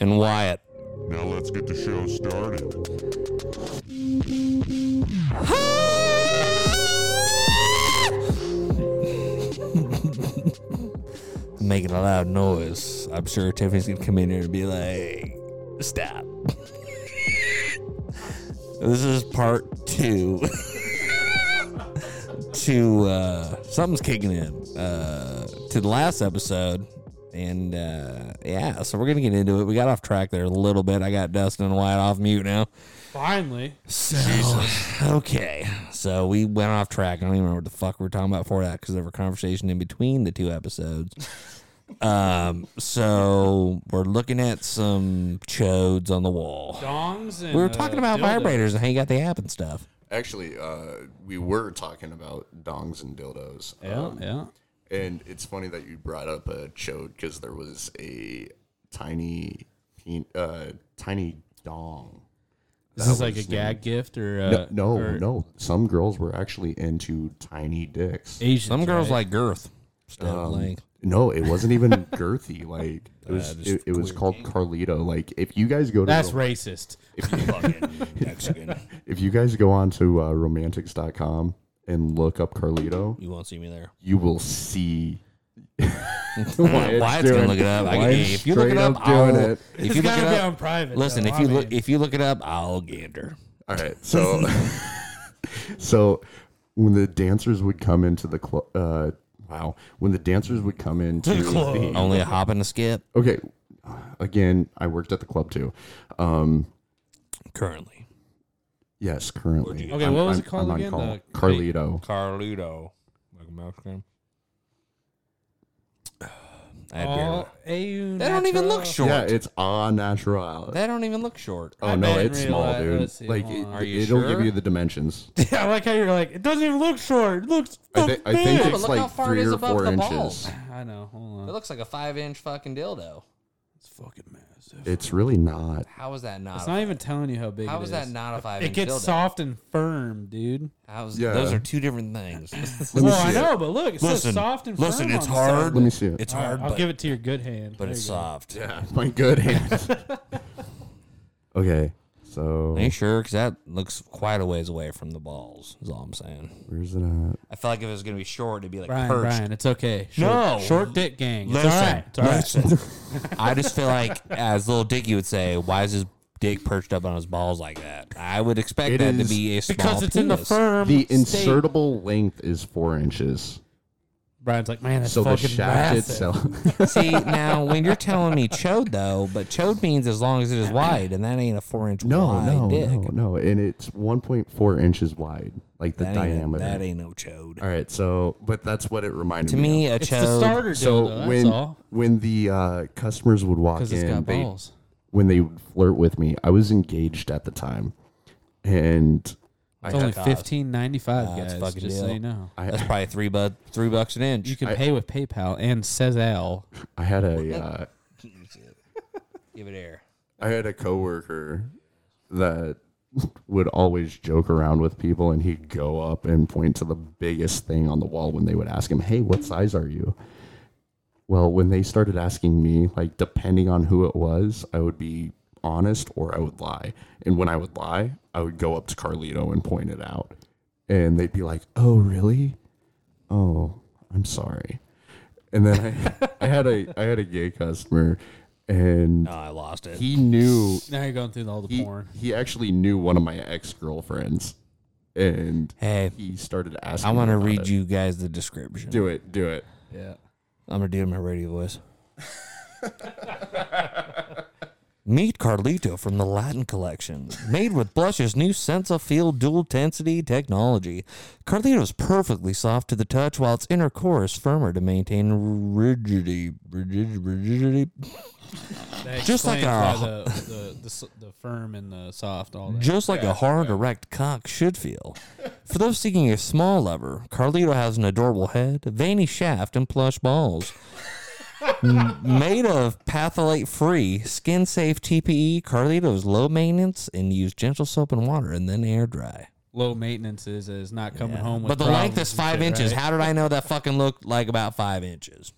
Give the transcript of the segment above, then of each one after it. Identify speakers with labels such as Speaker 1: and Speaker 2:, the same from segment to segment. Speaker 1: and Wyatt.
Speaker 2: Now let's get the show started.
Speaker 1: Making a loud noise. I'm sure Tiffany's gonna come in here and be like, stop. this is part two. to uh something's kicking in. Uh to the last episode. And uh yeah, so we're gonna get into it. We got off track there a little bit. I got Dustin and Wyatt off mute now.
Speaker 3: Finally.
Speaker 1: So okay, so we went off track. I don't even remember what the fuck we were talking about before that because there were conversation in between the two episodes. um, so we're looking at some chodes on the wall.
Speaker 3: Dongs and
Speaker 1: We were talking
Speaker 3: uh,
Speaker 1: about
Speaker 3: dildos.
Speaker 1: vibrators and how you got the app and stuff.
Speaker 4: Actually, uh, we were talking about dongs and dildos.
Speaker 3: Yeah,
Speaker 4: Um,
Speaker 3: yeah.
Speaker 4: And it's funny that you brought up a chode because there was a tiny, pe- uh, tiny dong.
Speaker 3: Is
Speaker 4: That
Speaker 3: this like a
Speaker 4: was
Speaker 3: gag gift or uh,
Speaker 4: No, no,
Speaker 3: or
Speaker 4: no. Some girls were actually into tiny dicks.
Speaker 3: Asian? Um,
Speaker 1: Some girls like girth stuff. like
Speaker 4: No, it wasn't even girthy. Like
Speaker 3: Uh,
Speaker 4: it was, it, it was called Carlito. Like if you guys go to
Speaker 3: That's
Speaker 4: Ro-
Speaker 3: racist.
Speaker 1: Mexican.
Speaker 4: if you guys go on to uh, romantics.com and look up Carlito,
Speaker 1: you won't see me there.
Speaker 4: you will see.
Speaker 1: Wyatt's,
Speaker 4: Wyatt's
Speaker 1: gonna
Speaker 4: doing-
Speaker 1: look it up. I can,
Speaker 4: Wyatt's
Speaker 1: if you look it
Speaker 4: straight
Speaker 1: up,
Speaker 4: up doing
Speaker 1: I'll-
Speaker 4: it.
Speaker 1: If
Speaker 3: It's
Speaker 1: you look
Speaker 3: gotta
Speaker 1: it
Speaker 3: be
Speaker 1: up,
Speaker 3: on private,
Speaker 1: Listen,
Speaker 3: though,
Speaker 1: if you
Speaker 3: I
Speaker 1: look
Speaker 3: mean.
Speaker 1: if you look it up, I'll gander.
Speaker 4: All right, so so when the dancers would come into the club, uh, wow, when the dancers would come into the
Speaker 1: Only a hop and a skip
Speaker 4: okay, again, I worked at the club too. Um,
Speaker 1: currently.
Speaker 4: yes, currently.
Speaker 3: Okay,
Speaker 4: I'm-
Speaker 3: what was
Speaker 4: I'm-
Speaker 3: it called
Speaker 4: I'm on
Speaker 3: again?
Speaker 4: call.
Speaker 3: The-
Speaker 4: Carlito.
Speaker 1: Carlito. Like a mouse cream. I had beer with
Speaker 3: All
Speaker 1: it.
Speaker 3: au
Speaker 1: They don't even look
Speaker 3: natural.
Speaker 1: short.
Speaker 4: Yeah, it's a natural.
Speaker 1: they don't even look short.
Speaker 4: Oh
Speaker 3: I
Speaker 4: no,
Speaker 3: bet in
Speaker 4: it's
Speaker 3: real
Speaker 4: small,
Speaker 3: life-
Speaker 4: dude.
Speaker 3: let's see,
Speaker 4: like
Speaker 3: hold
Speaker 4: it,
Speaker 3: on.
Speaker 1: Are you
Speaker 4: it'll
Speaker 1: sure?
Speaker 4: give you the dimensions.
Speaker 3: Yeah, I like how you're like, it doesn't even look short. It looks
Speaker 4: I, thi- I
Speaker 3: fucking
Speaker 4: think
Speaker 3: big."
Speaker 1: but
Speaker 4: it's
Speaker 1: look how
Speaker 4: like
Speaker 1: far it
Speaker 4: three
Speaker 1: is
Speaker 4: or
Speaker 1: above
Speaker 4: four
Speaker 1: the
Speaker 4: inches.
Speaker 1: balls.
Speaker 3: I know. Hold
Speaker 1: It
Speaker 3: on.
Speaker 1: looks like a five inch fucking dildo.
Speaker 3: It's fucking massive.
Speaker 4: It's really not.
Speaker 1: How is that not?
Speaker 3: It's
Speaker 1: a-
Speaker 3: not even telling you how big
Speaker 1: how
Speaker 3: it
Speaker 1: is
Speaker 3: is.
Speaker 1: that not a five
Speaker 3: It
Speaker 1: inch
Speaker 3: gets
Speaker 1: dildo?
Speaker 3: soft and firm, dude.
Speaker 1: How's,
Speaker 4: Yeah.
Speaker 1: Those are two different things.
Speaker 4: Let me
Speaker 3: well, I
Speaker 4: see it.
Speaker 3: know, but look, it's so soft and firm. on the side of
Speaker 4: Let
Speaker 3: it.
Speaker 4: me see it.
Speaker 1: It's
Speaker 3: All right,
Speaker 1: hard,
Speaker 3: I'll
Speaker 1: but,
Speaker 3: give it to your good hand.
Speaker 1: but
Speaker 3: There
Speaker 1: it's
Speaker 3: you go.
Speaker 1: soft.
Speaker 4: Yeah, my good hands. okay, so
Speaker 1: Are you sure? Because that looks quite a ways away from the balls. Is all I'm saying.
Speaker 4: where's it at?
Speaker 1: I feel like if it was gonna be short, it'd be like
Speaker 3: Brian,
Speaker 1: perched.
Speaker 3: Brian, it's okay. Short,
Speaker 1: No.
Speaker 3: short dick gang. It's all right. It's all right.
Speaker 1: listen. I just feel like, as little Dickie would say, why is his dick perched up on his balls like that? I would expect
Speaker 4: It
Speaker 1: that to
Speaker 4: is-
Speaker 1: be a small
Speaker 3: Because it's in the
Speaker 1: penis.
Speaker 3: firm.
Speaker 4: The
Speaker 3: state.
Speaker 4: insertable length is four inches.
Speaker 3: Brian's like, man, that's
Speaker 4: So the
Speaker 3: fucking
Speaker 4: shaft
Speaker 3: massive.
Speaker 4: itself.
Speaker 1: See now, when you're telling me chode though, but chode means as long as it is wide, and that ain't a four inch
Speaker 4: no,
Speaker 1: wide
Speaker 4: no,
Speaker 1: dick.
Speaker 4: no, no, and it's one point four inches wide, like the
Speaker 1: That ain't,
Speaker 4: diameter.
Speaker 1: that ain't no chode.
Speaker 4: All right, so but that's what it reminded
Speaker 1: To
Speaker 4: me.
Speaker 1: me, a
Speaker 3: It's
Speaker 1: chode.
Speaker 3: the starter dildo.
Speaker 4: of. So
Speaker 3: that's
Speaker 4: when
Speaker 3: all.
Speaker 4: when the uh, customers would walk in,
Speaker 3: Because it's got
Speaker 4: they-
Speaker 3: balls.
Speaker 4: when they would flirt with me, I was engaged at the time, and
Speaker 1: I
Speaker 3: It's only
Speaker 1: took off.
Speaker 3: fifteen ninety five,
Speaker 1: it's
Speaker 3: guys.
Speaker 1: fucking
Speaker 3: Just so
Speaker 1: deal.
Speaker 3: you know,
Speaker 1: That's probably three bu- three bucks an inch.
Speaker 3: you can pay with PayPal and Sezal.
Speaker 4: I had a uh,
Speaker 1: give it air.
Speaker 4: I had a coworker that would always joke around with people, and he'd go up and point to the biggest thing on the wall when they would ask him, "Hey, what size are you?" Well, when they started asking me, like depending on who it was, I would be honest or I would lie. And when I would lie, I would go up to Carlito and point it out, and they'd be like, "Oh, really? Oh, I'm sorry." And then I, I had a I had a gay customer, and
Speaker 1: No, I lost it.
Speaker 4: he knew
Speaker 3: Now you're going through all the
Speaker 4: he,
Speaker 3: porn.
Speaker 4: he actually knew one of my ex girlfriends, and
Speaker 1: Hey,
Speaker 4: he started asking.
Speaker 1: I want to
Speaker 4: about
Speaker 1: read
Speaker 4: it.
Speaker 1: you guys the description.
Speaker 4: Do it. Do it.
Speaker 3: Yeah.
Speaker 1: I'm gonna do it in my radio voice. Meet Carlito from the Latin Collection, made with Blush's new Sense of Field dual tensity technology. Carlito's perfectly soft to the touch, while its inner core is firmer to maintain rigidity. Rigid, rigidity.
Speaker 3: That
Speaker 1: Just like
Speaker 3: explains
Speaker 1: a-
Speaker 3: why the, the, the, s- the firm and the soft, all that.
Speaker 1: Just like a hard, erect cock should feel. For those seeking a small lover, Carlito has an adorable head, veiny shaft, and plush balls. M- Made of patholate free, skin safe TPE, Carlito is E, low maintenance and use gentle soap and water and then air dry.
Speaker 3: Low maintenance is, is not coming home with
Speaker 1: But the length
Speaker 3: Oh, problems
Speaker 1: is
Speaker 3: and
Speaker 1: five
Speaker 3: shit,
Speaker 1: inches.
Speaker 3: right?
Speaker 1: How did I know that fucking looked like about five inches?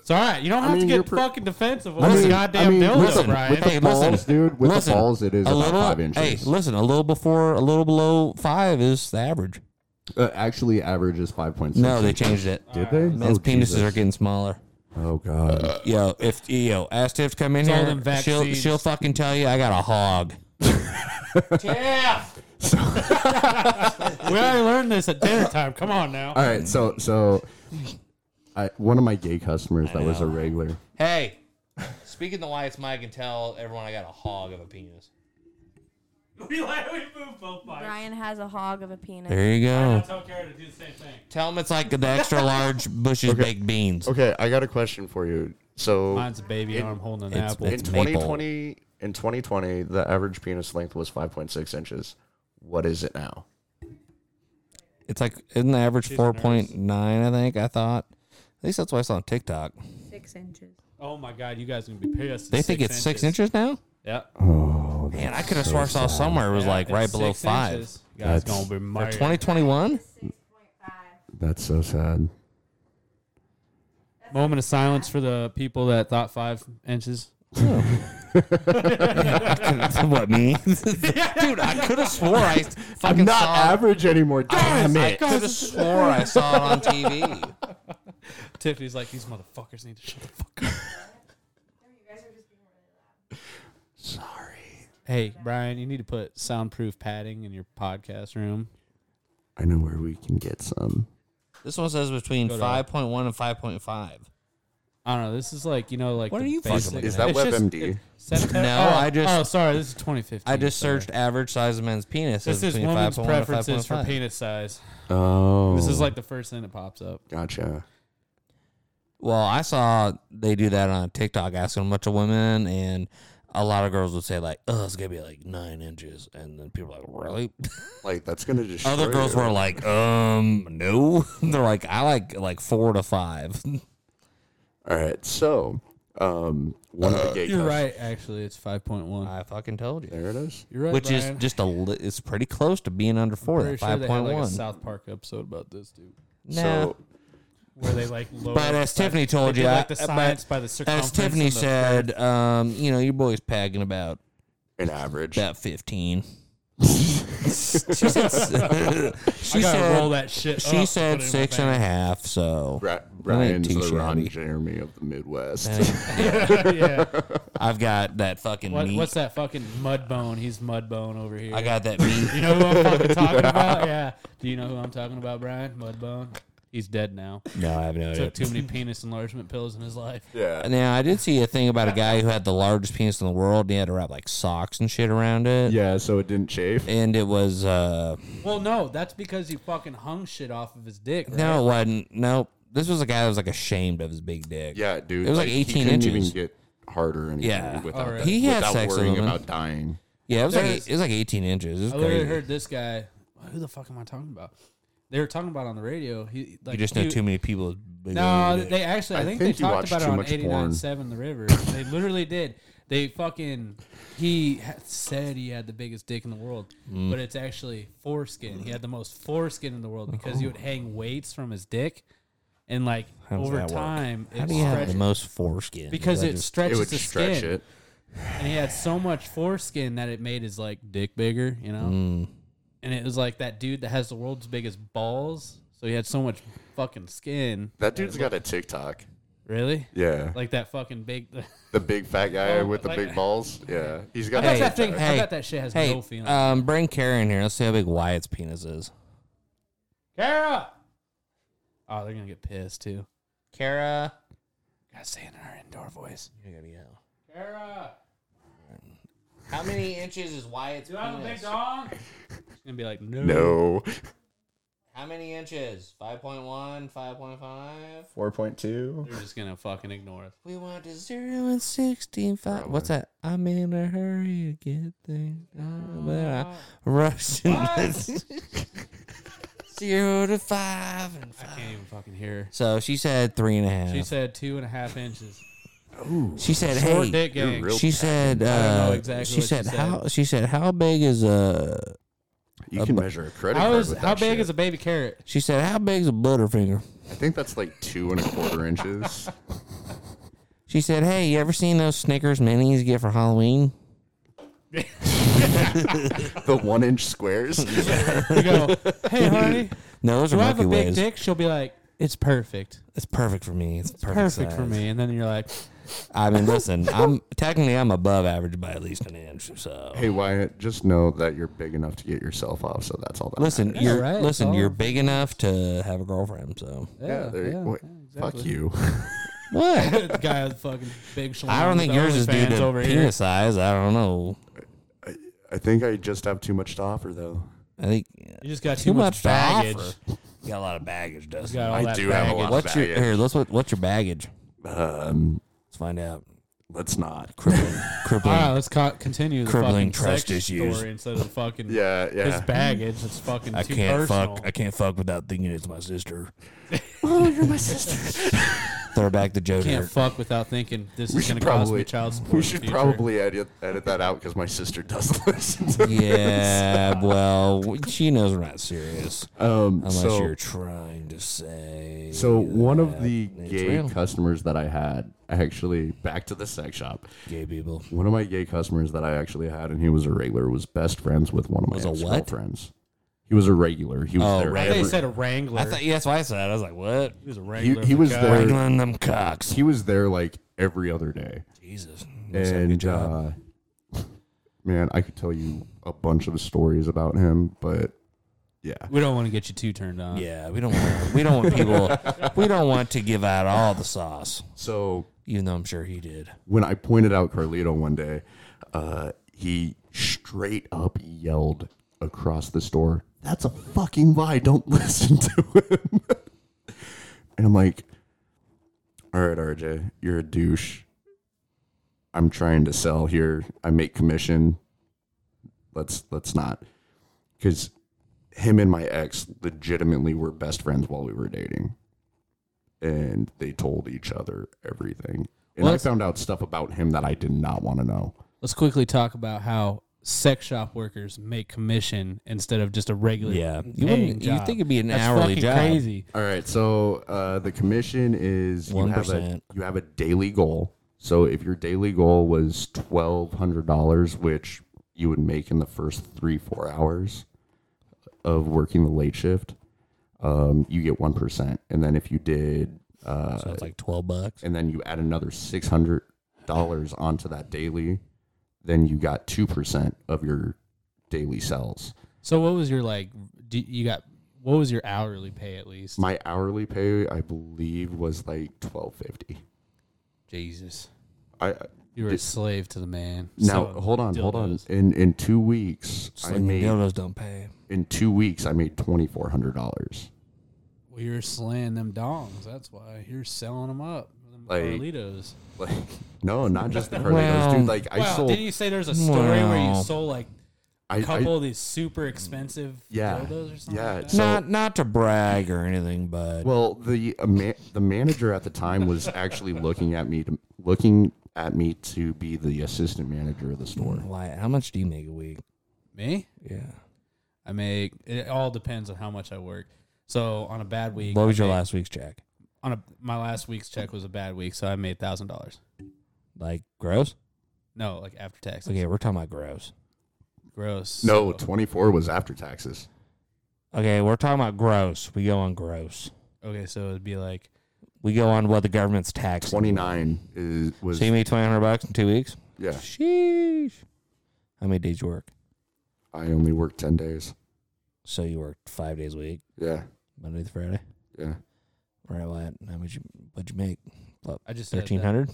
Speaker 3: It's all right. You don't have
Speaker 4: mean,
Speaker 3: to
Speaker 4: you're
Speaker 3: get
Speaker 4: per-
Speaker 3: fucking defensive over the
Speaker 4: mean-
Speaker 3: goddamn
Speaker 4: I mean,
Speaker 3: dildo,
Speaker 4: listen,
Speaker 3: Brian.
Speaker 4: with the balls, dude, with the balls, it is
Speaker 1: a
Speaker 4: about
Speaker 1: little,
Speaker 4: five inches.
Speaker 1: Hey, listen, a little before, a little below five is the average.
Speaker 4: Uh, actually, average is five point six.
Speaker 1: No, they changed it.
Speaker 4: Did they?
Speaker 1: Men's
Speaker 4: oh,
Speaker 1: penises
Speaker 4: Jesus.
Speaker 1: are getting smaller.
Speaker 4: Oh god.
Speaker 1: Yo, if yo, ask Tiff to come in
Speaker 3: It's all
Speaker 1: here,
Speaker 3: them
Speaker 1: she'll
Speaker 3: vaccines.
Speaker 1: she'll fucking tell you I got a hog.
Speaker 3: we already learned this at dinner time. Come on now.
Speaker 4: All right, so so, I, one of my gay customers that was a regular.
Speaker 1: Hey, speaking the whites, Mike can tell everyone I got a hog of a penis.
Speaker 3: we like we move both bodies.
Speaker 5: Brian has a hog of a penis.
Speaker 1: There you go.
Speaker 3: tell Karen to do the same thing.
Speaker 1: Tell them it's like the extra large Bush's baked beans.
Speaker 6: Okay, I got a question for you. So
Speaker 3: Mine's a baby arm holding an
Speaker 1: it's-
Speaker 3: apple.
Speaker 6: in
Speaker 1: it's- maple.
Speaker 6: 2020, in 2020, the average penis length was 5.6 inches. What is it now?
Speaker 1: It's like isn't the average four point nine? I think I thought. At least that's what I saw on TikTok.
Speaker 5: Six inches.
Speaker 3: oh my god, you guys are gonna be pissed.
Speaker 1: They think it's six inches now.
Speaker 3: Yeah.
Speaker 1: Man, I could have swore I saw somewhere it was like
Speaker 3: It's
Speaker 1: right below
Speaker 3: six
Speaker 1: five.
Speaker 3: inches. You guys
Speaker 4: That's-
Speaker 3: gonna be mad.
Speaker 1: Twenty twenty one.
Speaker 7: Oh,
Speaker 4: That's so sad.
Speaker 3: Moment of silence for the people that thought five inches.
Speaker 1: What me, dude? I could have swore I fucking
Speaker 4: I'm not
Speaker 1: saw.
Speaker 4: average anymore. Damn
Speaker 1: I
Speaker 4: it.
Speaker 1: could have swore I saw it on TV.
Speaker 3: Tiffany's like, these motherfuckers need to shut the fuck up.
Speaker 4: Sorry.
Speaker 3: Hey, Brian, you need to put soundproof padding in your podcast room.
Speaker 4: I know where we can get some.
Speaker 1: This one says between
Speaker 3: Go to-
Speaker 1: five point one and five point five.
Speaker 3: I don't know. This is like you know, like
Speaker 1: What
Speaker 3: the
Speaker 1: are you fucking
Speaker 3: basic-
Speaker 1: looking
Speaker 6: Is
Speaker 1: at?
Speaker 6: that
Speaker 3: It's just-
Speaker 6: WebMD?
Speaker 3: September-
Speaker 1: No,
Speaker 3: oh,
Speaker 1: I just-
Speaker 3: Oh, sorry. This is 2015.
Speaker 1: I just
Speaker 3: sorry.
Speaker 1: searched average size of men's penis.
Speaker 3: This is
Speaker 1: between
Speaker 3: women's
Speaker 1: 5.1 and
Speaker 3: preferences for
Speaker 1: 5.5.
Speaker 3: penis size.
Speaker 4: Oh.
Speaker 3: This is like the first thing that pops up.
Speaker 6: Gotcha.
Speaker 1: Well, I saw they do that on TikTok, asking a bunch of women, and a lot of girls would say like, "Oh, it's gonna be like nine inches," and then people are like, "Really?"
Speaker 6: Like that's gonna just.
Speaker 1: Other girls were like, "Um, no." They're like, "I like like four to five.
Speaker 6: All right, so um, one of the gay.
Speaker 3: You're
Speaker 6: cus-
Speaker 3: right. Actually, it's 5.1.
Speaker 1: I fucking told you.
Speaker 6: There it is.
Speaker 3: You're right.
Speaker 1: Which
Speaker 3: Brian.
Speaker 1: is just a li- it's pretty close to being under four.
Speaker 3: Pretty sure
Speaker 1: five
Speaker 3: they
Speaker 1: point
Speaker 3: had like
Speaker 1: one.
Speaker 3: a South Park episode about this dude,
Speaker 1: nah.
Speaker 6: So
Speaker 3: where they like. Lower
Speaker 1: But as Tiffany told
Speaker 3: they
Speaker 1: you,
Speaker 3: did,
Speaker 1: I-
Speaker 3: like the
Speaker 1: but
Speaker 3: science by the circumference.
Speaker 1: As Tiffany
Speaker 3: and the-
Speaker 1: said, um, you know, your boy's packing about
Speaker 6: an average.
Speaker 1: about fifteen. she said, she
Speaker 3: I gotta
Speaker 1: said,
Speaker 3: roll that shit.
Speaker 1: she said six and a half. So
Speaker 6: Bra-
Speaker 1: ain't
Speaker 6: Brian's
Speaker 1: too
Speaker 6: the Ron
Speaker 1: shabby.
Speaker 6: Jeremy of the Midwest.
Speaker 3: yeah.
Speaker 1: I've got that fucking
Speaker 3: What,
Speaker 1: meat.
Speaker 3: what's that fucking mudbone? He's mudbone over here.
Speaker 1: I got that meat.
Speaker 3: You know who I'm fucking talking about? Yeah. Do you know who I'm talking about, Brian? Mudbone. He's dead now.
Speaker 1: no, I have no idea.
Speaker 3: Took too many penis enlargement pills in his life.
Speaker 6: yeah.
Speaker 1: Now I did see a thing about a guy who had the largest penis in the world. and He had to wrap like socks and shit around it.
Speaker 4: Yeah, so it didn't chafe.
Speaker 1: And it was uh
Speaker 3: Well, no, that's because he fucking hung shit off of his dick. Right?
Speaker 1: no, it wasn't. Nope. This was a guy that was like ashamed of his big dick.
Speaker 6: Yeah, dude.
Speaker 1: It was like,
Speaker 6: he
Speaker 1: 18
Speaker 6: couldn't
Speaker 1: inches.
Speaker 6: Even get harder and
Speaker 1: Yeah.
Speaker 6: without
Speaker 3: Alright.
Speaker 6: that,
Speaker 1: He had
Speaker 6: without
Speaker 1: sex with
Speaker 6: worrying
Speaker 1: women.
Speaker 6: about dying.
Speaker 1: Yeah, it was
Speaker 3: There
Speaker 1: like
Speaker 3: it is.
Speaker 1: it was like eighteen inches. It was
Speaker 3: I literally
Speaker 1: crazy.
Speaker 3: heard this guy. Who the fuck am I talking about? They were talking about on the radio. He like
Speaker 1: you just know
Speaker 3: he-
Speaker 1: too many people. with big
Speaker 3: No,
Speaker 1: old dicks.
Speaker 3: they actually. I,
Speaker 6: I
Speaker 3: think,
Speaker 6: think
Speaker 3: they
Speaker 6: you
Speaker 3: talked
Speaker 6: watch
Speaker 3: about it
Speaker 6: too
Speaker 3: on
Speaker 6: much
Speaker 3: 89.7 The River. they literally did. They fucking. He ha- said he had the biggest dick in the world,
Speaker 1: Mm.
Speaker 3: but it's actually foreskin. He had the most foreskin in the world because he would hang weights from his dick, and like
Speaker 1: How does
Speaker 3: over
Speaker 1: that work?
Speaker 3: time,
Speaker 1: How
Speaker 3: it
Speaker 1: do you have the
Speaker 3: stretched
Speaker 1: most foreskin?
Speaker 3: because
Speaker 1: Is that
Speaker 3: it
Speaker 1: just-
Speaker 6: It
Speaker 3: stretches
Speaker 6: would
Speaker 3: the
Speaker 6: stretch
Speaker 3: skin,
Speaker 6: it.
Speaker 3: and he had so much foreskin that it made his like dick bigger, you know. And it was like that dude that has the world's biggest balls, so he had so much fucking skin.
Speaker 6: That dude's got a TikTok.
Speaker 3: Really?
Speaker 6: Yeah.
Speaker 3: Like that fucking big.
Speaker 6: The big fat guy
Speaker 3: Oh,
Speaker 6: with the
Speaker 3: like-
Speaker 6: big balls. Yeah. He's got a
Speaker 3: I bet that thing.
Speaker 6: TikTok.
Speaker 1: Hey.
Speaker 3: I bet that shit has
Speaker 1: hey,
Speaker 3: no feeling.
Speaker 1: um, bring Karen here. Let's see how big Wyatt's penis is.
Speaker 3: Kara. Oh, they're gonna get pissed too.
Speaker 1: Kara,
Speaker 3: Gotta say it in our indoor voice.
Speaker 1: you gotta yell.
Speaker 3: Kara,
Speaker 1: How many inches is Wyatt's penis?
Speaker 3: dong? She's gonna be like, no.
Speaker 6: No.
Speaker 1: How many inches? 5.1, 5.5?
Speaker 6: 4.2.
Speaker 3: They're just gonna fucking ignore us.
Speaker 1: We want to zero and sixteen five. What's that? I'm in a hurry to get things done, but I rushed in this. zero to five and
Speaker 3: I
Speaker 1: five.
Speaker 3: can't even fucking hear her.
Speaker 1: So she said three and a half.
Speaker 3: She said two and a half inches.
Speaker 1: she said,
Speaker 3: Short
Speaker 1: "Hey."
Speaker 3: dick gang.
Speaker 6: real-
Speaker 1: She said,
Speaker 3: don't know
Speaker 1: uh,
Speaker 3: exactly
Speaker 1: she
Speaker 3: what she
Speaker 1: said,
Speaker 3: said.
Speaker 1: how she said how big is a
Speaker 6: You can measure a credit
Speaker 3: How
Speaker 6: card
Speaker 3: is
Speaker 6: with
Speaker 3: how
Speaker 6: that
Speaker 3: big
Speaker 6: shit.
Speaker 3: is a baby carrot?
Speaker 1: she said how big's a butterfinger?
Speaker 6: I think that's like two and a quarter inches.
Speaker 1: She said, "Hey, you ever seen those Snickers minis you get for Halloween?"
Speaker 6: The one inch squares.
Speaker 3: You go, hey, honey,
Speaker 1: No, those are
Speaker 3: do I have
Speaker 1: Milky
Speaker 3: a big
Speaker 1: Ways.
Speaker 3: dick? She'll be like, it's perfect.
Speaker 1: It's perfect for me. It's perfect,
Speaker 3: Perfect for
Speaker 1: size.
Speaker 3: me. And then you're like,
Speaker 1: I mean, listen, I'm technically I'm above average by at least an inch. So
Speaker 4: Hey Wyatt, just know that you're big enough to get yourself off, so that's all that.
Speaker 1: listen, you're
Speaker 3: right, it's
Speaker 1: listen,
Speaker 3: all-
Speaker 1: you're big enough to have a girlfriend. So
Speaker 4: matters. yeah, there you- wait, fuck you.
Speaker 1: what?
Speaker 3: the guy with fucking big shoulders.
Speaker 1: I don't think yours is due to
Speaker 3: over
Speaker 1: penis
Speaker 3: here.
Speaker 1: size. I don't know.
Speaker 4: I think I just have too much to offer, though.
Speaker 1: I think
Speaker 3: You just got
Speaker 1: too,
Speaker 3: too,
Speaker 1: much,
Speaker 3: much, baggage.
Speaker 1: to offer. You got a lot of baggage, Dustin.
Speaker 3: Got all
Speaker 4: I
Speaker 3: that
Speaker 4: do have a
Speaker 3: baggage.
Speaker 4: lot.
Speaker 1: what's your
Speaker 4: baggage.
Speaker 1: here? Let's what, what's your baggage?
Speaker 4: Um,
Speaker 1: Let's find out.
Speaker 4: let's not.
Speaker 1: Crippling, crippling.
Speaker 3: All right, let's co- continue the
Speaker 1: Crippling
Speaker 3: fucking
Speaker 1: trust
Speaker 3: sex
Speaker 1: issues.
Speaker 3: story instead of the fucking
Speaker 4: Yeah,
Speaker 3: his
Speaker 4: yeah.
Speaker 3: baggage. It's fucking
Speaker 1: I
Speaker 3: too
Speaker 1: can't
Speaker 3: personal.
Speaker 1: fuck. I can't fuck without thinking it's my sister. oh, you're my sister. Throw back the Joe
Speaker 3: can't
Speaker 1: Dirt.
Speaker 3: fuck without thinking this
Speaker 4: We
Speaker 3: is going
Speaker 4: should
Speaker 3: to cost me
Speaker 4: probably
Speaker 3: child support.
Speaker 4: we
Speaker 3: in the
Speaker 4: should
Speaker 3: future.
Speaker 4: probably edit edit that out because my sister does listen to.
Speaker 1: Yeah, well, she knows we're not serious
Speaker 4: Um,
Speaker 1: unless
Speaker 4: so
Speaker 1: you're trying to say.
Speaker 4: so one of
Speaker 1: that
Speaker 4: the
Speaker 1: it's
Speaker 4: gay
Speaker 1: real.
Speaker 4: customers that I had actually back to the sex shop.
Speaker 1: gay people.
Speaker 4: One of my gay customers that I actually had, and he was a regular, was best friends with one of my
Speaker 1: Was a
Speaker 4: ex
Speaker 1: what?
Speaker 4: girlfriends. He was a regular. He was
Speaker 1: Oh,
Speaker 4: there.
Speaker 1: right.
Speaker 3: They
Speaker 4: every-
Speaker 3: said a wrangler.
Speaker 1: I thought yeah, that's why I said. it. I was like, what?
Speaker 3: he was a
Speaker 4: he,
Speaker 3: wrangler.
Speaker 4: he was
Speaker 3: guy.
Speaker 4: there.
Speaker 1: Wrangling them cocks.
Speaker 4: He was there like every other day.
Speaker 1: Jesus.
Speaker 4: and uh, man, I could tell you a bunch of stories about him, but yeah,
Speaker 3: We don't want to get you too turned
Speaker 4: uh,
Speaker 3: on.
Speaker 1: yeah, we don't want we don't want people we don't want to give out all the sauce.
Speaker 4: so
Speaker 1: Even though I'm sure he did.
Speaker 4: when I pointed out Carlito one day, uh, he straight up yelled across the store, That's a fucking lie. Don't listen to him. and I'm like, All right, RJ, you're a douche. I'm trying to sell here. I make commission. Let's let's not. Cause him and my ex legitimately were best friends while we were dating. And they told each other everything. And I
Speaker 3: Well,
Speaker 4: found out stuff about him that I did not want to know.
Speaker 3: Let's quickly talk about how sex shop workers make commission instead of just a regular.
Speaker 1: Yeah. You
Speaker 3: paying
Speaker 1: wouldn't- you'd
Speaker 3: job.
Speaker 1: think it'd be an
Speaker 3: That's
Speaker 1: hourly
Speaker 3: fucking
Speaker 1: job.
Speaker 3: Crazy.
Speaker 4: All right, so uh, the commission is you have a
Speaker 1: 1%.
Speaker 4: you have a daily goal. So if your daily goal was twelve hundred dollars, which you would make in the first three four hours of working the late shift, um, you get one percent, and then if you did, uh,
Speaker 1: So it's like twelve bucks.
Speaker 4: and then you add another six hundred dollars onto that daily, then you got two percent of your daily sales.
Speaker 3: So what was your like? Do you got what was your hourly pay at least?
Speaker 4: My hourly pay, I believe, was like twelve fifty.
Speaker 3: Jesus,
Speaker 4: I
Speaker 3: you were a slave to the man.
Speaker 4: now
Speaker 3: Selling
Speaker 4: hold on, hold on.
Speaker 3: dildos.
Speaker 4: In in two weeks,
Speaker 1: Just
Speaker 4: I
Speaker 1: like the
Speaker 4: made
Speaker 1: dildos don't pay.
Speaker 4: in two weeks I made twenty four hundred dollars.
Speaker 3: Well, you're slaying them dongs. That's why you're selling them up. Them
Speaker 4: Like-
Speaker 3: Carlitos.
Speaker 4: Like no, not just the Carlitos,
Speaker 1: Well-
Speaker 4: dude. Like I
Speaker 3: wow,
Speaker 4: sold,
Speaker 3: didn't you say there's a story where
Speaker 1: Wow.
Speaker 3: you sold like
Speaker 4: I,
Speaker 3: a
Speaker 4: I-
Speaker 3: couple of these super expensive
Speaker 4: Yeah.
Speaker 3: dildos or something?
Speaker 4: Yeah,
Speaker 3: like that?
Speaker 4: So-
Speaker 1: not not to brag or anything, but
Speaker 4: well, the uh, ma- the manager at the time was actually looking at me to looking at me to be the assistant manager of the
Speaker 3: Mm.
Speaker 4: store.
Speaker 1: why how much do you make a week?
Speaker 3: me.
Speaker 1: Yeah.
Speaker 3: I make it all depends on how much I work. So on a bad week,
Speaker 1: What
Speaker 3: I
Speaker 1: was your
Speaker 3: make-
Speaker 1: last week's check?
Speaker 3: On a my last week's check was a bad week, so I made thousand dollars.
Speaker 1: Like gross?
Speaker 3: No, like after tax.
Speaker 1: Okay, we're talking about gross.
Speaker 3: Gross.
Speaker 4: No,
Speaker 3: So-
Speaker 4: twenty four was after taxes.
Speaker 1: Okay, we're talking about gross. We go on gross.
Speaker 3: Okay, so it'd be like
Speaker 1: We go on what the government's tax.
Speaker 4: Twenty nine is was
Speaker 1: So you made twenty hundred bucks in two weeks?
Speaker 4: yeah.
Speaker 1: Sheesh. How many days you work?
Speaker 4: I only worked ten days.
Speaker 1: So you worked five days a week,
Speaker 4: Yeah,
Speaker 1: Monday through Friday.
Speaker 4: yeah.
Speaker 1: Right, what? How much? You, what'd you make?
Speaker 3: I just said that.
Speaker 1: Thirteen hundred.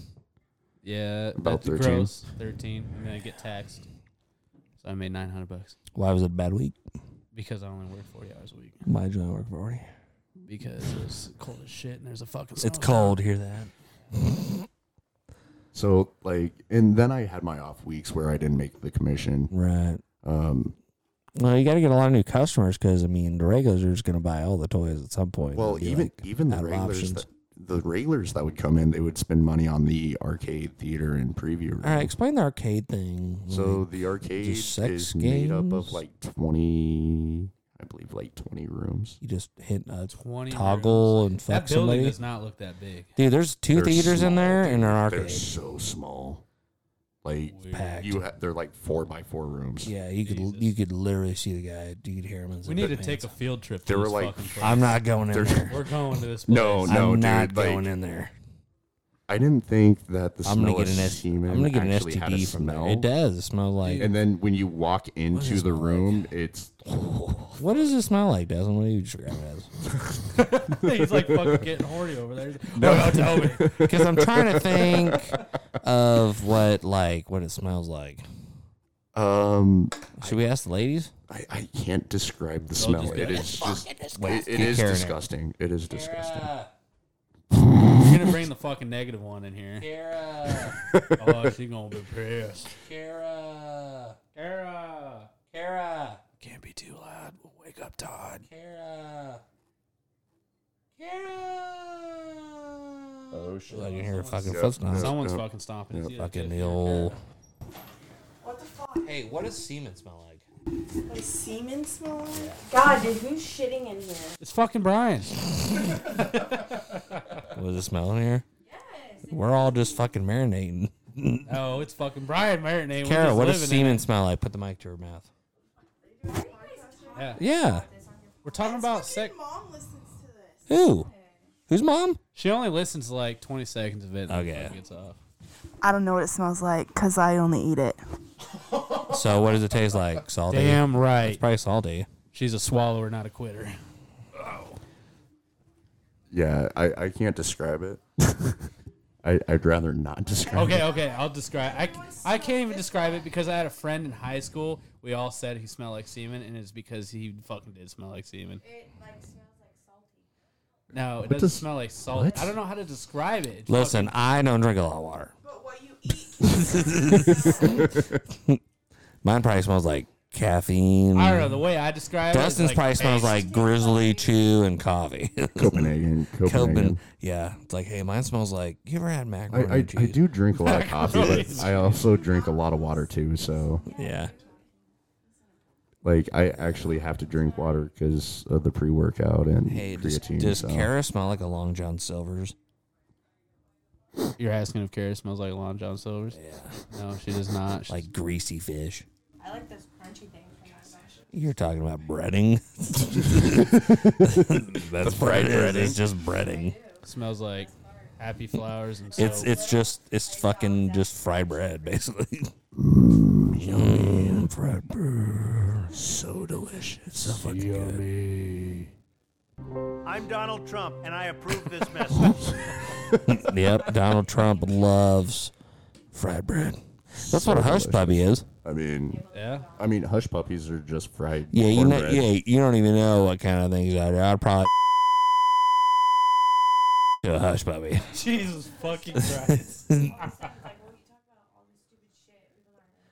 Speaker 3: Yeah,
Speaker 4: About
Speaker 3: that's
Speaker 4: 13.
Speaker 3: Gross, Thirteen, and then I get taxed. So I made nine hundred bucks
Speaker 1: Why was it a bad week?
Speaker 3: because I only worked forty hours a week
Speaker 1: Why'd you only work forty?
Speaker 3: because it was cold as shit and there's a fucking.
Speaker 1: It's
Speaker 3: snowstorm.
Speaker 1: cold. Hear that?
Speaker 4: So like, and then I had my off weeks where I didn't make the commission.
Speaker 1: Right.
Speaker 4: Um,
Speaker 1: Well, you got to get a lot of new customers because I mean, the regulars are just going to buy all the toys at some point.
Speaker 4: well,
Speaker 1: It'd be
Speaker 4: even
Speaker 1: like
Speaker 4: even
Speaker 1: out
Speaker 4: the
Speaker 1: of
Speaker 4: regulars,
Speaker 1: options.
Speaker 4: that, the regulars that would come in, they would spend money on the arcade theater and preview room.
Speaker 1: all right, explain the arcade thing.
Speaker 4: So the arcade
Speaker 1: just sex
Speaker 4: is made up
Speaker 1: games?
Speaker 4: of like twenty, I believe, like 20 rooms.
Speaker 1: You just hit a
Speaker 3: 20
Speaker 1: toggle
Speaker 3: rooms.
Speaker 1: and fuck
Speaker 3: That building
Speaker 1: somebody.
Speaker 3: does not look that big.
Speaker 1: Dude, there's 2
Speaker 4: They're
Speaker 1: theaters in
Speaker 4: small,
Speaker 1: there and an
Speaker 4: They're
Speaker 1: arcade.
Speaker 4: so small. Like
Speaker 1: Packed.
Speaker 4: you ha- they're like 4 by 4 rooms.
Speaker 1: Yeah, you could
Speaker 3: Jesus.
Speaker 1: you could literally see the guy. You could hear him. in his
Speaker 3: We need to
Speaker 1: pants.
Speaker 3: take a field trip. To
Speaker 4: They were
Speaker 3: this
Speaker 4: like-
Speaker 3: fucking place.
Speaker 1: I'm not going in
Speaker 4: They're-
Speaker 1: there.
Speaker 3: We're going to this. Place.
Speaker 4: No,
Speaker 1: I'm
Speaker 4: no,
Speaker 1: not
Speaker 4: dude. Like,
Speaker 1: going in there.
Speaker 4: I didn't think that the
Speaker 1: I'm
Speaker 4: smell
Speaker 1: gonna get an
Speaker 4: of
Speaker 1: S- I'm
Speaker 4: semen
Speaker 1: gonna get an
Speaker 4: actually had a
Speaker 1: STD from
Speaker 4: smell.
Speaker 1: there. It does smell like.
Speaker 4: And then when you walk into
Speaker 1: is
Speaker 4: the
Speaker 1: my-
Speaker 4: room, it's
Speaker 1: What does it smell like, Desmond? What do you describe it as?
Speaker 3: He's like fucking getting horny over there. He's like, Oh, tell me.
Speaker 1: Because I'm trying to think of what like what it smells like.
Speaker 4: um
Speaker 1: Should we ask the ladies?
Speaker 4: I, I can't describe the smell.
Speaker 3: just do
Speaker 4: It
Speaker 3: it.
Speaker 4: is just it, it
Speaker 1: Keep carrying it.
Speaker 4: is disgusting. It is disgusting.
Speaker 3: You're gonna bring the fucking negative one in here. Kara. Oh, she gonna be pissed. Kara. Kara. Kara. Can't be too loud. We'll wake up Todd. Kara. Kara.
Speaker 4: Oh
Speaker 1: I
Speaker 4: shit.
Speaker 1: can hear a fucking
Speaker 4: Yeah.
Speaker 1: foot knock.
Speaker 3: Someone's
Speaker 4: Yep.
Speaker 3: fucking stomping. It's either
Speaker 1: Fucking
Speaker 3: Tiff
Speaker 1: the
Speaker 3: or
Speaker 1: old.
Speaker 3: Kara.
Speaker 7: What the fuck?
Speaker 1: Hey, what does semen smell like?
Speaker 7: Does semen smell like? God, dude, who's shitting in here?
Speaker 3: It's fucking Brian.
Speaker 1: What does it smell in here? Yes. We're all just fucking marinating.
Speaker 3: Oh, it's fucking Brian Marinade. We're
Speaker 1: Kara,
Speaker 3: just
Speaker 1: what does
Speaker 3: living in
Speaker 1: semen smell like? Put the mic to her mouth.
Speaker 3: it. Yeah.
Speaker 1: Yeah.
Speaker 3: We're talking about sex.
Speaker 7: Mom listens to this.
Speaker 1: Who? Who's mom?
Speaker 3: She only listens to like 20 seconds of it. And
Speaker 1: Okay.
Speaker 3: okay. Gets off.
Speaker 8: I don't know what it smells like because I only eat it.
Speaker 1: So what does it taste like? Salty.
Speaker 3: Damn right.
Speaker 1: It's probably salty.
Speaker 3: She's a swallower, not a quitter.
Speaker 4: Yeah, I, I can't describe it. I, I'd rather not describe
Speaker 3: Okay,
Speaker 4: it.
Speaker 3: okay, I'll describe. I, I can't even describe it because I had a friend in high school. We all said he smelled like semen, and it's because he fucking did smell like semen.
Speaker 5: It like smells like salty.
Speaker 3: No, it doesn't
Speaker 4: does-
Speaker 3: smell like salt.
Speaker 4: what?
Speaker 3: I don't know how to describe it. It's
Speaker 1: Listen, I don't drink a lot of water.
Speaker 7: But what you eat
Speaker 1: Mine probably smells like caffeine.
Speaker 3: fucking- I don't know the way I describe
Speaker 1: Dustin's
Speaker 3: it. is like-
Speaker 1: probably smells like grizzly chew and coffee.
Speaker 4: Copenhagen.
Speaker 1: Copen,
Speaker 4: Copenhagen.
Speaker 1: yeah. It's like, hey, mine smells like. You ever had
Speaker 4: I,
Speaker 1: macaroni
Speaker 4: I, I
Speaker 1: and cheese?
Speaker 4: do drink a lot of coffee, but I also drink a lot of water too. So,
Speaker 1: Yeah.
Speaker 4: like, I actually have to drink water because of the pre workout and
Speaker 1: Hey, does,
Speaker 4: creatine.
Speaker 1: does
Speaker 4: so.
Speaker 1: Kara smell like a Long John Silver's?
Speaker 3: You're asking if Kara smells like Lon John Silver's? Yeah. No, she does not. She's-
Speaker 1: Like greasy fish?
Speaker 5: I like those crunchy things. from that session.
Speaker 1: You're talking about breading. That's fried breading. It's just breading.
Speaker 3: smells like happy flowers and soap.
Speaker 1: It's it's just it's fucking just fried bread basically. Yum, fried bread, so delicious, so fucking good.
Speaker 9: I'm Donald Trump, and I approve this message.
Speaker 1: Yep, Donald Trump loves fried bread. That's what a hush puppy is.
Speaker 4: I mean,
Speaker 3: yeah.
Speaker 4: I mean, hush puppies are just fried.
Speaker 1: Yeah, you know,
Speaker 4: cornbread.
Speaker 1: yeah, you don't even know what kind of things out there. I'd probably to a hush puppy.
Speaker 3: Jesus fucking Christ.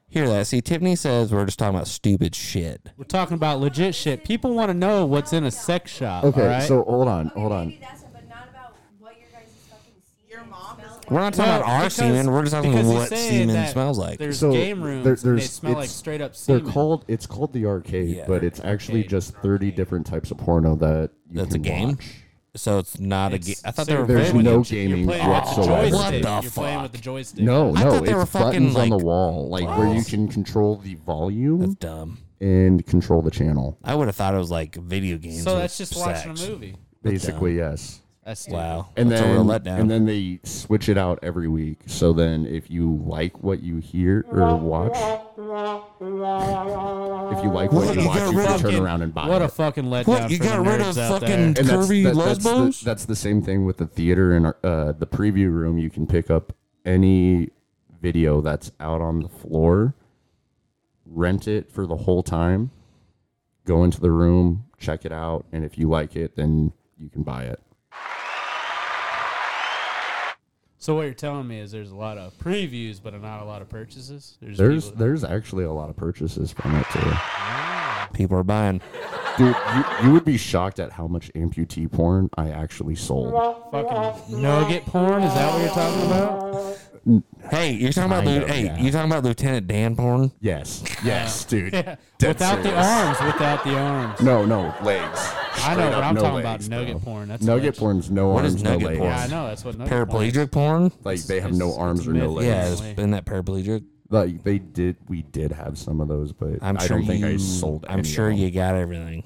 Speaker 1: Hear that? See, Tiffany says we're just talking about stupid shit.
Speaker 3: We're talking about legit shit. People want to know what's in a sex shop.
Speaker 4: Okay,
Speaker 3: all right?
Speaker 4: so hold on,
Speaker 5: Okay,
Speaker 4: hold on.
Speaker 5: Maybe that's it, but not about what your guys' fucking semen
Speaker 7: Your mom
Speaker 5: smells
Speaker 7: is-
Speaker 5: like.
Speaker 1: We're not talking
Speaker 3: Well,
Speaker 1: about our
Speaker 3: because-
Speaker 1: semen. We're just talking about
Speaker 3: because he's
Speaker 1: what
Speaker 3: saying
Speaker 1: semen
Speaker 3: that
Speaker 1: smells like.
Speaker 3: There's
Speaker 4: So,
Speaker 3: game rooms.
Speaker 4: there-
Speaker 3: and they
Speaker 4: there's-
Speaker 3: smell like
Speaker 4: it's-
Speaker 3: straight up
Speaker 4: They're
Speaker 3: semen.
Speaker 4: called. It's called the arcade,
Speaker 1: Yeah,
Speaker 4: but it's actually
Speaker 3: arcade.
Speaker 4: just thirty different types of porno that you
Speaker 1: That's a
Speaker 4: can
Speaker 1: game?
Speaker 4: watch.
Speaker 1: So it's not a game.
Speaker 3: It's-
Speaker 1: I thought
Speaker 3: so
Speaker 1: they were
Speaker 3: you're
Speaker 4: There's
Speaker 3: playing with
Speaker 4: no
Speaker 3: the jo-
Speaker 4: gaming
Speaker 3: you're playing
Speaker 4: whatsoever.
Speaker 3: With the
Speaker 1: What
Speaker 3: joystick.
Speaker 1: the
Speaker 3: you're playing with the
Speaker 1: fuck?
Speaker 3: joystick.
Speaker 4: No,
Speaker 1: I
Speaker 4: no,
Speaker 1: thought they
Speaker 4: it's
Speaker 1: were fucking,
Speaker 4: buttons on the
Speaker 1: like,
Speaker 4: wall, like where you
Speaker 1: balls.
Speaker 4: can control the volume
Speaker 1: That's dumb.
Speaker 4: and control the channel.
Speaker 1: I would have thought it was like video games.
Speaker 3: So
Speaker 1: with
Speaker 3: that's just watching
Speaker 1: sex.
Speaker 3: a movie.
Speaker 4: Basically, yes.
Speaker 3: That's stupid.
Speaker 1: Wow.
Speaker 4: And
Speaker 1: that's
Speaker 4: then,
Speaker 1: a real letdown.
Speaker 4: and then they switch it out every week. So then, if you like what you hear or watch, if you like
Speaker 1: What,
Speaker 4: what
Speaker 1: you
Speaker 4: you watch,
Speaker 1: got
Speaker 4: you
Speaker 1: rid
Speaker 4: can
Speaker 1: of-
Speaker 4: turn around and buy
Speaker 3: What
Speaker 4: it.
Speaker 3: a fucking letdown.
Speaker 1: What, you
Speaker 3: for the
Speaker 1: got rid
Speaker 3: nerds
Speaker 1: of
Speaker 3: out there.
Speaker 1: fucking-
Speaker 4: and that's,
Speaker 1: Curvy
Speaker 4: that- that's
Speaker 1: lesbos?
Speaker 4: the, that's the same thing with the theater and uh, the preview room. You can pick up any video that's out on the floor, rent it for the whole time, go into the room, check it out, and if you like it, then you can buy it.
Speaker 3: So what you're telling me is there's a lot of previews, but not a lot of purchases.
Speaker 4: There's
Speaker 3: people-
Speaker 4: there's actually a lot of purchases from it too.
Speaker 3: Ah.
Speaker 1: People are buying.
Speaker 4: Dude, you, you would be shocked at how much amputee porn I actually sold.
Speaker 3: Fucking
Speaker 1: No get porn? Is that what you're talking about? Hey, you're talking about
Speaker 4: Kind
Speaker 1: Lieu-
Speaker 4: of,
Speaker 1: hey,
Speaker 4: yeah.
Speaker 1: you talking about Lieutenant Dan porn?
Speaker 4: Yes. Yes, dude. Dead
Speaker 3: without the
Speaker 4: serious.
Speaker 3: arms, without the arms.
Speaker 4: No, no, legs.
Speaker 3: I know
Speaker 4: Straight
Speaker 3: what
Speaker 4: up,
Speaker 3: I'm
Speaker 4: no
Speaker 3: talking
Speaker 4: legs,
Speaker 3: about. Nugget
Speaker 4: bro.
Speaker 3: porn. That's
Speaker 4: Nugget
Speaker 3: hilarious.
Speaker 4: porn's no
Speaker 1: What is
Speaker 4: arms, no
Speaker 1: nugget
Speaker 4: legs.
Speaker 1: porn?
Speaker 3: Yeah, I know. That's what nugget porn. is.
Speaker 1: Paraplegic porn?
Speaker 4: Like they have
Speaker 3: It's-
Speaker 4: no
Speaker 3: it's
Speaker 4: arms
Speaker 3: a
Speaker 4: or no
Speaker 3: myth.
Speaker 4: legs.
Speaker 3: Yeah.
Speaker 1: Yeah, it's been that paraplegic.
Speaker 4: Like they did, we did have some of those, but
Speaker 1: I'm
Speaker 4: I
Speaker 1: sure
Speaker 4: don't think I
Speaker 1: you-
Speaker 4: sold.
Speaker 1: I'm
Speaker 4: any
Speaker 1: sure
Speaker 4: of
Speaker 1: you got everything.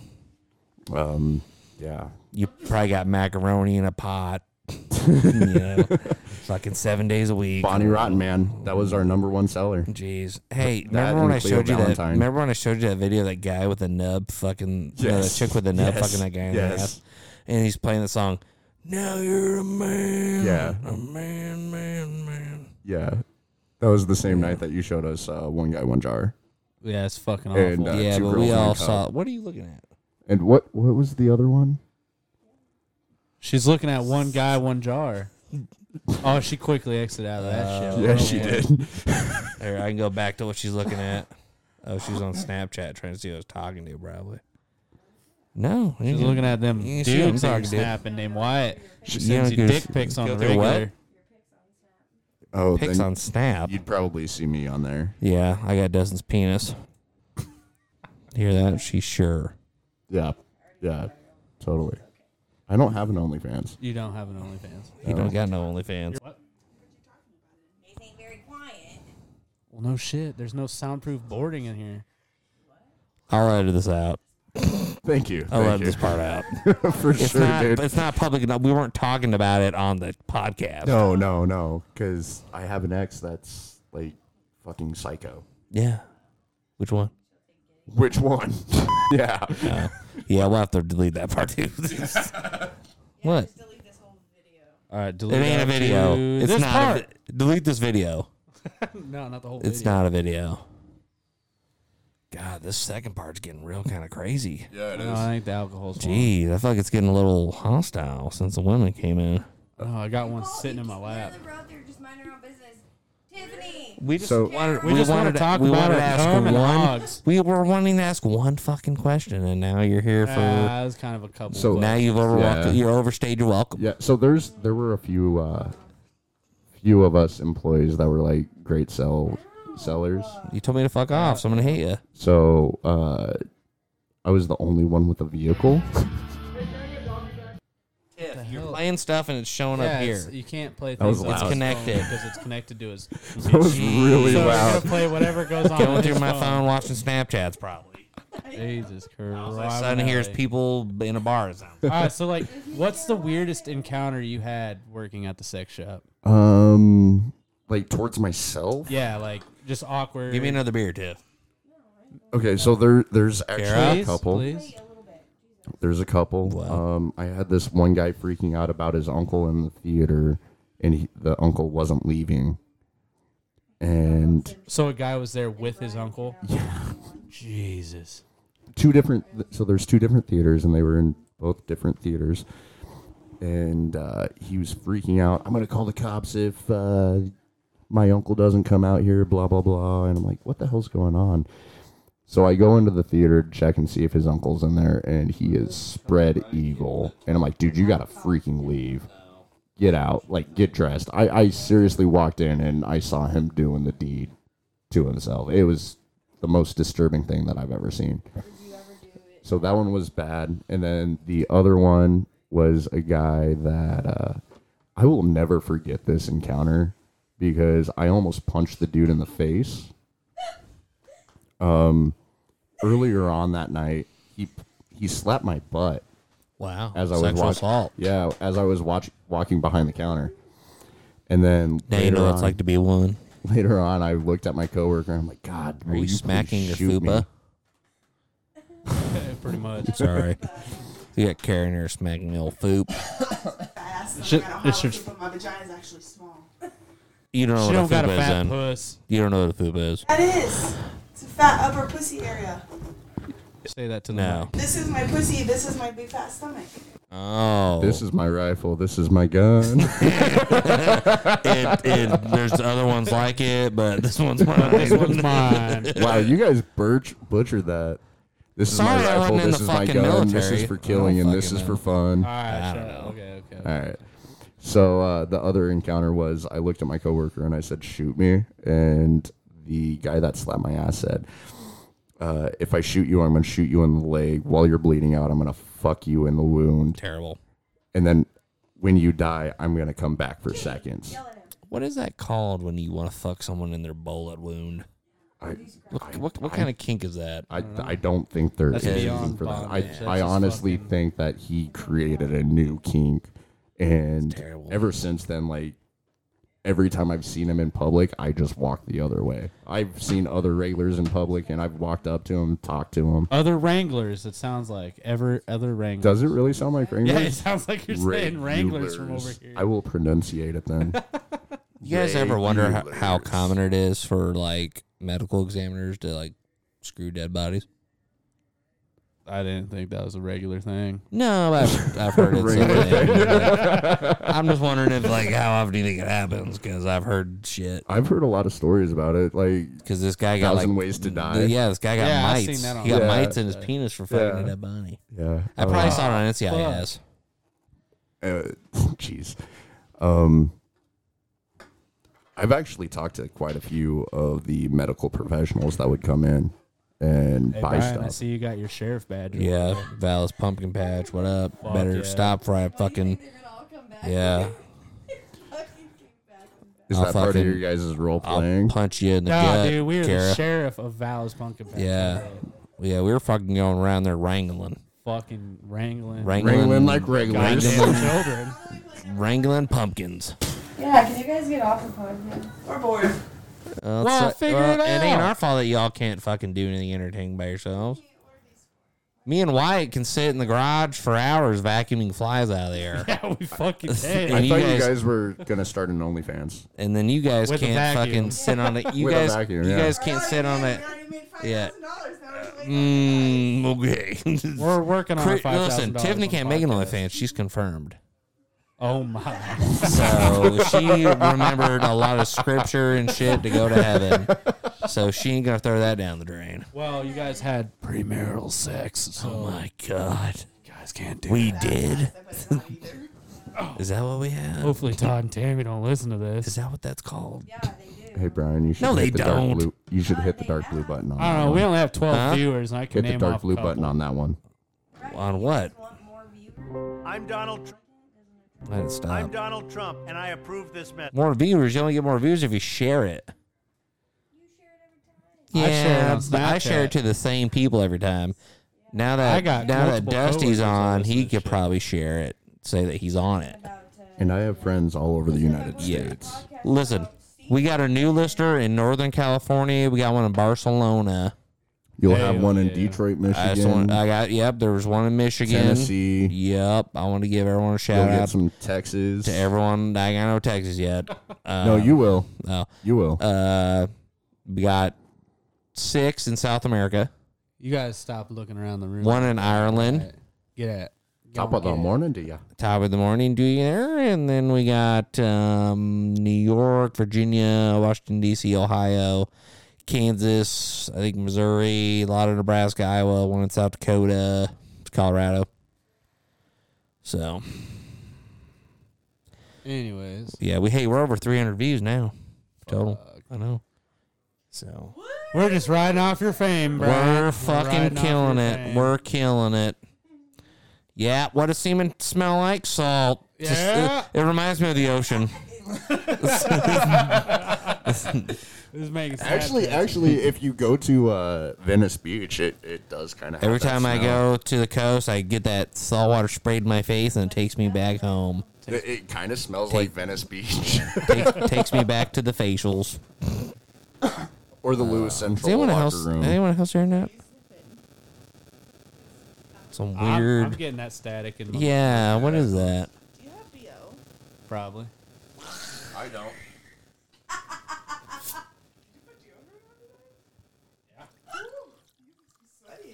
Speaker 4: them. Um, yeah.
Speaker 1: You probably got macaroni in a pot. you know, fucking seven days a week.
Speaker 4: Bonnie Rotten Man, that was our number one seller.
Speaker 1: Jeez. Hey,
Speaker 4: That
Speaker 1: remember when
Speaker 4: and
Speaker 1: I
Speaker 4: Cleo
Speaker 1: showed you that?
Speaker 4: Valentine.
Speaker 1: Remember when I showed you that video of that guy with the nub fucking no,
Speaker 4: Yes.
Speaker 1: the chick with the nub
Speaker 4: Yes.
Speaker 1: fucking that guy in
Speaker 4: Yes.
Speaker 1: the ass, and he's playing the song. Now you're a man.
Speaker 4: Yeah.
Speaker 1: a man, man, man.
Speaker 4: Yeah, that was the same night that you showed us uh, one guy, one jar.
Speaker 3: Yeah, it's fucking awful.
Speaker 4: And, uh,
Speaker 1: yeah,
Speaker 4: two
Speaker 1: but
Speaker 4: girls
Speaker 1: we
Speaker 4: in a
Speaker 1: all
Speaker 4: cup.
Speaker 1: saw. What are you looking at?
Speaker 4: And what what was the other one?
Speaker 3: She's looking at one guy, one jar. Oh, she quickly exited out of that
Speaker 1: Uh,
Speaker 3: shit.
Speaker 4: Oh, Yeah, she did.
Speaker 1: There, I can go back to what she's looking at. Oh, she's on Snapchat trying to see who I was talking to, probably. No, you
Speaker 3: She's
Speaker 1: can-
Speaker 3: looking at them
Speaker 1: You see what I'm
Speaker 3: dudes
Speaker 1: talking
Speaker 3: on
Speaker 1: to.
Speaker 3: Snap and named Wyatt. She
Speaker 1: You
Speaker 3: sends
Speaker 1: don't
Speaker 3: you
Speaker 1: give a
Speaker 3: dick
Speaker 1: shit.
Speaker 3: pics on the
Speaker 1: Your what?
Speaker 3: regular.
Speaker 4: Oh,
Speaker 1: pics
Speaker 4: then
Speaker 1: on Snap.
Speaker 4: you'd probably see me on there.
Speaker 1: Yeah, I got Dustin's penis. Hear that? She's sure.
Speaker 4: Yeah, yeah, totally. I don't have an OnlyFans.
Speaker 3: You don't have an OnlyFans.
Speaker 1: He don't got no OnlyFans.
Speaker 5: It ain't very quiet.
Speaker 3: Well, no shit. There's no soundproof boarding in here.
Speaker 1: I'll edit this out.
Speaker 4: Thank you.
Speaker 1: I'll
Speaker 4: Thank
Speaker 1: edit this part out.
Speaker 4: you. for
Speaker 1: It's
Speaker 4: sure,
Speaker 1: not.
Speaker 4: dude.
Speaker 1: It's not public enough. We weren't talking about it on the podcast.
Speaker 4: No, no, no. Because I have an ex that's like fucking psycho.
Speaker 1: Yeah. Which one?
Speaker 4: Which one? yeah.
Speaker 1: Yeah, we'll have to delete that part too. what?
Speaker 5: Delete this whole video.
Speaker 3: All right,
Speaker 1: It
Speaker 3: delete
Speaker 1: ain't a
Speaker 3: out
Speaker 1: video.
Speaker 3: to
Speaker 1: It's
Speaker 3: this
Speaker 1: not.
Speaker 3: part.
Speaker 1: A, vi- delete this video.
Speaker 3: No, not the whole.
Speaker 1: It's
Speaker 3: video.
Speaker 1: not a video. God, this second part's getting real kind of crazy.
Speaker 4: Yeah, it
Speaker 3: No, I think the alcohol's. Gee.
Speaker 1: Jeez, I feel like it's getting a little hostile since the women came in.
Speaker 3: No, I got one
Speaker 5: Oh,
Speaker 3: sitting
Speaker 5: you
Speaker 3: in my
Speaker 5: just
Speaker 3: lap.
Speaker 5: literally wrote there, just mind your own business. Tiffany!
Speaker 1: We just
Speaker 4: So-
Speaker 1: wanted,
Speaker 3: We just wanna
Speaker 1: wanted
Speaker 3: talk
Speaker 1: we
Speaker 3: about
Speaker 1: wanted to
Speaker 3: our
Speaker 1: ask
Speaker 3: cum and
Speaker 1: one-
Speaker 3: hogs.
Speaker 1: We were wanting to ask one fucking question, and now you're here for.
Speaker 3: Ah, it was kind of a couple.
Speaker 4: So-
Speaker 3: but-
Speaker 1: now you've overwalked.
Speaker 4: Yeah.
Speaker 1: You're overstayed. You're welcome.
Speaker 4: Yeah. So there's there were a few uh few of us employees that were like great sell sellers.
Speaker 1: You told me to fuck off, so I'm gonna hate you.
Speaker 4: So uh I was the only one with a vehicle.
Speaker 1: You're playing stuff, and it's showing
Speaker 3: yeah,
Speaker 1: up
Speaker 3: it's-
Speaker 1: here.
Speaker 3: you can't play things.
Speaker 4: was
Speaker 3: on
Speaker 4: loud.
Speaker 3: his phone
Speaker 1: Connected.
Speaker 3: because it's connected to his.
Speaker 4: That was really
Speaker 3: so We're
Speaker 4: loud.
Speaker 3: gonna play whatever goes on.
Speaker 1: Going
Speaker 3: with
Speaker 1: through
Speaker 3: his
Speaker 1: my phone, watching Snapchats, probably.
Speaker 3: Jesus Christ!
Speaker 1: All of a sudden, here's people in a bar. or something.
Speaker 3: All right, so like, what's the weirdest encounter you had working at the sex shop?
Speaker 4: Um like towards myself.
Speaker 3: Yeah, like just awkward.
Speaker 1: Give me another beer, Tiff.
Speaker 4: Okay, so there there's actually
Speaker 1: Kara?
Speaker 4: a
Speaker 3: Please,
Speaker 4: couple.
Speaker 3: please.
Speaker 4: There's a couple.
Speaker 1: Wow.
Speaker 4: Um, I had this one guy freaking out about his uncle in the theater, and he, the uncle wasn't leaving. And
Speaker 3: So a guy was there with his uncle. Yeah. Jesus.
Speaker 4: two different, so there's two different theaters, and they were in both different theaters. And uh, he was freaking out. I'm gonna call the cops if uh, my uncle doesn't come out here. Blah blah blah. And I'm like, what the hell's going on? So I go into the theater to check and see if his uncle's in there, and he is spread eagle. And I'm like, dude, you gotta freaking leave. Get out. Like, get dressed. I, I seriously walked in and I saw him doing the deed to himself. It was the most disturbing thing that I've ever seen. So that one was bad. And then the other one was a guy that uh, I will never forget this encounter because I almost punched the dude in the face Um, earlier on that night, he he slapped my butt
Speaker 1: Wow.
Speaker 4: as I was
Speaker 1: Sexual
Speaker 4: watching.
Speaker 1: assault.
Speaker 4: Yeah, as I was watch, walking behind the counter, and then
Speaker 1: Now
Speaker 4: later,
Speaker 1: you know what
Speaker 4: on,
Speaker 1: it's like to be one.
Speaker 4: later on, I looked at my coworker. and I'm like, God,
Speaker 1: Are
Speaker 4: will
Speaker 1: you
Speaker 4: please
Speaker 1: smacking your
Speaker 4: shoot me?"
Speaker 1: fupa?
Speaker 3: Pretty much.
Speaker 1: Sorry. You got Karen here smacking the old foop.
Speaker 3: It's ju- it's
Speaker 8: It's
Speaker 3: just-
Speaker 8: my vagina is actually small.
Speaker 1: You don't know
Speaker 3: She
Speaker 1: what
Speaker 3: don't
Speaker 1: a
Speaker 3: got a
Speaker 1: fupa is
Speaker 3: fat
Speaker 1: then.
Speaker 3: puss.
Speaker 1: You don't know what a fupa is.
Speaker 8: That is. It's a fat upper pussy area.
Speaker 3: Say that to the
Speaker 1: No.
Speaker 8: This is my pussy. This is my big fat stomach.
Speaker 1: Oh.
Speaker 4: This is my rifle. This is my gun.
Speaker 1: it, it, there's other ones like it, but this one's mine.
Speaker 3: This one's mine.
Speaker 4: wow, you guys birch, butchered that. This is
Speaker 1: Sorry I
Speaker 4: my rifle.
Speaker 1: wasn't in
Speaker 4: This
Speaker 1: the
Speaker 4: is my
Speaker 1: fucking
Speaker 4: gun. This
Speaker 1: military.
Speaker 4: is for
Speaker 1: I don't
Speaker 4: killing, and this
Speaker 1: fucking
Speaker 4: is for
Speaker 1: know.
Speaker 4: fun.
Speaker 3: All
Speaker 1: I don't
Speaker 3: right, shut up. Okay, okay.
Speaker 4: All right. So uh, the other encounter was I looked at my coworker and I said, "Shoot me," and the guy that slapped my ass said, uh, "If I shoot you, I'm gonna shoot you in the leg while you're bleeding out. I'm gonna fuck you in the wound,
Speaker 1: Terrible.
Speaker 4: and then when you die, I'm gonna come back for seconds."
Speaker 5: Yell at him.
Speaker 1: What is that called when you want to fuck someone in their bullet wound?
Speaker 4: I
Speaker 1: What what, what kind of kink is that?
Speaker 4: I, I don't think there is
Speaker 3: That's
Speaker 4: anything
Speaker 3: beyond
Speaker 4: for that. I,
Speaker 3: bondage. That's
Speaker 4: I
Speaker 3: just
Speaker 4: honestly
Speaker 3: fucking-
Speaker 4: think that he created a new kink, and
Speaker 1: terrible.
Speaker 4: ever since then, like every time I've seen him in public, I just walk the other way. I've seen other regulars in public, and I've walked up to him, talked to him.
Speaker 3: Other Wranglers, it sounds like. Ever other Wranglers.
Speaker 4: Does it really sound like Wranglers?
Speaker 3: Yeah, it sounds like you're saying Wranglers from over
Speaker 4: Regulars.
Speaker 3: here.
Speaker 4: I will pronunciate it then.
Speaker 1: You guys ever wonder how, how common it is for like medical examiners to like screw dead bodies?
Speaker 3: I didn't think that was a regular thing.
Speaker 1: No, I've, I've heard it's a thing. Like, I'm just wondering if like how often do you think it happens? Because I've heard shit.
Speaker 4: I've heard a lot of stories about it. Like
Speaker 1: Because this guy got
Speaker 4: Thousand
Speaker 1: like
Speaker 4: Ways to
Speaker 1: th-
Speaker 4: Die.
Speaker 1: yeah, this guy got
Speaker 3: Yeah, I've
Speaker 1: mites.
Speaker 3: seen that on-
Speaker 1: he got
Speaker 4: Yeah.
Speaker 1: mites in his penis for fucking
Speaker 4: Yeah. Oh,
Speaker 1: a dead body.
Speaker 4: yeah,
Speaker 1: I probably saw it on NCIS.
Speaker 4: uh, jeez. Um, I've actually talked to quite a few of the medical professionals that would come in and
Speaker 3: Hey,
Speaker 4: buy
Speaker 3: Brian, I
Speaker 4: stuff.
Speaker 3: see you got your sheriff badge.
Speaker 1: Yeah, Val's pumpkin patch. What up?
Speaker 3: Fuck
Speaker 1: Better
Speaker 3: yeah.
Speaker 1: stop for I fucking
Speaker 5: They're gonna all come back.
Speaker 1: yeah.
Speaker 5: Fucking came back.
Speaker 4: Is
Speaker 1: I'll
Speaker 4: that part of
Speaker 1: fucking-
Speaker 4: your guys' role
Speaker 1: I'll
Speaker 4: playing?
Speaker 1: punch you in the
Speaker 3: Nah,
Speaker 1: gut.
Speaker 3: dude, we are the
Speaker 1: Kara.
Speaker 3: sheriff of Val's Pumpkin Patch.
Speaker 1: Yeah.
Speaker 3: bro.
Speaker 1: yeah, we were fucking going around there wrangling,
Speaker 3: Fucking wrangling.
Speaker 1: wrangling,
Speaker 4: Wrangling like regulars.
Speaker 3: Goddamn children.
Speaker 1: wrangling pumpkins.
Speaker 7: Yeah, can you guys get off the podcast?
Speaker 8: We're bored.
Speaker 1: Uh,
Speaker 3: Well,
Speaker 1: it's-
Speaker 3: figure it out.
Speaker 1: ain't our fault that y'all can't fucking do anything entertaining by yourselves. Me and Wyatt can sit in the garage for hours vacuuming flies out of the air,
Speaker 3: Yeah, we fucking
Speaker 1: And
Speaker 3: can.
Speaker 4: I
Speaker 1: you
Speaker 4: thought you
Speaker 1: guys-
Speaker 4: guys, were gonna start an OnlyFans.
Speaker 1: and then you guys
Speaker 3: With a
Speaker 1: can't
Speaker 3: vacuum.
Speaker 1: fucking sit on it. You
Speaker 4: With a
Speaker 1: guys,
Speaker 4: vacuum,
Speaker 1: you
Speaker 4: yeah.
Speaker 1: guys can't sit on
Speaker 8: it.
Speaker 1: it.
Speaker 8: We already made five thousand
Speaker 1: Yeah.
Speaker 8: dollars. Now we're just waiting.
Speaker 1: Mm, okay.
Speaker 3: We're working on our
Speaker 1: Cri-
Speaker 3: $5,000
Speaker 1: Listen, Tiffany
Speaker 3: on
Speaker 1: can't make an
Speaker 3: podcast.
Speaker 1: OnlyFans. She's confirmed.
Speaker 3: Oh my.
Speaker 1: So she remembered a lot of scripture and shit to go to heaven. So she ain't gonna throw that down the drain.
Speaker 3: Well, you guys had premarital sex, so
Speaker 1: Oh my god.
Speaker 3: you guys can't do.
Speaker 1: We did.
Speaker 8: But it's not either.
Speaker 1: Is that what we have?
Speaker 3: Hopefully, Todd and Tammy don't listen to
Speaker 1: Is
Speaker 3: this.
Speaker 1: that what that's called?
Speaker 5: Yeah, they do.
Speaker 4: Hey Brian, you should
Speaker 1: No,
Speaker 4: hit
Speaker 1: they
Speaker 4: the
Speaker 1: don't.
Speaker 4: dark blue. You should hit the dark blue button on.
Speaker 3: I
Speaker 4: that
Speaker 3: don't know. We
Speaker 4: one.
Speaker 3: only have twelve
Speaker 1: Huh?
Speaker 3: viewers, and I can
Speaker 4: hit the
Speaker 3: name
Speaker 4: dark
Speaker 3: off
Speaker 4: blue
Speaker 3: a couple.
Speaker 4: button on that one.
Speaker 1: On what?
Speaker 5: Want more viewers?
Speaker 9: I'm Donald. Tr-
Speaker 1: Let it
Speaker 9: I'm
Speaker 1: stop.
Speaker 9: Donald Trump, and I approve this message.
Speaker 1: More viewers. You only get more views if you share it.
Speaker 3: I share it
Speaker 1: Yeah,
Speaker 3: on
Speaker 1: but I
Speaker 3: Snapchat.
Speaker 1: share it to the same people every time. Now that
Speaker 3: I got
Speaker 1: now that
Speaker 3: multiple
Speaker 1: Dusty's
Speaker 3: coworkers
Speaker 1: on,
Speaker 3: that
Speaker 1: he
Speaker 3: listen
Speaker 1: could
Speaker 3: to shit.
Speaker 1: probably share it. Say that he's on it.
Speaker 4: And I have friends all over the United
Speaker 1: Yeah.
Speaker 4: States.
Speaker 1: Listen, we got a new listener in Northern California. We got one in Barcelona.
Speaker 4: You'll have
Speaker 3: Hell
Speaker 4: one in
Speaker 3: yeah.
Speaker 4: Detroit,
Speaker 1: I, just want,
Speaker 4: Michigan,
Speaker 1: I got yep. There was one in Michigan.
Speaker 4: Tennessee.
Speaker 1: Yep. I want to give everyone a
Speaker 4: You'll
Speaker 1: shout
Speaker 4: get
Speaker 1: out
Speaker 4: some Texas.
Speaker 1: to everyone. I got no Texas yet. Uh,
Speaker 4: No, you will.
Speaker 1: no.
Speaker 4: You will.
Speaker 1: Uh, we got six in South America.
Speaker 3: You guys stop looking around the room.
Speaker 1: One in Ireland.
Speaker 3: Get it.
Speaker 4: Top of the morning to you.
Speaker 1: Top of the morning, do you there? And then we got um, New York, Virginia, Washington D.C., Ohio, Kansas. I think Missouri, a lot of Nebraska, Iowa, one in South Dakota, Colorado. So
Speaker 3: Anyways,
Speaker 1: yeah, we hey we're over 300 views now total.
Speaker 3: Fuck.
Speaker 1: I know. So
Speaker 3: we're just riding off your fame, bro.
Speaker 1: we're fucking killing it. We're killing it. Yeah, what does semen smell like? Salt. Just- it-
Speaker 3: Yeah.
Speaker 1: it reminds me of the ocean.
Speaker 3: this is making
Speaker 4: Actually, actually, if you go to uh, Venice Beach, it, it does kind of.
Speaker 1: Every time I go to the coast, I get that salt water sprayed in my face and it takes me back home.
Speaker 4: it, it kind of smells like Venice Beach
Speaker 1: Takes, takes me back to the facials.
Speaker 4: or the Lewis
Speaker 1: Is
Speaker 4: Central
Speaker 1: Uh, anyone
Speaker 4: locker
Speaker 1: else?
Speaker 4: room.
Speaker 1: Anyone else hearing that? Some
Speaker 3: I'm,
Speaker 1: weird.
Speaker 3: I'm getting that static in my
Speaker 1: yeah, what is that?
Speaker 8: Do you have bo?
Speaker 3: probably.
Speaker 4: I don't.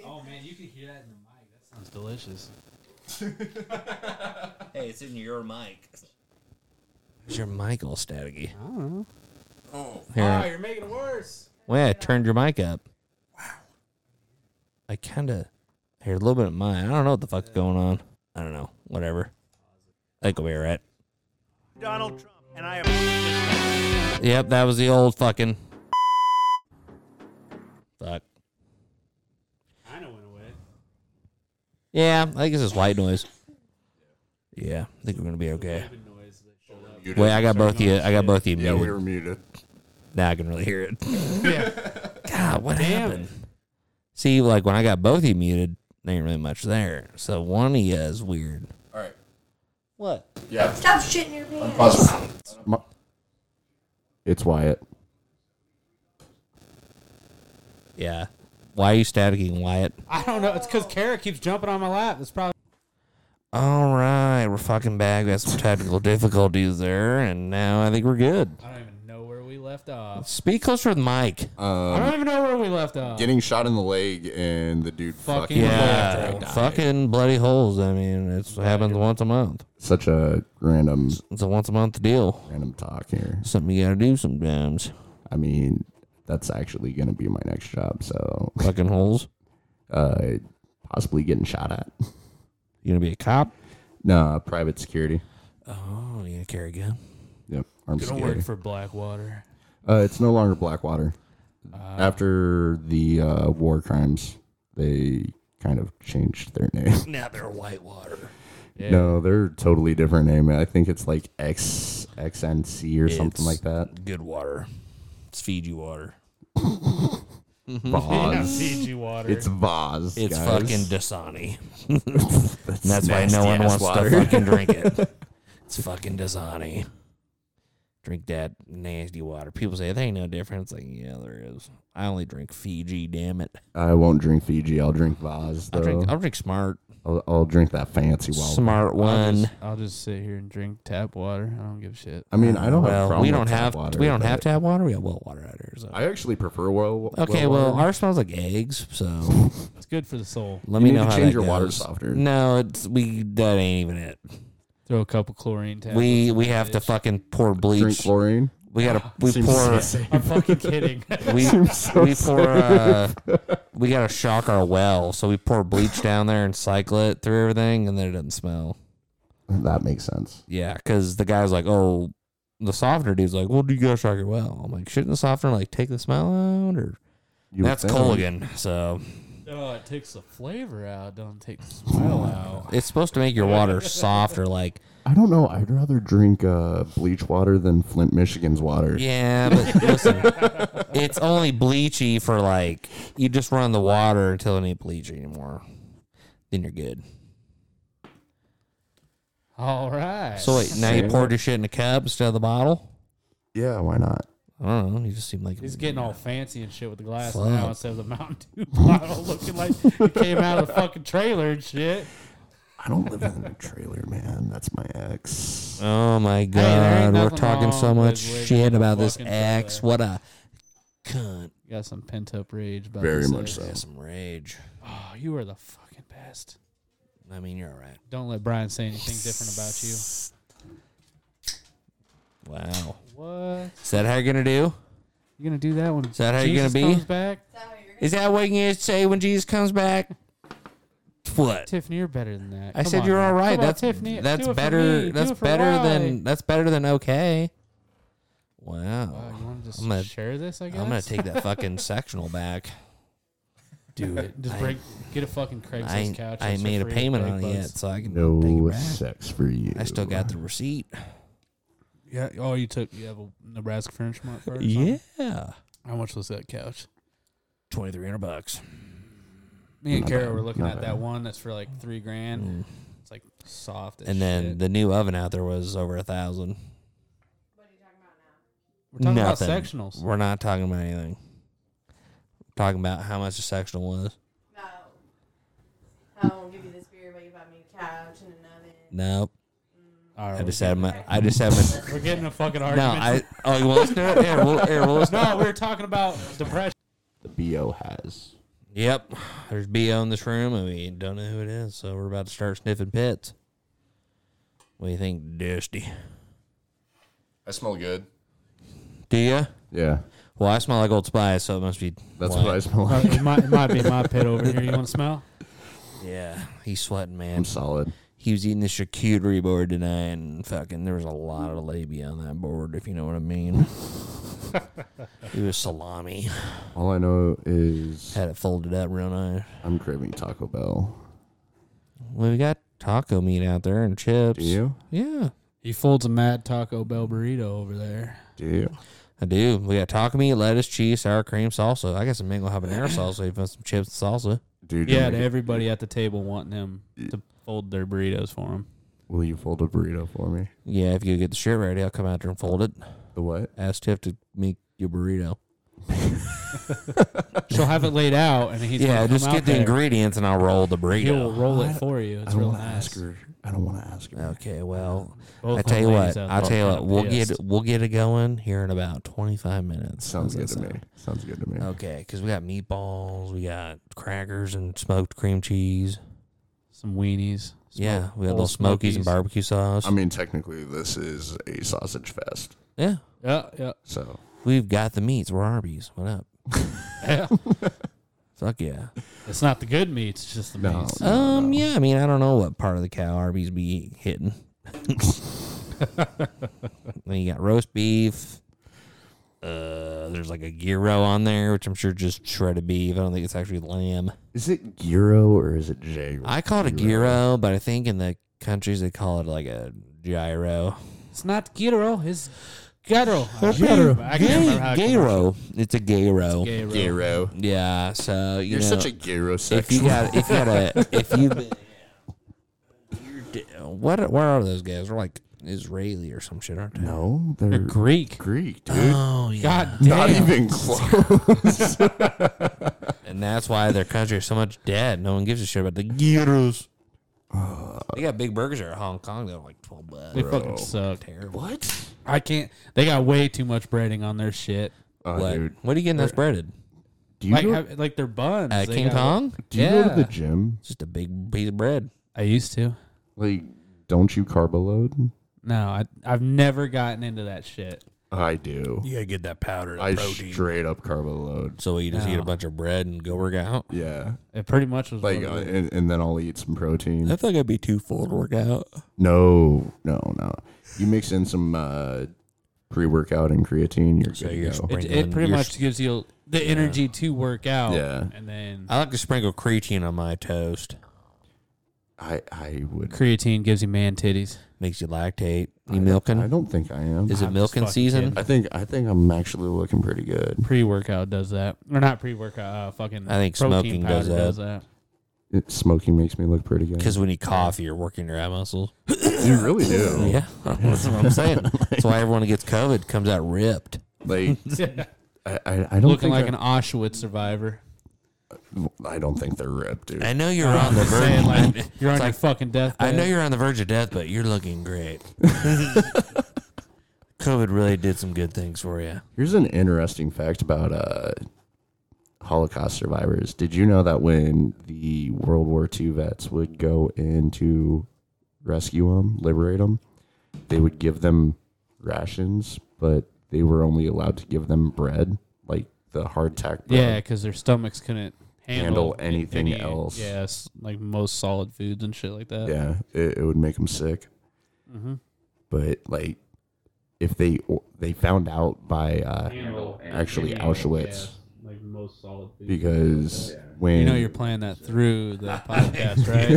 Speaker 3: Oh man, you can hear that in the mic. That sounds delicious.
Speaker 1: Hey, it's in your mic. Is your mic all staticky?
Speaker 3: I don't know. Oh,
Speaker 1: Here,
Speaker 3: you're making it worse.
Speaker 1: well, yeah, I turned your mic up. Wow. I kind of Here, a little bit of mine. I don't know what the fuck's going on. I don't know. Whatever. I think we'll be all right.
Speaker 9: Donald Trump, and I approve this message.
Speaker 1: Yep, that was the old fucking. Fuck.
Speaker 3: I know went away.
Speaker 1: Yeah, I think it's just white noise. Yeah, I think we're gonna be okay. Wait, I got both of you. I got both of you
Speaker 4: Yeah, we
Speaker 1: muted.
Speaker 4: were muted.
Speaker 1: Now I can really hear it.
Speaker 3: Yeah.
Speaker 1: God, what
Speaker 3: Damn
Speaker 1: happened? See, like when I got both of you muted, there ain't really much there. So one of you is weird.
Speaker 4: All right.
Speaker 1: What?
Speaker 4: Yeah.
Speaker 7: Stop shitting your pants.
Speaker 4: It's Wyatt.
Speaker 1: Yeah. Why are you staticking Wyatt?
Speaker 3: I don't know. It's because Kara keeps jumping on my lap. That's probably
Speaker 1: All right, we're fucking back. We had some technical difficulties there, and now I think we're good.
Speaker 3: I don't even know where we left off.
Speaker 1: Speak closer to the mic.
Speaker 3: I don't even know where we left off.
Speaker 4: Getting shot in the leg and the dude
Speaker 3: Fucking
Speaker 4: fucking,
Speaker 1: yeah,
Speaker 4: after I died.
Speaker 1: fucking bloody holes. I mean, it's happens once a month.
Speaker 4: Such a random
Speaker 1: It's a once a month deal.
Speaker 4: random talk here.
Speaker 1: Something you gotta do sometimes.
Speaker 4: I mean, that's actually going to be my next job. So,
Speaker 1: Fucking holes.
Speaker 4: uh, possibly getting shot at.
Speaker 1: You gonna be a cop?
Speaker 4: no, private security.
Speaker 1: Oh, you gonna carry a gun?
Speaker 4: Yep, armed
Speaker 3: Gonna
Speaker 4: security.
Speaker 3: work for Blackwater.
Speaker 4: uh, it's no longer Blackwater.
Speaker 1: Uh,
Speaker 4: After the uh, war crimes, they kind of changed their name.
Speaker 1: Now they're Whitewater.
Speaker 4: No, they're totally different name. I think it's like X XNC or something like that.
Speaker 1: Good water. It's Fiji water.
Speaker 4: Vaz.
Speaker 3: PG water.
Speaker 4: It's Vaz.
Speaker 1: It's
Speaker 4: guys.
Speaker 1: fucking Dasani. And that's why no
Speaker 4: nasty
Speaker 1: one
Speaker 4: ass
Speaker 1: wants
Speaker 4: water.
Speaker 1: to fucking drink it. It's fucking Dasani. Drink that nasty water. People say there ain't no difference. Like, yeah, there is. I only drink Fiji. Damn it.
Speaker 4: I won't drink Fiji. I'll drink Vaz though.
Speaker 1: I'll drink. I'll drink smart.
Speaker 4: I'll, I'll drink that fancy wild.
Speaker 1: smart
Speaker 3: I'll
Speaker 1: one.
Speaker 3: just, I'll just sit here and drink tap water. I don't give a shit.
Speaker 4: I mean, I don't have a
Speaker 1: Well,
Speaker 4: problem.
Speaker 1: we
Speaker 4: with
Speaker 1: don't
Speaker 4: tap
Speaker 1: have
Speaker 4: water,
Speaker 1: we don't
Speaker 4: but
Speaker 1: have tap water. We have well water out here. So.
Speaker 4: I actually prefer well.
Speaker 1: okay, well, ours smells like eggs. So
Speaker 3: It's good for the soul.
Speaker 1: let
Speaker 4: You
Speaker 1: me
Speaker 4: need
Speaker 1: know
Speaker 4: to
Speaker 1: how
Speaker 4: change
Speaker 1: that
Speaker 4: your water
Speaker 1: goes.
Speaker 4: softener.
Speaker 1: No, it's we. That ain't even it.
Speaker 3: Throw a couple chlorine tablets.
Speaker 1: We
Speaker 3: in
Speaker 1: we
Speaker 3: that
Speaker 1: have to
Speaker 3: bitch.
Speaker 1: fucking pour
Speaker 4: drink
Speaker 1: bleach.
Speaker 4: chlorine.
Speaker 1: We gotta we
Speaker 4: Ah, Seems
Speaker 1: pour
Speaker 4: safe.
Speaker 3: I'm fucking kidding.
Speaker 1: we we pour uh, we gotta shock our well, so we pour bleach down there and cycle it through everything, and then it doesn't smell.
Speaker 4: That makes sense.
Speaker 1: Yeah, because the guy's like, oh, the softener dude's like, well, do you gotta shock your well? I'm like, shouldn't the softener like take the smell out or
Speaker 4: You would
Speaker 1: that's
Speaker 4: think.
Speaker 1: Colgan, so
Speaker 3: oh, it takes the flavor out. Don't take the smell out.
Speaker 1: it's supposed to make your water softer. Like,
Speaker 4: I don't know. I'd rather drink uh, bleach water than Flint, Michigan's water.
Speaker 1: yeah, but listen, it's only bleachy for like you just run the water until it ain't bleach anymore. Then you're good.
Speaker 3: All right.
Speaker 1: So wait, now you poured your shit in a cup instead of the bottle.
Speaker 4: Yeah, why not?
Speaker 1: I don't know. You just seem like
Speaker 3: He's getting all fancy and shit with the glass
Speaker 1: Fuck.
Speaker 3: now instead of the Mountain Dew bottle looking like it came out of the fucking trailer and shit.
Speaker 4: I don't live in a trailer, man. That's my ex.
Speaker 1: Oh my
Speaker 3: there ain't
Speaker 1: god, we're
Speaker 3: nothing
Speaker 1: talking so
Speaker 3: wrong
Speaker 1: much
Speaker 3: with living
Speaker 1: shit
Speaker 3: in a
Speaker 1: about this
Speaker 3: fucking
Speaker 1: ex. What a cunt.
Speaker 3: Got some pent up rage about
Speaker 4: Very
Speaker 3: this
Speaker 4: much
Speaker 3: ex.
Speaker 4: so.
Speaker 1: Yeah, some rage.
Speaker 3: Oh, you are the fucking best.
Speaker 1: I mean, you're all right.
Speaker 3: Don't let Brian say anything different about you.
Speaker 1: Wow.
Speaker 3: What?
Speaker 1: Is that how you're gonna do?
Speaker 3: You gonna do that one? Is
Speaker 1: that how you're
Speaker 3: Jesus
Speaker 1: gonna be?
Speaker 3: Comes back?
Speaker 1: Is that what you say when Jesus comes back? What?
Speaker 3: Tiffany, you're better than that.
Speaker 1: I
Speaker 3: Come
Speaker 1: said
Speaker 3: on
Speaker 1: you're
Speaker 3: now.
Speaker 1: all right.
Speaker 3: Come on,
Speaker 1: that's
Speaker 3: Tiffany.
Speaker 1: that's
Speaker 3: do it for
Speaker 1: better.
Speaker 3: me.
Speaker 1: That's
Speaker 3: do it for
Speaker 1: better
Speaker 3: Riley.
Speaker 1: than that's better than okay. Wow.
Speaker 3: Wow, you want to just
Speaker 1: I'm gonna-
Speaker 3: share this? I guess.
Speaker 1: I'm gonna take that fucking sectional back.
Speaker 3: do it. Just
Speaker 1: I-
Speaker 3: break. Get a fucking Craigslist
Speaker 1: I ain't,
Speaker 3: couch.
Speaker 1: I ain't
Speaker 3: It's for
Speaker 1: made a
Speaker 3: free at
Speaker 1: payment
Speaker 3: Big
Speaker 1: on it
Speaker 3: Buds.
Speaker 1: yet, so I can take it
Speaker 4: No
Speaker 1: back.
Speaker 4: sex for you.
Speaker 1: I still got the receipt.
Speaker 3: Yeah. Oh, you took. You have a Nebraska Furniture Mart. card or something?
Speaker 1: Yeah.
Speaker 3: How much was that couch?
Speaker 1: Twenty three hundred bucks.
Speaker 3: Me and
Speaker 4: Not
Speaker 3: Kara
Speaker 4: bad,
Speaker 3: were looking
Speaker 4: not
Speaker 3: at
Speaker 4: bad.
Speaker 3: that one that's for like three grand. It's like soft. As
Speaker 1: Mm. And then
Speaker 3: shit.
Speaker 1: the new oven out there was over a thousand.
Speaker 3: we're talking
Speaker 1: nothing.
Speaker 3: about sectionals.
Speaker 1: We're not talking about anything. We're talking about how much the sectional was.
Speaker 5: No. I won't give you this beer, but you bought me a couch and an oven.
Speaker 1: Nope.
Speaker 3: All right,
Speaker 1: I
Speaker 3: we're
Speaker 1: just had my I just had my
Speaker 3: We're getting a fucking
Speaker 1: No,
Speaker 3: argument.
Speaker 1: I oh you wanna listen to it? Here, we'll, here, we'll listen.
Speaker 3: no, we were talking about depression.
Speaker 4: the bo has.
Speaker 1: Yep. There's BO in this room and we don't know who it is, so we're about to start sniffing pits. What do you think, Dusty?
Speaker 4: I smell good.
Speaker 1: Do you?
Speaker 4: Yeah,
Speaker 1: Well, I smell like old spice, so it must be
Speaker 4: that's
Speaker 1: white.
Speaker 4: what I smell like.
Speaker 3: it, might, it might be my pit over here. You want to smell?
Speaker 1: Yeah, he's sweating, man.
Speaker 4: I'm solid.
Speaker 1: He was eating the charcuterie board tonight, and fucking, there was a lot of labia on that board, if you know what I mean. it was salami.
Speaker 4: All I know is
Speaker 1: Had it folded up real nice.
Speaker 4: I'm craving Taco Bell.
Speaker 1: Well, we got taco meat out there and chips.
Speaker 4: Do you?
Speaker 1: Yeah,
Speaker 3: He folds a mad Taco Bell burrito over there.
Speaker 4: Do you?
Speaker 1: I do. We got taco meat, lettuce, cheese, sour cream, salsa. I got some mango habanero salsa. If you want some chips and salsa,
Speaker 4: Dude,
Speaker 3: Yeah,
Speaker 4: you
Speaker 3: to
Speaker 4: make-
Speaker 3: everybody at the table wanting him to fold their burritos for him.
Speaker 4: will you fold a burrito for me?
Speaker 1: yeah. If you get the shit ready, I'll come out there and fold it.
Speaker 4: The what?
Speaker 1: Ask Tiff to make your burrito.
Speaker 3: She'll have it laid out, and he's
Speaker 1: yeah,
Speaker 3: gonna come
Speaker 1: just get
Speaker 3: out
Speaker 1: the
Speaker 3: there.
Speaker 1: ingredients and I'll roll the
Speaker 3: He'll
Speaker 1: burrito.
Speaker 3: roll it for you. It's
Speaker 4: I don't
Speaker 3: real
Speaker 4: want to
Speaker 3: nice.
Speaker 4: ask her. I don't want to ask her.
Speaker 1: Okay, well,
Speaker 3: Both
Speaker 1: I tell you
Speaker 3: ladies
Speaker 1: what,
Speaker 3: out
Speaker 1: I
Speaker 3: there
Speaker 1: tell you
Speaker 3: are
Speaker 1: what, we'll
Speaker 3: pissed.
Speaker 1: get we'll get it going here in about twenty five minutes.
Speaker 4: Sounds good
Speaker 1: How's
Speaker 4: to
Speaker 1: that
Speaker 4: me.
Speaker 1: sound?
Speaker 4: Sounds good to me.
Speaker 1: Okay, because we got meatballs, we got crackers and smoked cream cheese.
Speaker 3: some weenies.
Speaker 1: yeah,
Speaker 3: Smoke-
Speaker 1: we got
Speaker 3: old
Speaker 1: little smokies and
Speaker 3: Smokies.
Speaker 1: barbecue sauce.
Speaker 4: I mean, technically, this is a sausage fest.
Speaker 1: yeah,
Speaker 3: Yeah, yeah.
Speaker 4: So
Speaker 1: we've got the meats. We're Arby's. What up?
Speaker 3: Yeah.
Speaker 1: Fuck yeah.
Speaker 3: It's not the good meats, it's just the
Speaker 4: No.
Speaker 3: meats.
Speaker 1: Um, yeah. I mean, I don't know what part of the cow Arby's be hitting. then you got roast beef. Uh, there's like a gyro on there, which I'm sure just shredded beef. I don't think it's actually lamb.
Speaker 4: is it gyro or is it jago?
Speaker 1: I call it a gyro, but I think in the countries they call it like a gyro.
Speaker 3: It's not gyro, it's gyro. I can't remember- I can't remember how
Speaker 1: Gy-
Speaker 3: to
Speaker 1: Gyro. It's a gyro.
Speaker 3: pronounce it. Gyro.
Speaker 4: gyro.
Speaker 1: Yeah. So you
Speaker 4: You're
Speaker 1: know,
Speaker 4: such a gyro
Speaker 1: if you got if you got a if you have been you're d- what are- where are those guys? They're like Israeli or some shit, aren't they?
Speaker 4: no, they're
Speaker 3: Greek.
Speaker 4: Greek, dude.
Speaker 1: Oh yeah.
Speaker 3: God
Speaker 4: Not
Speaker 3: damn.
Speaker 4: even close.
Speaker 1: And that's why their country is so much dead. No one gives a shit about the gyros. they got big burgers here at Hong Kong. They're like twelve bucks.
Speaker 3: They fucking suck.
Speaker 1: Terrible. What?
Speaker 3: I can't. They got way too much breading on their shit.
Speaker 4: Oh,
Speaker 1: What?
Speaker 4: dude.
Speaker 1: What are you getting that's breaded?
Speaker 4: Do you,
Speaker 3: Like,
Speaker 4: go,
Speaker 3: have- like their buns.
Speaker 1: Uh,
Speaker 3: they
Speaker 1: King
Speaker 3: got-
Speaker 1: Kong?
Speaker 4: do you go to
Speaker 3: yeah.
Speaker 4: the gym?
Speaker 1: Just a big piece of bread.
Speaker 3: I used to.
Speaker 4: Like, don't you carbo load?
Speaker 3: No, I, I've never gotten into that shit.
Speaker 4: I do.
Speaker 1: You gotta get that powder.
Speaker 4: I straight up carbo load.
Speaker 1: so you just eat a bunch of bread and go work out.
Speaker 4: Yeah,
Speaker 3: It pretty much was
Speaker 4: like,
Speaker 3: what it
Speaker 4: uh,
Speaker 3: was.
Speaker 4: and, and then I'll eat some protein.
Speaker 1: I think I'd be too full to work out.
Speaker 4: No, no, no. You mix in some uh, pre-workout and creatine, you're
Speaker 1: So
Speaker 4: good
Speaker 1: you're
Speaker 4: to go.
Speaker 1: spring-
Speaker 3: it,
Speaker 1: England,
Speaker 3: it pretty
Speaker 1: you're
Speaker 3: much
Speaker 1: s-
Speaker 3: gives you the energy to work out.
Speaker 4: Yeah.
Speaker 3: And then
Speaker 1: I like to sprinkle creatine on my toast.
Speaker 4: I, I would.
Speaker 3: creatine gives you man titties.
Speaker 1: Makes you lactate. You
Speaker 4: I
Speaker 1: milking?
Speaker 4: don't think I am.
Speaker 1: Is it
Speaker 3: I'm just
Speaker 1: milking
Speaker 3: fucking
Speaker 1: season?
Speaker 3: kidding.
Speaker 4: I think I think I'm actually looking pretty good.
Speaker 3: Pre workout does that. Or not pre workout, uh, fucking
Speaker 1: I think
Speaker 3: protein
Speaker 1: smoking
Speaker 3: powder
Speaker 1: does that.
Speaker 3: does that.
Speaker 4: It, smoking makes me look pretty good.
Speaker 1: Because when you cough, you're working your eye muscles.
Speaker 4: you really do.
Speaker 1: Yeah, that's what I'm saying. That's why everyone who gets COVID comes out ripped.
Speaker 4: Like I, I, I don't
Speaker 3: Looking
Speaker 4: think
Speaker 3: like
Speaker 4: I,
Speaker 3: an Auschwitz survivor.
Speaker 4: I don't think they're ripped, dude.
Speaker 1: I know you're on the verge.
Speaker 3: Saying like you're on your
Speaker 1: like-
Speaker 3: fucking deathbed.
Speaker 1: I know you're on the verge of death, but you're looking great. COVID really did some good things for you.
Speaker 4: Here's an interesting fact about uh, Holocaust survivors. Did you know that when the World War II vets would go in to rescue them, liberate them, they would give them rations, but they were only allowed to give them bread, like the hardtack bread.
Speaker 3: Yeah, because their stomachs couldn't handle,
Speaker 4: Handle anything
Speaker 3: any-
Speaker 4: else.
Speaker 3: Yeah, s- like most solid foods and shit like that.
Speaker 4: Yeah, it, it would make them sick.
Speaker 3: Mm-hmm.
Speaker 4: But like, if they they found out by uh, actually Auschwitz
Speaker 3: like most solid foods.
Speaker 4: because when
Speaker 3: You know you're playing that through the podcast, right?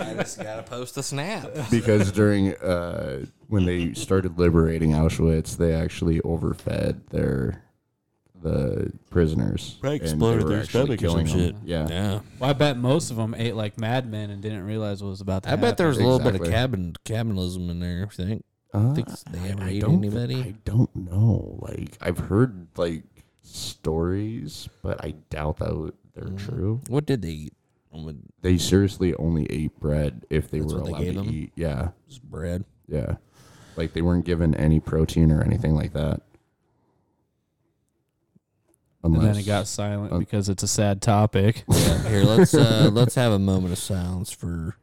Speaker 1: I just gotta post a snap.
Speaker 4: because during uh, when they started liberating Auschwitz, they actually overfed their the prisoners.
Speaker 1: Probably
Speaker 4: and they
Speaker 1: exploded
Speaker 4: were
Speaker 1: their
Speaker 4: actually
Speaker 1: stomach or some
Speaker 4: killing
Speaker 1: shit.
Speaker 4: them. Yeah.
Speaker 1: Yeah,
Speaker 3: Well, I bet most of them ate like madmen and didn't realize what was about to
Speaker 1: I bet there was a little bit of
Speaker 4: Exactly.
Speaker 1: cabin cabinism in there. I think.
Speaker 4: Uh,
Speaker 1: think they ever ate
Speaker 4: don't
Speaker 1: anybody?
Speaker 4: I don't know. Like I've heard like stories, but I doubt that w- they're
Speaker 1: Mm.
Speaker 4: true.
Speaker 1: What did they eat? With
Speaker 4: They seriously only ate bread if they
Speaker 1: That's
Speaker 4: were
Speaker 1: what they
Speaker 4: allowed
Speaker 1: gave
Speaker 4: to
Speaker 1: them?
Speaker 4: eat. Yeah,
Speaker 1: just bread.
Speaker 4: yeah. Like they weren't given any protein or anything like that.
Speaker 3: And
Speaker 4: Unless
Speaker 3: then it got silent because it's a sad topic.
Speaker 1: Yeah, here let's uh, let's have a moment of silence for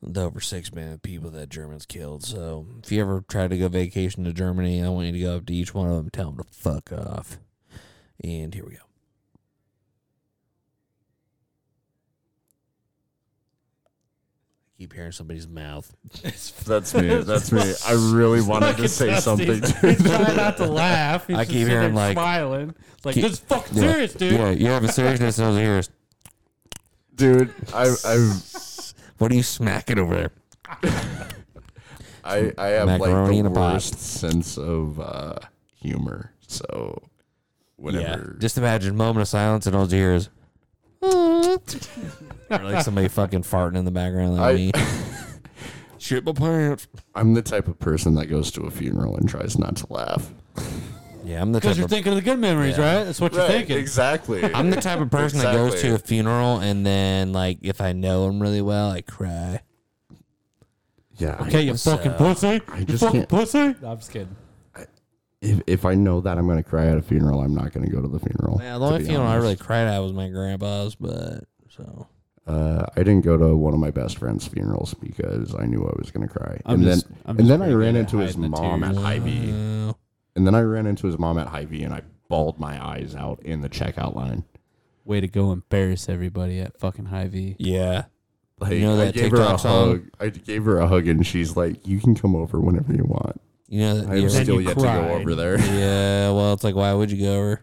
Speaker 1: the over six million people that Germans killed. So if you ever try to go vacation to Germany, I want you to go up to each one of them, and tell them to fuck off. And here we go.
Speaker 10: keep hearing somebody's mouth.
Speaker 4: That's me. That's me. I really wanted to say something.
Speaker 3: He's trying not to laugh. He's
Speaker 1: I
Speaker 3: just
Speaker 1: keep
Speaker 3: sitting
Speaker 1: hearing,
Speaker 3: there
Speaker 1: like-
Speaker 3: smiling. It's like
Speaker 1: Keep-
Speaker 3: this is fucking
Speaker 1: Yeah.
Speaker 3: serious, dude.
Speaker 1: Yeah, you have a seriousness over here.
Speaker 4: dude. I I
Speaker 1: What are you smacking over there?
Speaker 4: I, I have
Speaker 1: Macaroni
Speaker 4: like
Speaker 1: in
Speaker 4: the
Speaker 1: a pot.
Speaker 4: worst sense of uh, humor. So whenever
Speaker 1: Just imagine a moment of silence and all you hear is "Mm." or like somebody fucking farting in the background like
Speaker 4: I-
Speaker 1: me. Shit my pants.
Speaker 4: I'm the type of person that goes to a funeral and tries not to laugh.
Speaker 1: Yeah, I'm the type
Speaker 3: Because you're
Speaker 1: of
Speaker 3: thinking of the good memories, right? That's what you're thinking.
Speaker 4: exactly.
Speaker 1: I'm the type of person that goes to
Speaker 4: Exactly.
Speaker 1: a funeral and then like if I know him really well, I cry.
Speaker 4: yeah. I-
Speaker 3: Okay, you fucking pussy.
Speaker 4: I
Speaker 3: You
Speaker 4: just
Speaker 3: fucking
Speaker 4: can't-
Speaker 3: pussy. No, I'm just kidding.
Speaker 4: if, if I know that I'm going to cry at a funeral, I'm not going to go to the funeral.
Speaker 1: Yeah, the
Speaker 4: to
Speaker 1: only
Speaker 4: be
Speaker 1: funeral I
Speaker 4: honest.
Speaker 1: really cried at was my grandpa's, but so
Speaker 4: Uh, I didn't go to one of my best friend's funerals because I knew I was going to cry.
Speaker 3: I'm
Speaker 4: and
Speaker 3: just-
Speaker 4: then
Speaker 3: I'm
Speaker 4: and
Speaker 3: just
Speaker 4: then I
Speaker 3: pretty
Speaker 4: ran
Speaker 3: good at
Speaker 4: into his
Speaker 3: hiding the
Speaker 4: mom at
Speaker 3: tears.
Speaker 4: Hy-Vee.
Speaker 1: uh,
Speaker 4: And then I ran into his mom at Hy-Vee and I bawled my eyes out in the checkout line.
Speaker 3: Way to go embarrass everybody at fucking High V.
Speaker 1: yeah.
Speaker 4: Like,
Speaker 1: You know
Speaker 4: I
Speaker 1: that
Speaker 4: gave her a
Speaker 1: TikTok song?
Speaker 4: hug. I gave her a hug, and she's like, "You can come over whenever you want."
Speaker 1: You know that
Speaker 4: I am
Speaker 1: yeah.
Speaker 4: still
Speaker 3: you
Speaker 4: yet to
Speaker 3: cried.
Speaker 4: go over there.
Speaker 1: Yeah, well, it's like, why would you go over?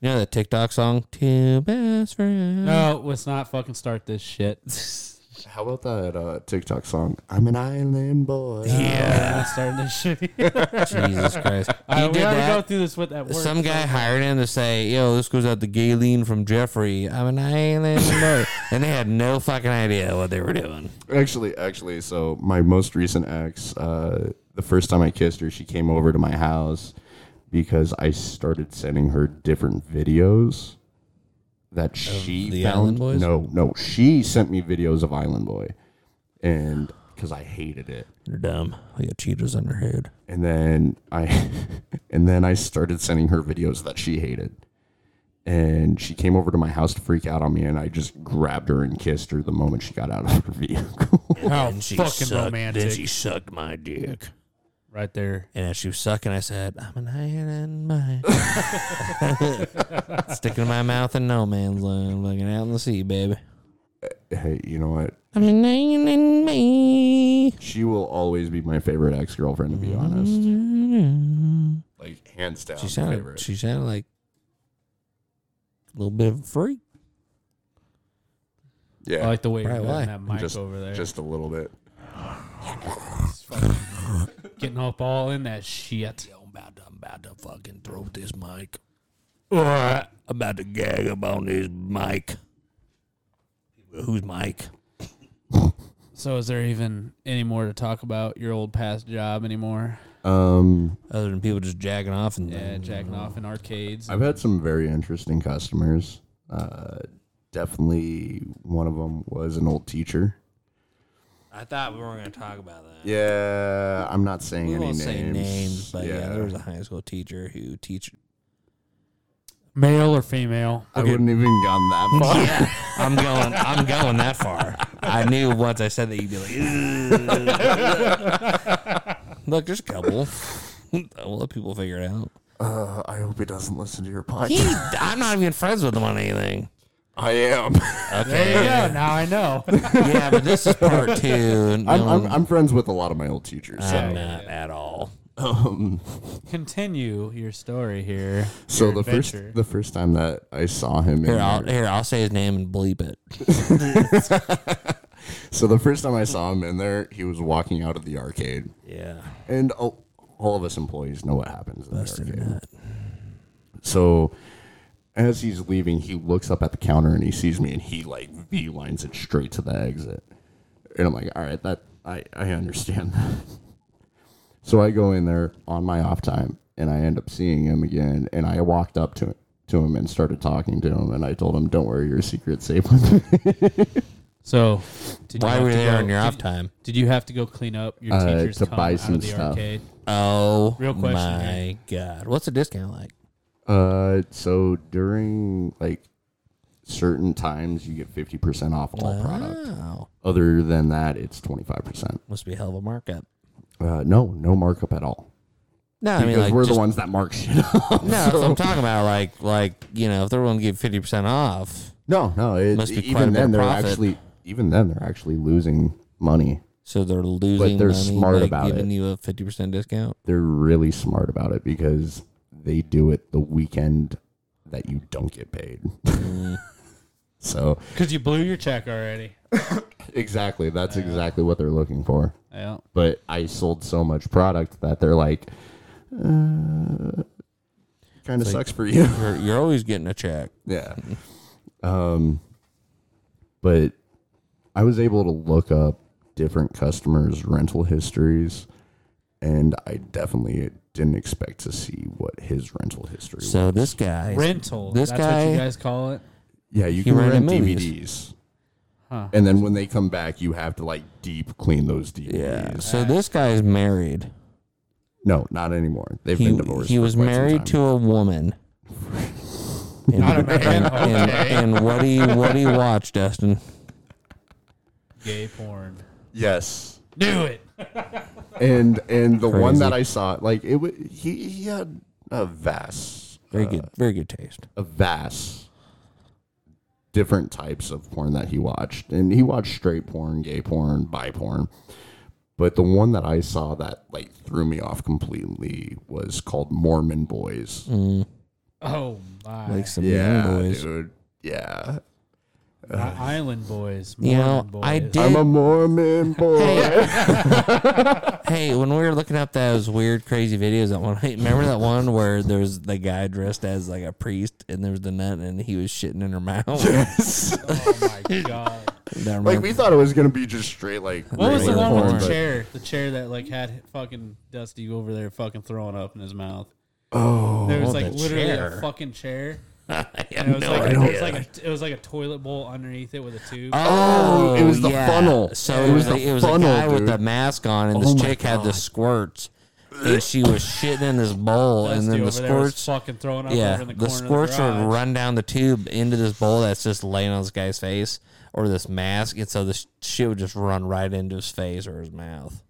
Speaker 1: You know that TikTok song, Two Best Friends?
Speaker 3: No, let's not fucking start this shit.
Speaker 4: How about that uh, TikTok song? I'm an island boy.
Speaker 3: Yeah, not starting this shit.
Speaker 1: Jesus Christ. He
Speaker 3: Alright, Uh, we
Speaker 1: did
Speaker 3: already
Speaker 1: that.
Speaker 3: go through this with that word.
Speaker 1: Some guy hired him to say, yo, this goes out to Galen from Jeffrey. I'm an island boy. and they had no fucking idea what they were doing.
Speaker 4: Actually, actually, so my most recent ex, uh, the first time I kissed her, she came over to my house because I started sending her different videos that she
Speaker 1: the
Speaker 4: found.
Speaker 1: Island Boys?
Speaker 4: No, no, she sent me videos of Island Boy, and because I hated it.
Speaker 1: They're dumb. We got cheaters on their head.
Speaker 4: and then I and then I started sending her videos that she hated. And she came over to my house to freak out on me, and I just grabbed her and kissed her the moment she got out of her vehicle.
Speaker 3: How
Speaker 1: And she
Speaker 3: fucking
Speaker 1: sucked- Then
Speaker 3: romantic.
Speaker 1: she sucked my dick.
Speaker 3: right there.
Speaker 1: And as she was sucking, I said, I'm an island boy. Sticking my mouth in no man's land, looking out in the sea, baby.
Speaker 4: hey, you know what?
Speaker 1: I'm an island boy.
Speaker 4: She will always be my favorite ex girlfriend, to be honest. Like hands down,
Speaker 1: Mm. Mm-hmm. She sounded.
Speaker 4: favorite.
Speaker 1: She sounded like a little bit of a freak.
Speaker 4: yeah,
Speaker 3: I like the way you're
Speaker 1: Right,
Speaker 3: holding
Speaker 1: why?
Speaker 3: that mic
Speaker 4: just
Speaker 3: over there.
Speaker 4: just a little bit.
Speaker 3: getting up all in that shit.
Speaker 10: I'm about to, I'm about to fucking throw this mic. I'm about to gag up on this mic. Who's Mike?
Speaker 3: So, is there even any more to talk about your old past job anymore?
Speaker 4: Um,
Speaker 1: Other than people just jacking off and
Speaker 3: Yeah, jacking off in arcades.
Speaker 4: I've had some very interesting customers. Uh, definitely one of them was an old teacher.
Speaker 1: I thought we weren't gonna talk about that.
Speaker 4: Yeah, I'm not saying
Speaker 1: we
Speaker 4: any
Speaker 1: won't
Speaker 4: names.
Speaker 1: say names, but yeah. there was a high school teacher who teach.
Speaker 3: Male or female?
Speaker 4: I wouldn't even gone that far.
Speaker 1: I'm going. I'm going that far. I knew once I said that you'd be like, "Ugh." look, there's a couple. I'll let people figure it out.
Speaker 4: Uh, I hope he doesn't listen to your
Speaker 1: He,
Speaker 4: podcast.
Speaker 1: I'm not even friends with him on anything.
Speaker 4: I am.
Speaker 1: Okay.
Speaker 3: Yeah, now I know.
Speaker 1: Yeah, but this is part two. and
Speaker 4: I'm,
Speaker 1: no
Speaker 4: I'm,
Speaker 1: one-
Speaker 4: I'm friends with a lot of my old teachers.
Speaker 1: I'm not at all.
Speaker 4: Um,
Speaker 3: Continue your story here.
Speaker 4: so
Speaker 3: Your
Speaker 4: the first
Speaker 3: adventure.
Speaker 4: the first time that I saw him, in
Speaker 1: Here, I'll,
Speaker 4: there-
Speaker 1: here, I'll say his name and bleep it.
Speaker 4: so the first time I saw him in there, he was walking out of the arcade,
Speaker 1: Yeah.
Speaker 4: and all, all of us employees know what happens in the arcade. So as he's leaving, he looks up at the counter and he sees me and he like V lines it straight to the exit. And I'm like, all right, that I, I understand that. So I go in there on my off time and I end up seeing him again and I walked up to to him and started talking to him and I told him, Don't worry, your secret's safe with me.
Speaker 3: So, did
Speaker 1: Why
Speaker 3: have
Speaker 1: were you
Speaker 3: to
Speaker 1: there
Speaker 3: go-
Speaker 1: on your
Speaker 3: did-
Speaker 1: off time?
Speaker 3: Did you have to go clean up your
Speaker 4: Uh,
Speaker 3: teacher's
Speaker 4: to
Speaker 3: cum
Speaker 4: buy
Speaker 3: out
Speaker 4: some
Speaker 3: of the
Speaker 4: stuff.
Speaker 3: arcade?
Speaker 1: Oh,
Speaker 3: Real question
Speaker 1: my God. What's the discount like?
Speaker 4: Uh so during like certain times you get fifty percent off all product.
Speaker 1: Wow.
Speaker 4: Other than that, it's twenty five percent.
Speaker 1: Oh, Must be a hell of a markup.
Speaker 4: Uh no, no markup at all.
Speaker 1: No, I
Speaker 4: Because
Speaker 1: mean, like,
Speaker 4: we're
Speaker 1: just-
Speaker 4: the ones that mark shit up.
Speaker 1: No, that's what I'm talking about. Like, like you know, if they're willing to give 50% off,
Speaker 4: No, no. It,
Speaker 1: Must be quite a
Speaker 4: even
Speaker 1: bit of
Speaker 4: then, they're
Speaker 1: profit.
Speaker 4: actually even then they're actually losing money.
Speaker 1: So they're losing
Speaker 4: they're
Speaker 1: money
Speaker 4: smart
Speaker 1: by
Speaker 4: about
Speaker 1: giving
Speaker 4: it.
Speaker 1: you a 50% discount.
Speaker 4: They're really smart about it because they do it the weekend that you don't get paid. Mm. so
Speaker 3: Because you blew your check already.
Speaker 4: exactly, that's exactly what they're looking for.
Speaker 3: Yeah.
Speaker 4: But I sold so much product that they're like, uh, kind of sucks for you.
Speaker 1: You're, you're always getting a check.
Speaker 4: Yeah. um, but I was able to look up different customers' rental histories, and I definitely didn't expect to see what his rental history was.
Speaker 1: So this guy,
Speaker 3: Rental.
Speaker 1: This
Speaker 3: That's what
Speaker 1: guy-
Speaker 3: you guys call it.
Speaker 4: Yeah, you
Speaker 1: He
Speaker 4: can
Speaker 1: rented
Speaker 4: rent
Speaker 1: movies.
Speaker 4: DVDs.
Speaker 3: Huh.
Speaker 4: And then when they come back, you have to like deep clean those DVDs.
Speaker 1: yeah. So this guy is married.
Speaker 4: No, not anymore. They've
Speaker 1: He,
Speaker 4: been divorced.
Speaker 1: he
Speaker 4: for
Speaker 1: was
Speaker 4: quite some
Speaker 1: married
Speaker 4: time.
Speaker 1: to a woman. And,
Speaker 3: Not a man.
Speaker 1: and- and- and what do you what do you watch, Dustin?
Speaker 3: Gay porn.
Speaker 4: yes,
Speaker 3: Knew it.
Speaker 4: and and the one
Speaker 1: Crazy.
Speaker 4: that I saw, like it, wa- he he had a vast
Speaker 1: Very good, very good taste.
Speaker 4: a vast different types of porn that he watched. And he watched straight porn, gay porn, bi porn. But the one that I saw that like threw me off completely was called Mormon Boys.
Speaker 3: Oh my.
Speaker 1: Like some young
Speaker 4: Yeah,
Speaker 1: Mm, boys.
Speaker 4: dude. Yeah.
Speaker 3: The
Speaker 4: uh,
Speaker 3: Island boys.
Speaker 1: You know,
Speaker 3: Mormon
Speaker 1: I
Speaker 3: boys.
Speaker 1: did-
Speaker 4: I'm a Mormon boy.
Speaker 1: Hey, when we were looking up those weird, crazy videos, that one, hey, remember that one where there was the guy dressed as like a priest and there was the nun and he was shitting in her mouth?
Speaker 3: Oh my god.
Speaker 1: That
Speaker 4: like
Speaker 1: reminds-
Speaker 4: we thought it was gonna be just straight like
Speaker 3: What was the one
Speaker 4: regular
Speaker 1: Porn,
Speaker 3: with the
Speaker 4: but-
Speaker 3: chair? The chair that like had fucking Dusty over there fucking throwing up in his mouth.
Speaker 4: Oh
Speaker 3: There was
Speaker 4: the
Speaker 3: like literally
Speaker 4: chair.
Speaker 3: a fucking chair.
Speaker 1: I have
Speaker 3: And it was
Speaker 1: no
Speaker 3: like it
Speaker 1: idea.
Speaker 3: was like a, it was like a toilet bowl underneath it with a tube.
Speaker 1: Oh,
Speaker 4: it was the funnel.
Speaker 1: So
Speaker 4: It
Speaker 1: it was,
Speaker 4: was the
Speaker 1: a, it was
Speaker 4: funnel,
Speaker 1: a guy with
Speaker 4: dude.
Speaker 1: the mask on, and
Speaker 4: Oh
Speaker 1: this
Speaker 4: my
Speaker 1: chick had the squirts, and she was shitting in this bowl,
Speaker 3: Dusty
Speaker 1: and then the
Speaker 3: over there was
Speaker 1: squirts,
Speaker 3: fucking throwing up
Speaker 1: yeah,
Speaker 3: over in
Speaker 1: the,
Speaker 3: the, corner
Speaker 1: squirts
Speaker 3: of the
Speaker 1: would
Speaker 3: garage.
Speaker 1: run down the tube into this bowl that's just laying on this guy's face or this mask, and so the sh- shit would just run right into his face or his mouth.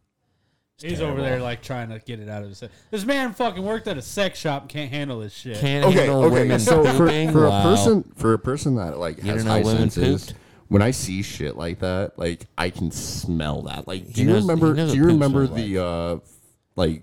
Speaker 3: He's over there like trying to get it out of his head. This man fucking worked at a sex shop and can't handle this shit.
Speaker 1: Can't
Speaker 4: okay,
Speaker 1: handle
Speaker 4: okay.
Speaker 1: women
Speaker 4: so for,
Speaker 1: pooping?
Speaker 4: for a
Speaker 1: Wow.
Speaker 4: person for a person that like has
Speaker 1: don't know
Speaker 4: high
Speaker 1: women
Speaker 4: senses,
Speaker 1: pooped?
Speaker 4: when I see shit like that, like I can smell that. Like, do
Speaker 1: He
Speaker 4: you
Speaker 1: knows-
Speaker 4: remember?
Speaker 1: he knows what
Speaker 4: Do you
Speaker 1: poop
Speaker 4: remember
Speaker 1: smells
Speaker 4: the uh, like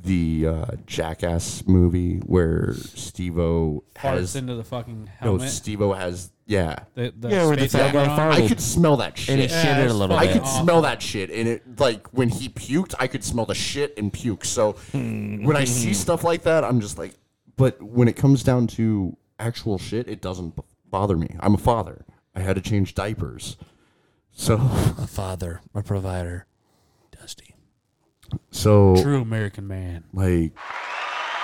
Speaker 4: the uh, Jackass movie where Steve-O
Speaker 3: Farts
Speaker 4: has
Speaker 3: into the fucking
Speaker 4: no
Speaker 3: helmet.
Speaker 4: Steve-O has yeah.
Speaker 3: the, the
Speaker 1: Yeah, where the
Speaker 3: space
Speaker 1: fat guy
Speaker 3: helmet on.
Speaker 1: farted.
Speaker 4: I could smell that
Speaker 1: and
Speaker 4: shit.
Speaker 1: it
Speaker 3: Yeah,
Speaker 1: shitted a
Speaker 3: it's
Speaker 1: little
Speaker 4: I
Speaker 1: bit.
Speaker 4: could
Speaker 3: awful.
Speaker 4: smell that shit, and it like when he puked, I could smell the shit and puke. So when I see stuff like that, I'm just like, but when it comes down to actual shit, it doesn't b- bother me. I'm a father. I had to change diapers, so
Speaker 1: my father, my provider, Dusty.
Speaker 4: so
Speaker 3: True American man.
Speaker 4: like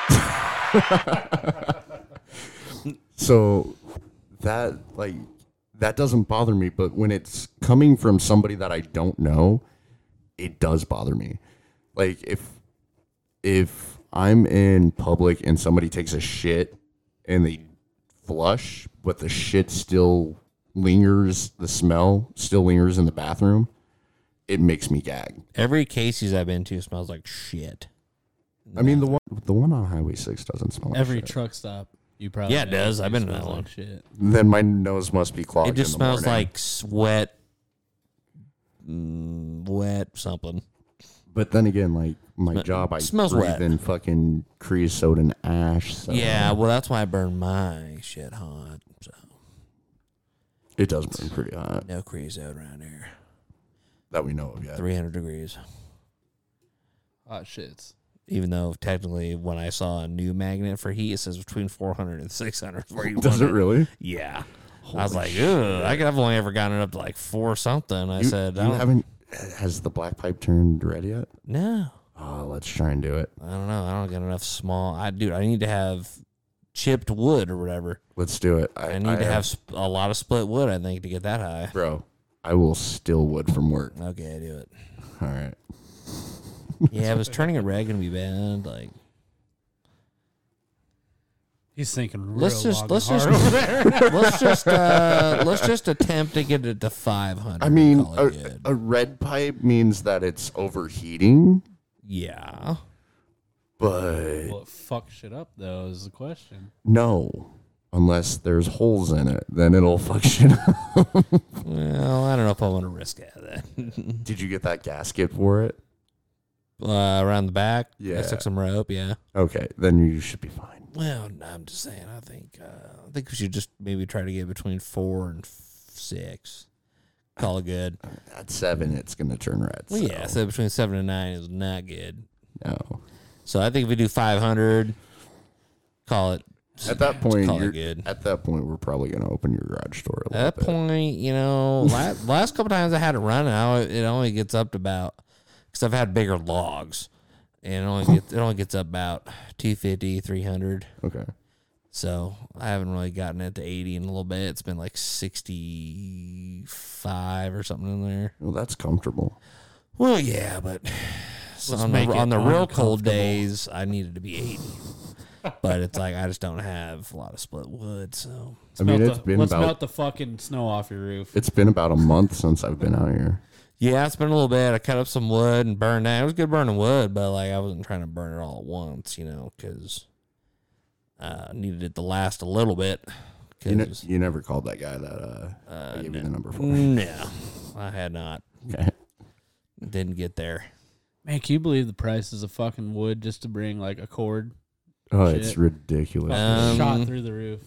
Speaker 4: so that like that doesn't bother me but when it's coming from somebody that i don't know it does bother me like if if i'm in public and somebody takes a shit and they flush but the shit still lingers the smell still lingers in the bathroom it makes me gag
Speaker 1: Every Casey's I've been to smells like shit.
Speaker 4: i mean the one the one on highway 6 doesn't smell like
Speaker 3: Every
Speaker 4: shit.
Speaker 3: truck stop you probably
Speaker 1: Oh, Yeah, it does. I've been in that
Speaker 3: smells like
Speaker 1: one.
Speaker 3: Shit.
Speaker 4: Then my nose must be clogged.
Speaker 1: It just
Speaker 4: in the
Speaker 1: smells
Speaker 4: morning.
Speaker 1: like sweat, mm, wet something.
Speaker 4: But then again, like my
Speaker 1: Sm-
Speaker 4: job, I
Speaker 1: smells
Speaker 4: breathe
Speaker 1: wet.
Speaker 4: in fucking creosote and ash. So
Speaker 1: Yeah, well, that's why I burn my shit hot. So
Speaker 4: it does burn pretty hot
Speaker 1: no crease out around here.
Speaker 4: that we know of yet.
Speaker 1: Three hundred degrees.
Speaker 3: Hot shits.
Speaker 1: Even though technically, when I saw a new magnet for heat, it says between 400 and 600. Where you
Speaker 4: Does
Speaker 1: want
Speaker 4: it really?
Speaker 1: Yeah. I was like, Ugh, I could have only ever gotten it up to like four something. I
Speaker 4: you,
Speaker 1: said,
Speaker 4: you
Speaker 1: I don't,
Speaker 4: haven't. Has the black pipe turned red yet?
Speaker 1: no,
Speaker 4: Oh, let's try and do it.
Speaker 1: I don't know. I don't get enough small. I dude, I need to have chipped wood or whatever.
Speaker 4: Let's do it. I,
Speaker 1: I need to have sp- a lot of split wood. I think to get that high.
Speaker 4: bro. I will steal wood from work.
Speaker 1: Okay, I do it.
Speaker 4: All right.
Speaker 1: Yeah, I was turning a red gonna be bad. Like,
Speaker 3: He's thinking real
Speaker 1: Let's just-
Speaker 3: long
Speaker 1: let's
Speaker 3: and
Speaker 1: just-
Speaker 3: hard over there.
Speaker 1: let's just uh let's just attempt to get it to 500.
Speaker 4: I mean, uh,
Speaker 1: and call it
Speaker 4: a,
Speaker 1: good.
Speaker 4: a red pipe means that it's overheating,
Speaker 1: yeah,
Speaker 4: but
Speaker 3: Will it fuck shit up though? Is the question.
Speaker 4: no. unless there's holes in it, then it'll fuck shit up.
Speaker 1: Well, I don't know if I want to risk that.
Speaker 4: Did you get that gasket for it?
Speaker 1: Uh, around the back, I
Speaker 4: Yeah.
Speaker 1: stuck some rope. Yeah.
Speaker 4: Okay, then you should be fine.
Speaker 1: Well, no, I'm just saying. I think uh, I think we should just maybe try to get between four and f- six. Call it good.
Speaker 4: At seven, it's gonna turn red.
Speaker 1: Well, yeah,
Speaker 4: so-
Speaker 1: so between seven and nine is not good.
Speaker 4: no.
Speaker 1: So I think if we do 500, call it.
Speaker 4: At that point,
Speaker 1: call it
Speaker 4: you're,
Speaker 1: good.
Speaker 4: at that point, we're probably gonna open your garage door a little
Speaker 1: At that
Speaker 4: bit.
Speaker 1: point, you know, last, last couple times I had it running, I, it only gets up to about because I've had bigger logs, and it only gets it only gets up about 250, 300.
Speaker 4: Okay.
Speaker 1: So I haven't really gotten it to 80 in a little bit. It's been like 65 or something in there.
Speaker 4: Well, that's comfortable.
Speaker 1: Well, yeah, but so on, the,
Speaker 3: make it
Speaker 1: on the real
Speaker 3: uncomfortable.
Speaker 1: cold days, I needed to be 80. but it's like I just don't have a lot of split wood, so
Speaker 4: I mean,
Speaker 3: Melt
Speaker 4: it's
Speaker 3: the-
Speaker 4: been
Speaker 3: let's
Speaker 4: about
Speaker 3: melt the fucking snow off your roof.
Speaker 4: it's been about a month since I've been out here.
Speaker 1: yeah, it's been a little bit. I cut up some wood and burned that. It was good burning wood, but like I wasn't trying to burn it all at once, you know, because uh, needed it to last a little bit.
Speaker 4: You, ne-
Speaker 1: 'cause-
Speaker 4: you never called that guy that uh, I gave you the number
Speaker 1: Mm.
Speaker 4: for.
Speaker 1: no, I had not.
Speaker 4: Okay.
Speaker 1: Didn't get there.
Speaker 3: Man, can you believe the prices of fucking wood just to bring like a cord
Speaker 4: Oh,
Speaker 3: Shit.
Speaker 4: it's ridiculous.
Speaker 1: Um,
Speaker 3: shot through the roof?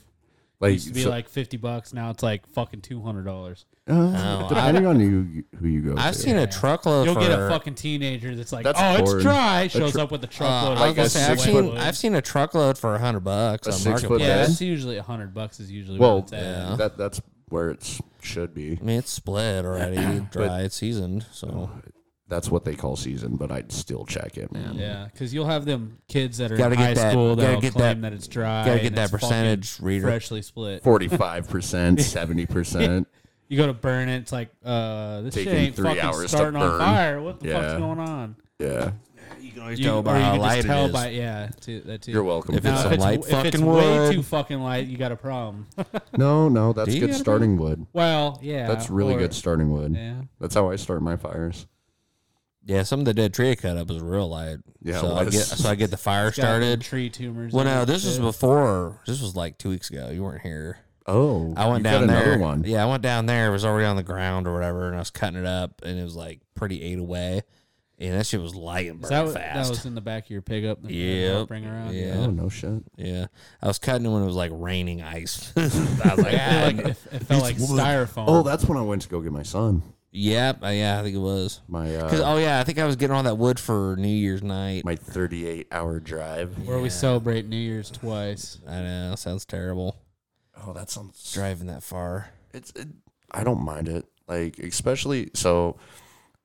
Speaker 4: like,
Speaker 3: used to be
Speaker 4: so-
Speaker 3: like fifty bucks. Now it's like fucking two hundred dollars.
Speaker 4: uh, depending on you, who you go
Speaker 1: I've
Speaker 4: to.
Speaker 1: seen a truckload.
Speaker 3: You'll
Speaker 1: for,
Speaker 3: get a fucking teenager that's like,
Speaker 4: That's
Speaker 3: oh,
Speaker 4: corn.
Speaker 3: it's dry.
Speaker 4: A
Speaker 3: Shows
Speaker 4: tr-
Speaker 3: up with a
Speaker 1: Uh,
Speaker 3: truckload.
Speaker 1: I was
Speaker 3: like
Speaker 1: gonna
Speaker 3: a
Speaker 1: say, I've
Speaker 3: sweat
Speaker 1: seen
Speaker 3: wood.
Speaker 1: I've seen a truckload for a hundred bucks
Speaker 4: A
Speaker 1: on
Speaker 4: six-foot
Speaker 1: marketplace.
Speaker 3: yeah,
Speaker 4: bed.
Speaker 3: that's usually a hundred bucks is usually
Speaker 4: Well,
Speaker 3: what it's at.
Speaker 1: Yeah.
Speaker 4: that that's where it should be.
Speaker 1: I mean, it's split already, dry, it's seasoned. So
Speaker 4: That's what they call season, but I'd still check it, man.
Speaker 3: Yeah, because you'll have them kids that are
Speaker 1: Gotta
Speaker 3: in
Speaker 1: get
Speaker 3: high
Speaker 1: that-
Speaker 3: school
Speaker 1: gotta
Speaker 3: that'll
Speaker 1: get
Speaker 3: claim
Speaker 1: that-
Speaker 3: that, it's dry.
Speaker 1: gotta get
Speaker 3: and
Speaker 1: that
Speaker 3: it's fucking
Speaker 1: percentage reader.
Speaker 3: freshly split.
Speaker 4: Forty-five percent, seventy percent.
Speaker 3: You go to burn it, it's like, uh, this shit
Speaker 4: Taking
Speaker 3: ain't
Speaker 4: three hours
Speaker 3: fucking
Speaker 4: to
Speaker 3: starting on
Speaker 4: burn.
Speaker 3: fire. What the fuck's
Speaker 4: Yeah.
Speaker 3: going on?
Speaker 4: Yeah,
Speaker 1: Oh, you,
Speaker 3: You, or you can just tell by yeah, too, that too.
Speaker 4: you're welcome.
Speaker 1: If
Speaker 4: for
Speaker 1: it's
Speaker 3: Now,
Speaker 1: some
Speaker 3: if
Speaker 4: that.
Speaker 3: it's,
Speaker 1: light
Speaker 3: if it's
Speaker 1: fucking
Speaker 3: way
Speaker 1: wood.
Speaker 3: too fucking light, you got a problem.
Speaker 4: no, no, that's
Speaker 1: you
Speaker 4: good
Speaker 1: gotta
Speaker 4: starting wood.
Speaker 3: well, yeah,
Speaker 4: That's really
Speaker 3: or-
Speaker 4: good starting wood.
Speaker 3: Yeah,
Speaker 4: That's how I start my fires.
Speaker 1: Yeah, some of the dead tree I cut up was real light.
Speaker 4: Yeah, it
Speaker 1: so I
Speaker 4: was.
Speaker 1: get so I get the fire
Speaker 3: Got
Speaker 1: started.
Speaker 3: tree tumors.
Speaker 1: Well,
Speaker 3: in
Speaker 1: no,
Speaker 3: it,
Speaker 1: this was
Speaker 3: too.
Speaker 1: before. This was like two weeks ago. You weren't here.
Speaker 4: Oh,
Speaker 1: I went
Speaker 4: you
Speaker 1: down
Speaker 4: got
Speaker 1: there.
Speaker 4: Another one.
Speaker 1: Yeah, I went down there. It was already on the ground or whatever, and I was cutting it up, and it was like pretty ate away, and that shit was lighting
Speaker 3: Is that,
Speaker 1: burning
Speaker 3: what- that
Speaker 1: fast.
Speaker 3: was in the back of your pickup. that you
Speaker 1: Yep.
Speaker 3: Bring around.
Speaker 1: Yeah.
Speaker 4: Oh no shit.
Speaker 1: yeah, I was cutting it when it was like raining ice. I was like,
Speaker 3: It,
Speaker 1: "Ah,
Speaker 3: like, it, it felt like styrofoam.
Speaker 4: Oh, that's when I went to go get my son.
Speaker 1: Yep. uh, yeah, I think it was.
Speaker 4: My
Speaker 1: 'Cause-
Speaker 4: uh,
Speaker 1: oh yeah, I think I was getting all that wood for New Year's night.
Speaker 4: my 38 hour drive.
Speaker 3: where we celebrate New Year's twice.
Speaker 1: I know, sounds terrible.
Speaker 4: Oh, that sounds
Speaker 1: Driving that far.
Speaker 4: It's it, I don't mind it. Like especially so.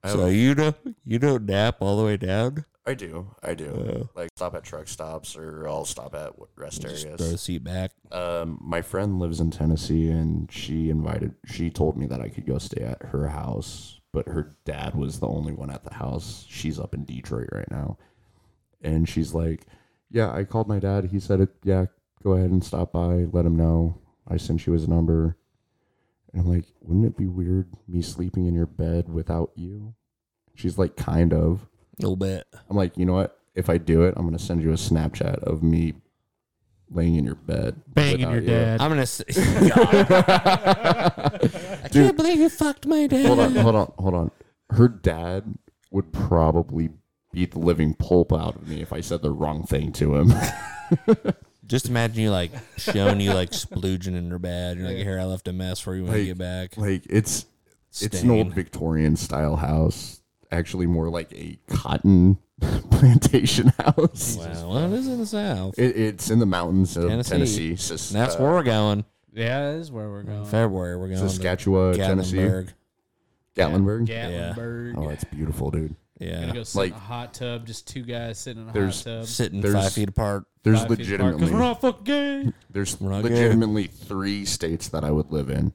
Speaker 4: I, have-
Speaker 1: you don't you don't nap all the way down?
Speaker 4: I do, I do. like stop at truck stops, or I'll stop at rest
Speaker 1: Just
Speaker 4: areas.
Speaker 1: throw the seat back.
Speaker 4: Um, my friend lives in Tennessee, and she invited. She told me that I could go stay at her house, but her dad was the only one at the house. She's up in Detroit right now, and she's like, "Yeah, I called my dad. He said, it, yeah, go ahead and stop by. Let him know I sent you his number." And I'm like, "Wouldn't it be weird me sleeping in your bed without you?" She's like, "Kind of."
Speaker 1: A little bit.
Speaker 4: I'm like, "You know what? If I do it, I'm gonna send you a Snapchat of me." Laying in your bed,
Speaker 3: Banging
Speaker 4: without
Speaker 3: your
Speaker 4: you."
Speaker 3: dad.
Speaker 1: I'm gonna say God, I can't believe you fucked my dad.
Speaker 4: hold on, hold on, hold on. Her dad would probably beat the living pulp out of me if I said the wrong thing to him.
Speaker 1: Just imagine you like showing you like splooging in her bed. You're like, here, I left a mess for you when you
Speaker 4: Like-
Speaker 1: get back.
Speaker 4: like it's it's an
Speaker 1: Stain.
Speaker 4: old Victorian style house, actually more like a cotton plantation house.
Speaker 1: Wow, well, it is in the south.
Speaker 4: It, it's in the mountains of
Speaker 1: Tennessee.
Speaker 4: Tennessee, Sis-
Speaker 1: And that's
Speaker 4: uh,
Speaker 1: where we're going.
Speaker 3: yeah, that is where we're going.
Speaker 1: February, we're going
Speaker 4: Saskatchewan,
Speaker 1: to
Speaker 4: Tennessee,
Speaker 1: Gatlinburg.
Speaker 4: Gatlinburg.
Speaker 3: Gatlinburg.
Speaker 4: Oh, it's beautiful, dude.
Speaker 3: Gonna
Speaker 1: Yeah,
Speaker 3: go sit in
Speaker 4: Oh, Like-
Speaker 3: a hot tub. Just two guys sitting in a hot
Speaker 4: There's
Speaker 3: tub.
Speaker 1: sitting
Speaker 4: There's-
Speaker 1: five feet apart.
Speaker 4: There's
Speaker 3: Five feet apart, 'cause we're
Speaker 4: legitimately
Speaker 3: not fucking gay.
Speaker 4: there's
Speaker 1: We're not gay.
Speaker 4: legitimately three states that I would live in,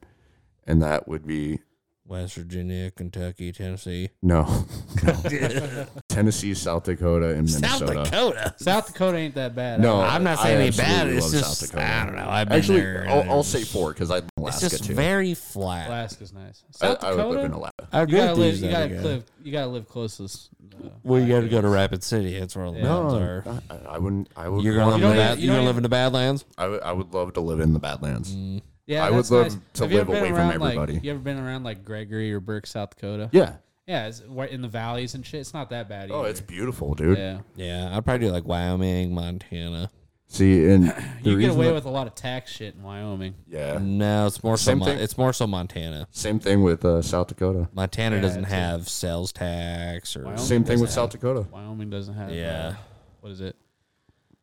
Speaker 4: and that would be
Speaker 1: West Virginia, Kentucky, Tennessee.
Speaker 4: No. Tennessee, South Dakota, and Minnesota.
Speaker 1: Dakota.
Speaker 3: South Dakota ain't that bad.
Speaker 4: No,
Speaker 1: I'm not saying
Speaker 4: I
Speaker 1: any bad.
Speaker 4: absolutely
Speaker 1: It's
Speaker 4: love
Speaker 1: just
Speaker 4: South Dakota.
Speaker 1: I don't know. I've been
Speaker 4: Actually,
Speaker 1: there. and
Speaker 4: I'll, I'll
Speaker 1: there's-
Speaker 4: say four because I
Speaker 1: It's
Speaker 4: Alaska
Speaker 1: just
Speaker 4: too.
Speaker 1: very flat.
Speaker 3: Alaska's nice.
Speaker 4: I,
Speaker 3: South
Speaker 4: I would
Speaker 3: Dakota.
Speaker 4: live in Alaska.
Speaker 1: I
Speaker 3: you gotta live. You gotta live. You gotta live close to this, uh,
Speaker 1: Well, you got to go to Rapid City. That's where all the mountains
Speaker 4: No,
Speaker 1: are.
Speaker 4: I, I wouldn't. I would.
Speaker 1: You're gonna live
Speaker 4: love,
Speaker 1: in the
Speaker 3: don't
Speaker 1: bad,
Speaker 3: even- you
Speaker 1: you're
Speaker 3: don't
Speaker 1: gonna live in the Badlands.
Speaker 4: I, would, I would love to live in the Badlands.
Speaker 1: Mm.
Speaker 3: Yeah,
Speaker 4: I would
Speaker 3: that's
Speaker 4: love
Speaker 3: nice.
Speaker 4: to
Speaker 3: Have you
Speaker 4: live
Speaker 3: ever been
Speaker 4: away from
Speaker 3: around, like-
Speaker 4: everybody.
Speaker 3: you ever been around like Gregory or Burke, South Dakota?
Speaker 4: Yeah.
Speaker 3: Yeah, it's right in the valleys and shit. It's not that bad.
Speaker 4: Oh,
Speaker 3: either.
Speaker 4: it's beautiful, dude.
Speaker 3: yeah.
Speaker 1: Yeah, I'd probably do like Wyoming, Montana.
Speaker 4: See, and
Speaker 3: You
Speaker 4: the
Speaker 3: get
Speaker 4: reason
Speaker 3: away
Speaker 4: that-
Speaker 3: with a lot of tax shit in Wyoming.
Speaker 4: yeah.
Speaker 1: No, it's more so.
Speaker 4: Same
Speaker 1: Mon-
Speaker 4: thing.
Speaker 1: it's more so Montana.
Speaker 4: Same thing with uh, South Dakota.
Speaker 1: Montana
Speaker 3: Yeah,
Speaker 1: doesn't
Speaker 3: it's a-
Speaker 1: have sales tax or
Speaker 3: Wyoming
Speaker 4: Same thing
Speaker 3: doesn't
Speaker 4: with
Speaker 3: have-
Speaker 4: South Dakota.
Speaker 3: Wyoming doesn't have.
Speaker 1: Yeah.
Speaker 3: uh, what is it?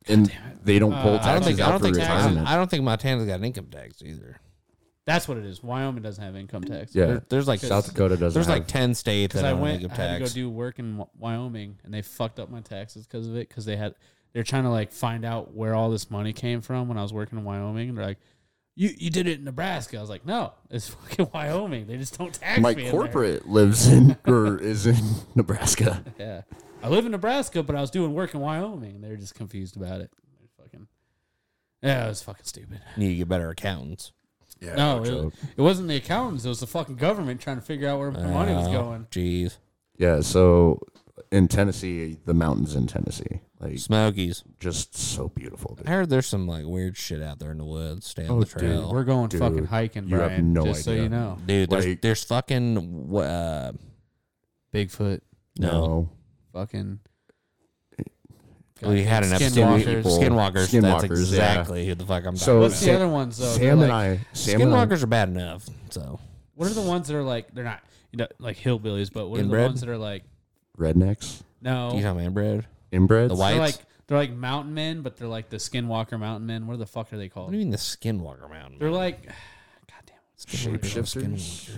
Speaker 4: And they don't pull
Speaker 1: Uh, I don't
Speaker 4: taxes
Speaker 1: think I
Speaker 4: out
Speaker 1: don't
Speaker 4: for
Speaker 1: think taxes,
Speaker 4: retirement.
Speaker 1: I don't think Montana's got an income tax either.
Speaker 3: That's what it is. Wyoming doesn't have income tax.
Speaker 4: Yeah.
Speaker 1: There- there's like
Speaker 4: South Dakota doesn't.
Speaker 1: there's like
Speaker 4: have-
Speaker 1: ten states
Speaker 3: because
Speaker 1: that
Speaker 3: I
Speaker 1: have
Speaker 3: went.
Speaker 1: income
Speaker 3: I had to go
Speaker 1: tax.
Speaker 3: do work in Wy- Wyoming, and they fucked up my taxes because of it. Because they had they're trying to like find out where all this money came from when I was working in Wyoming, and they're like, "You you did it in Nebraska." I was like, "No, it's fucking Wyoming. They just don't tax
Speaker 4: my
Speaker 3: me." in there."
Speaker 4: corporate lives in or is in Nebraska.
Speaker 3: Yeah, I live in Nebraska, but I was doing work in Wyoming, and they're just confused about it. They're fucking. Yeah, it was fucking stupid.
Speaker 1: Need to get better accountants.
Speaker 4: Yeah,
Speaker 3: No, it, it wasn't the accountants. It was the fucking government trying to figure out where my money was
Speaker 1: Oh,
Speaker 3: going.
Speaker 1: Jeez,
Speaker 4: Yeah, so in Tennessee, the mountains in Tennessee, like
Speaker 1: Smokies.
Speaker 4: just so beautiful.
Speaker 1: I
Speaker 4: Dude.
Speaker 1: heard there's some like weird shit out there in the woods. Stay on
Speaker 4: Oh,
Speaker 1: the
Speaker 4: dude,
Speaker 1: trail.
Speaker 3: We're going
Speaker 4: Dude,
Speaker 3: fucking hiking,
Speaker 4: you have
Speaker 3: Brian.
Speaker 4: no
Speaker 3: just so
Speaker 4: idea.
Speaker 3: you know,
Speaker 1: Dude, there's,
Speaker 4: Like-
Speaker 1: there's fucking wha- uh,
Speaker 3: Bigfoot.
Speaker 1: no.
Speaker 3: fucking.
Speaker 1: We had an episode.
Speaker 3: Skinwalkers.
Speaker 1: Skinwalkers. Skinwalkers. That's
Speaker 4: Skinwalkers, yeah.
Speaker 1: exactly who the fuck I'm
Speaker 4: So-
Speaker 1: talking
Speaker 3: What's
Speaker 4: Sam-
Speaker 3: the other ones though?
Speaker 4: Sam
Speaker 3: They're
Speaker 4: and
Speaker 3: like-
Speaker 4: I, Sam and I,
Speaker 1: about. Skinwalkers are bad enough. So
Speaker 3: What are the ones that are like they're not you know like hillbillies, but what are the
Speaker 1: Inbred?
Speaker 3: ones that are like
Speaker 4: rednecks,
Speaker 3: no?
Speaker 1: you know, man, bread.
Speaker 4: inbreds.
Speaker 1: The
Speaker 3: they're
Speaker 1: whites.
Speaker 3: like they're like mountain men, but they're like the skinwalker mountain men. What the fuck are they
Speaker 1: what do you
Speaker 3: called?
Speaker 1: mean the Skinwalker Mountain?
Speaker 3: They're like, goddamn,
Speaker 4: Shapeshifters.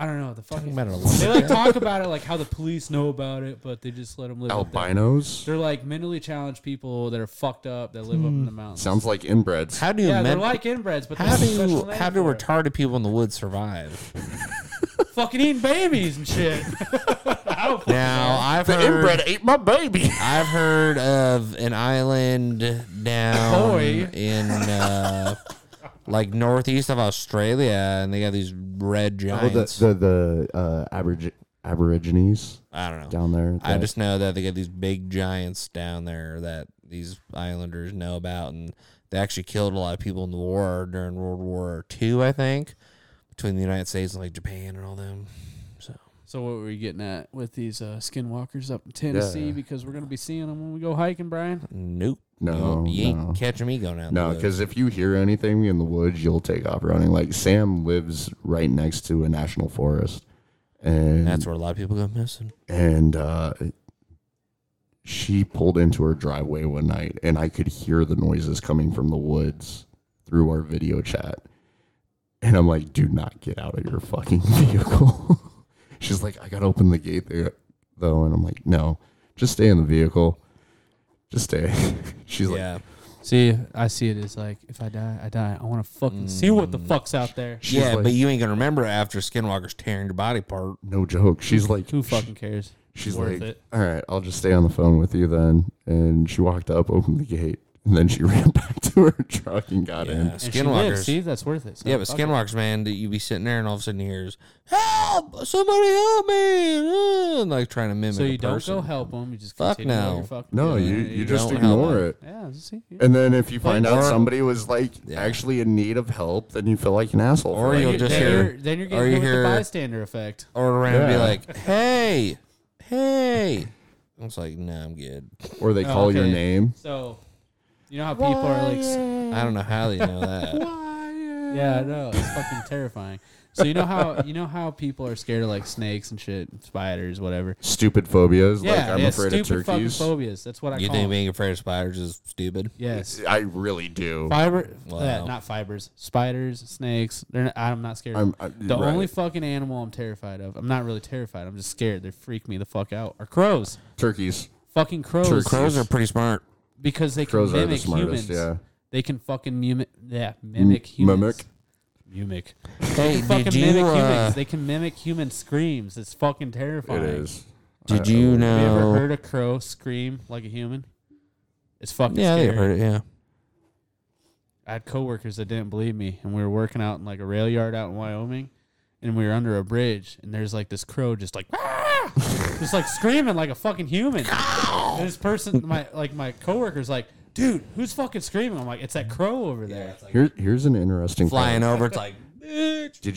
Speaker 3: I don't know the fuck.
Speaker 1: Talking about it a
Speaker 3: They
Speaker 1: lot.
Speaker 3: like talk about it like how the police know about it, but they just let them live. up there.
Speaker 4: albinos.
Speaker 3: They're like mentally challenged people that are fucked up that live up in the mountains.
Speaker 4: Sounds like inbreds.
Speaker 1: How do you
Speaker 3: yeah, they're
Speaker 1: Hmm. men-
Speaker 3: like inbreds, but
Speaker 1: how
Speaker 3: they have a
Speaker 1: do
Speaker 3: special name
Speaker 1: how do
Speaker 3: for it.
Speaker 1: retarded people in the woods survive?
Speaker 3: fucking eating babies and shit? I don't fucking
Speaker 1: Now
Speaker 3: know.
Speaker 1: I've
Speaker 4: the
Speaker 1: heard
Speaker 4: inbred ate my baby.
Speaker 1: I've heard of an island down
Speaker 3: Ahoy.
Speaker 1: in uh, like northeast of Australia, and they got these red
Speaker 4: Oh, the
Speaker 1: giants.
Speaker 4: the, the uh, aborig- aborigines
Speaker 1: I don't know.
Speaker 4: down there.
Speaker 1: I
Speaker 4: that-
Speaker 1: just know that they got these big giants down there that these islanders know about, and they actually killed a lot of people in the war during World War II, I think, between the United States and like Japan and all them.
Speaker 3: So what were we getting at with these uh, skinwalkers up in Tennessee? Because we're gonna be seeing them when we go hiking, Brian.
Speaker 1: Nope.
Speaker 4: No,
Speaker 1: you ain't
Speaker 4: no.
Speaker 1: catching me going out. in
Speaker 4: No,
Speaker 1: the woods.
Speaker 4: because if you hear anything in the woods, you'll take off running. Like Sam lives right next to a national forest, and
Speaker 1: that's where a lot of people go missing.
Speaker 4: and uh, she pulled into her driveway one night, and I could hear the noises coming from the woods through our video chat. And I'm like, "Do not get out of your fucking vehicle." She's like, "I gotta open the gate there, though," and I'm like, "No, just stay in the vehicle, just stay." She's like,
Speaker 1: yeah.
Speaker 3: See, I see it as like if I die, I die. I want to fucking see what
Speaker 1: Mm.
Speaker 3: the fuck's out there.
Speaker 4: she's
Speaker 1: yeah,
Speaker 4: like-
Speaker 1: but you ain't gonna remember after Skinwalker's tearing your body apart.
Speaker 4: "No joke." She's like,
Speaker 3: Who fucking cares?
Speaker 4: She's
Speaker 3: Worth
Speaker 4: like,
Speaker 3: it.
Speaker 4: "All right, I'll just stay on the phone with you then." And she walked up, opened the gate, and then she ran back to her truck and got in.
Speaker 1: Yeah,
Speaker 3: And she lives,
Speaker 1: Skinwalkers.
Speaker 3: See, that's worth it. So
Speaker 1: yeah, but
Speaker 3: fuck
Speaker 1: Skinwalkers, man, that you be sitting there and all of a sudden you hears, "Help! Somebody help me!" uh," and like trying to
Speaker 3: it.
Speaker 1: mimic.
Speaker 3: So
Speaker 1: a
Speaker 3: you don't
Speaker 1: person.
Speaker 3: go help them. You just
Speaker 1: Fuck
Speaker 3: continue what
Speaker 1: no.
Speaker 3: you're fucking
Speaker 4: No,
Speaker 3: doing.
Speaker 4: you you
Speaker 1: don't
Speaker 4: just
Speaker 1: help
Speaker 4: ignore
Speaker 1: her.
Speaker 4: it.
Speaker 3: Yeah, see. yeah.
Speaker 4: And then if you find out
Speaker 1: Or-
Speaker 4: somebody was like actually in need of help, then you feel like an asshole.
Speaker 1: Or
Speaker 4: for
Speaker 1: you'll
Speaker 4: it.
Speaker 1: just
Speaker 3: then,
Speaker 1: hear-
Speaker 3: you're, then you're
Speaker 1: or
Speaker 3: getting
Speaker 1: you
Speaker 3: hit with
Speaker 1: hear-
Speaker 3: the bystander effect.
Speaker 1: or around and be
Speaker 4: Yeah.
Speaker 1: like, "Hey, hey!" I was like, "No, I'm good."
Speaker 4: or
Speaker 1: Oh,
Speaker 4: they call your
Speaker 3: okay.
Speaker 4: name.
Speaker 3: So, you know how people are like, s-
Speaker 1: I don't know how they know that.
Speaker 3: yeah, no, it's fucking terrifying. So you know how you know how people are scared of like snakes and shit, spiders, whatever.
Speaker 4: Stupid phobias,
Speaker 3: Yeah,
Speaker 4: like I'm
Speaker 3: yeah,
Speaker 4: afraid of
Speaker 3: stupid fucking
Speaker 4: turkeys.
Speaker 3: phobias. That's what I
Speaker 1: you
Speaker 3: call
Speaker 1: think
Speaker 3: them.
Speaker 1: being afraid of spiders is stupid?
Speaker 3: Yes,
Speaker 4: I really do.
Speaker 3: fiber.
Speaker 1: Wow.
Speaker 3: yeah, not fibers. Spiders, snakes. They're not, I'm not scared.
Speaker 4: I'm-
Speaker 3: of
Speaker 4: I-
Speaker 3: them. the
Speaker 4: right.
Speaker 3: only fucking animal I'm terrified of. I'm not really terrified. I'm just scared. They freak me the fuck out. Are crows?
Speaker 4: Turkeys.
Speaker 3: Fucking crows.
Speaker 4: Turkeys.
Speaker 1: Crows are pretty smart.
Speaker 3: because they
Speaker 4: Crows
Speaker 3: can
Speaker 4: are the
Speaker 3: mimic
Speaker 4: smartest,
Speaker 3: humans.
Speaker 4: yeah.
Speaker 3: They can fucking mimic. Yeah, mimic humans.
Speaker 4: mimic.
Speaker 3: Mimic.
Speaker 1: Hey,
Speaker 3: fucking
Speaker 1: did you?
Speaker 3: mimic
Speaker 1: uh,
Speaker 3: humans. They can mimic human screams. It's fucking terrifying.
Speaker 4: It is.
Speaker 1: did you
Speaker 3: Have you ever
Speaker 1: know?
Speaker 3: heard a crow scream like a human? It's fucking
Speaker 1: Yeah, they
Speaker 3: scary.
Speaker 1: heard it. Yeah.
Speaker 3: I had coworkers that didn't believe me, and we were working out in like a rail yard out in Wyoming, and we were under a bridge, and there's like this crow just like, "Ah!" just like screaming like a fucking human. And this person, my like my coworker's like, dude, who's fucking screaming? I'm like, it's that crow over there.
Speaker 4: Here, here's an interesting
Speaker 1: Flying
Speaker 4: fact.
Speaker 1: over, it's like
Speaker 4: Did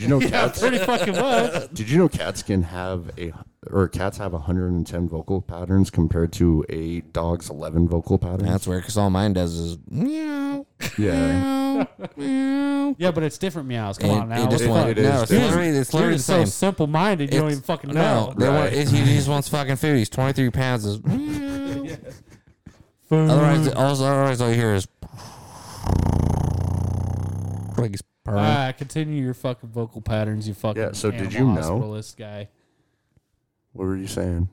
Speaker 4: you know cats?
Speaker 3: Pretty fucking was.
Speaker 4: Did you know cats can have a or cats have 110 vocal patterns compared to a dog's 11 vocal patterns?
Speaker 1: that's weird because all mine does is meow, meow,
Speaker 4: yeah.
Speaker 1: meow.
Speaker 3: Yeah, but it's different meows. Come
Speaker 1: It-
Speaker 3: on now.
Speaker 1: it
Speaker 3: What
Speaker 1: just
Speaker 3: the
Speaker 1: went-
Speaker 3: fuck?
Speaker 4: It
Speaker 1: no,
Speaker 4: is
Speaker 1: it's
Speaker 4: different.
Speaker 1: literally, it's
Speaker 3: You're
Speaker 1: literally the
Speaker 3: just so
Speaker 1: same.
Speaker 3: simple minded. You don't
Speaker 1: It's-
Speaker 3: even fucking
Speaker 1: No,
Speaker 3: know.
Speaker 1: they want-
Speaker 4: Right.
Speaker 1: it's- he just wants fucking food. He's 23 pounds. Is mm. otherwise, also, otherwise, all you hear is like he's purring.
Speaker 3: All right, continue your fucking vocal patterns. You fucking
Speaker 4: Yeah, so did
Speaker 3: animal
Speaker 4: you know-
Speaker 3: hospitalist guy.
Speaker 4: What were you saying?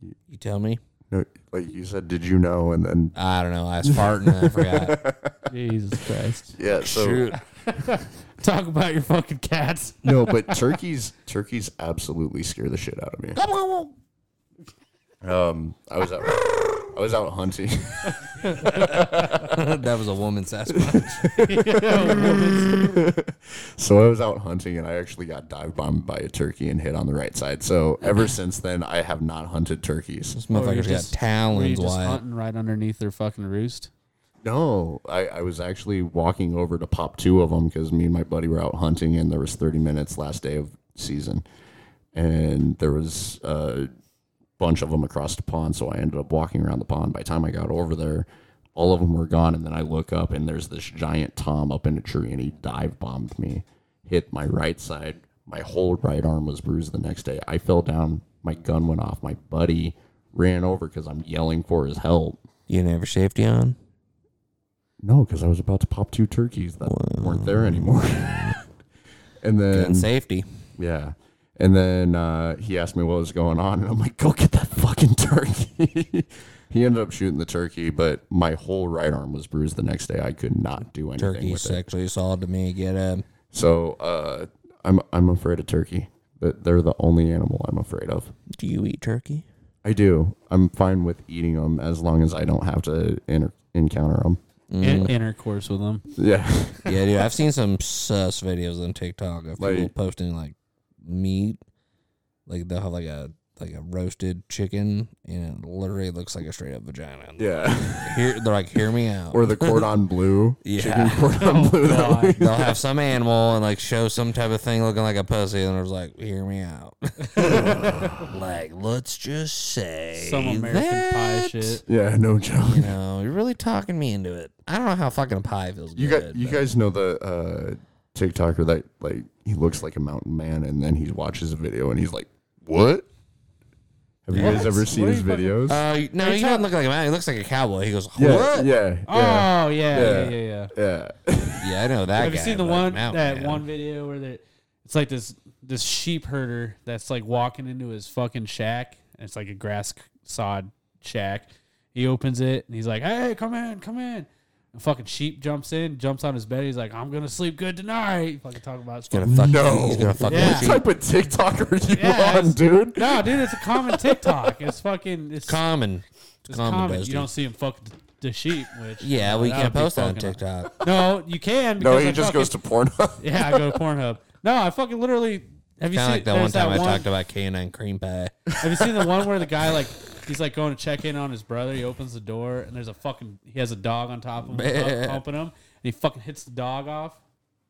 Speaker 1: you tell me.
Speaker 4: No, like you said, did you know? And then
Speaker 1: I don't know. I was farting. and I forgot.
Speaker 3: Jesus Christ!
Speaker 4: yeah. So
Speaker 1: Shoot.
Speaker 3: Talk about your fucking cats.
Speaker 4: no, but turkeys turkeys absolutely scare the shit out of me. Um, I was out I was out hunting.
Speaker 1: that was a woman Sasquatch.
Speaker 4: So I was out hunting and I actually got dive bombed by a turkey and hit on the right side. So ever since then, I have not hunted turkeys.
Speaker 1: This
Speaker 3: Or you
Speaker 1: motherfucker's got
Speaker 3: just- Were you
Speaker 1: talons.
Speaker 3: just
Speaker 1: Wyatt.
Speaker 3: hunting right underneath their fucking roost?
Speaker 4: No, I, I was actually walking over to pop two of them because me and my buddy were out hunting and there was 30 minutes last day of season. And there was a bunch of them across the pond. So I ended up walking around the pond. By the time I got over there, all of them were gone. And then I look up and there's this giant Tom up in a tree and he dive bombed me, hit my right side. My whole right arm was bruised the next day. I fell down. My gun went off. My buddy ran over because I'm yelling for his help.
Speaker 1: You never safety on.
Speaker 4: No, because I was about to pop two turkeys that weren't there anymore. and then
Speaker 1: And safety.
Speaker 4: yeah, and then uh, he asked me what was going on, and I'm like, "Go get that fucking turkey." he ended up shooting the turkey, but my whole right arm was bruised the next day. I could not do anything
Speaker 1: Turkey
Speaker 4: with it.
Speaker 1: sexually assaulted me. Get um, him.
Speaker 4: So uh, I'm I'm afraid of turkey. That they're the only animal I'm afraid of.
Speaker 1: Do you eat turkey?
Speaker 4: I do. I'm fine with eating them as long as I don't have to inter- encounter them.
Speaker 1: Mm-hmm.
Speaker 3: In- intercourse with them.
Speaker 4: Yeah.
Speaker 1: Yeah, dude. I've seen some sus videos on TikTok of people
Speaker 4: Like-
Speaker 1: posting like meat. Like they'll have like a like a roasted chicken, and it literally looks like a straight up vagina.
Speaker 4: Yeah.
Speaker 1: Hear, they're like, hear me out.
Speaker 4: or the cordon bleu.
Speaker 1: Yeah.
Speaker 4: Chicken cordon bleu. that we
Speaker 1: They'll have some animal and like show some type of thing looking like a pussy, and it's like, hear me out. like, let's just say
Speaker 3: Some American pie
Speaker 1: that,
Speaker 3: shit.
Speaker 4: Yeah, no joke.
Speaker 1: You know, you're really talking me into it. I don't know how fucking a pie feels.
Speaker 4: You
Speaker 1: good,
Speaker 4: got you
Speaker 1: but-
Speaker 4: guys know the uh TikToker that like he looks like a mountain man and then he watches a video and he's like, What? Have you guys
Speaker 3: What?
Speaker 4: ever seen
Speaker 3: What are
Speaker 4: his
Speaker 3: you fucking-
Speaker 4: videos?
Speaker 1: Uh, no, he doesn't look like a man. He looks like a cowboy. He goes,
Speaker 4: yeah,
Speaker 1: what? Yeah,
Speaker 4: yeah, yeah,
Speaker 3: Oh yeah, yeah, yeah,
Speaker 4: Yeah.
Speaker 3: yeah.
Speaker 4: yeah.
Speaker 1: I know that
Speaker 3: Have
Speaker 1: guy.
Speaker 3: you seen the
Speaker 1: but
Speaker 3: one
Speaker 1: now,
Speaker 3: that
Speaker 1: man.
Speaker 3: one video where the, it's like this this sheep herder that's like walking into his fucking shack and it's like a grass sod shack. He opens it and he's like, "Hey, come in, come in." A fucking sheep jumps in, jumps on his bed. He's like, "I'm gonna sleep good tonight." Fucking talking about his
Speaker 1: Gonna
Speaker 3: fucking-
Speaker 1: fuck
Speaker 4: No.
Speaker 1: He's gonna fuck
Speaker 3: Yeah.
Speaker 1: yeah.
Speaker 4: What type of TikToker are you
Speaker 3: Yeah,
Speaker 4: on,
Speaker 3: it's-
Speaker 4: dude?
Speaker 3: no, dude, it's a common TikTok. It's fucking it's,
Speaker 1: Common.
Speaker 3: it's
Speaker 1: common,
Speaker 3: common.
Speaker 1: Dusty.
Speaker 3: You don't see him fuck the, the sheep, which
Speaker 1: Yeah,
Speaker 3: you know,
Speaker 1: we
Speaker 3: that
Speaker 1: can't
Speaker 3: would be
Speaker 1: post that on
Speaker 3: fucking-
Speaker 1: TikTok.
Speaker 3: No, you can.
Speaker 4: No,
Speaker 3: because
Speaker 4: he
Speaker 3: I
Speaker 4: just
Speaker 3: fucking-
Speaker 4: goes to Pornhub.
Speaker 3: Yeah, I go to Pornhub. No, I fucking literally. Have you
Speaker 1: Kind of
Speaker 3: seen
Speaker 1: like that one
Speaker 3: there's
Speaker 1: time I
Speaker 3: one-
Speaker 1: talked about canine cream pie.
Speaker 3: Have you seen the one where the guy like he's like going to check in on his brother? He opens the door and there's a fucking he has a dog on top of him, pumping him, and he fucking hits the dog off.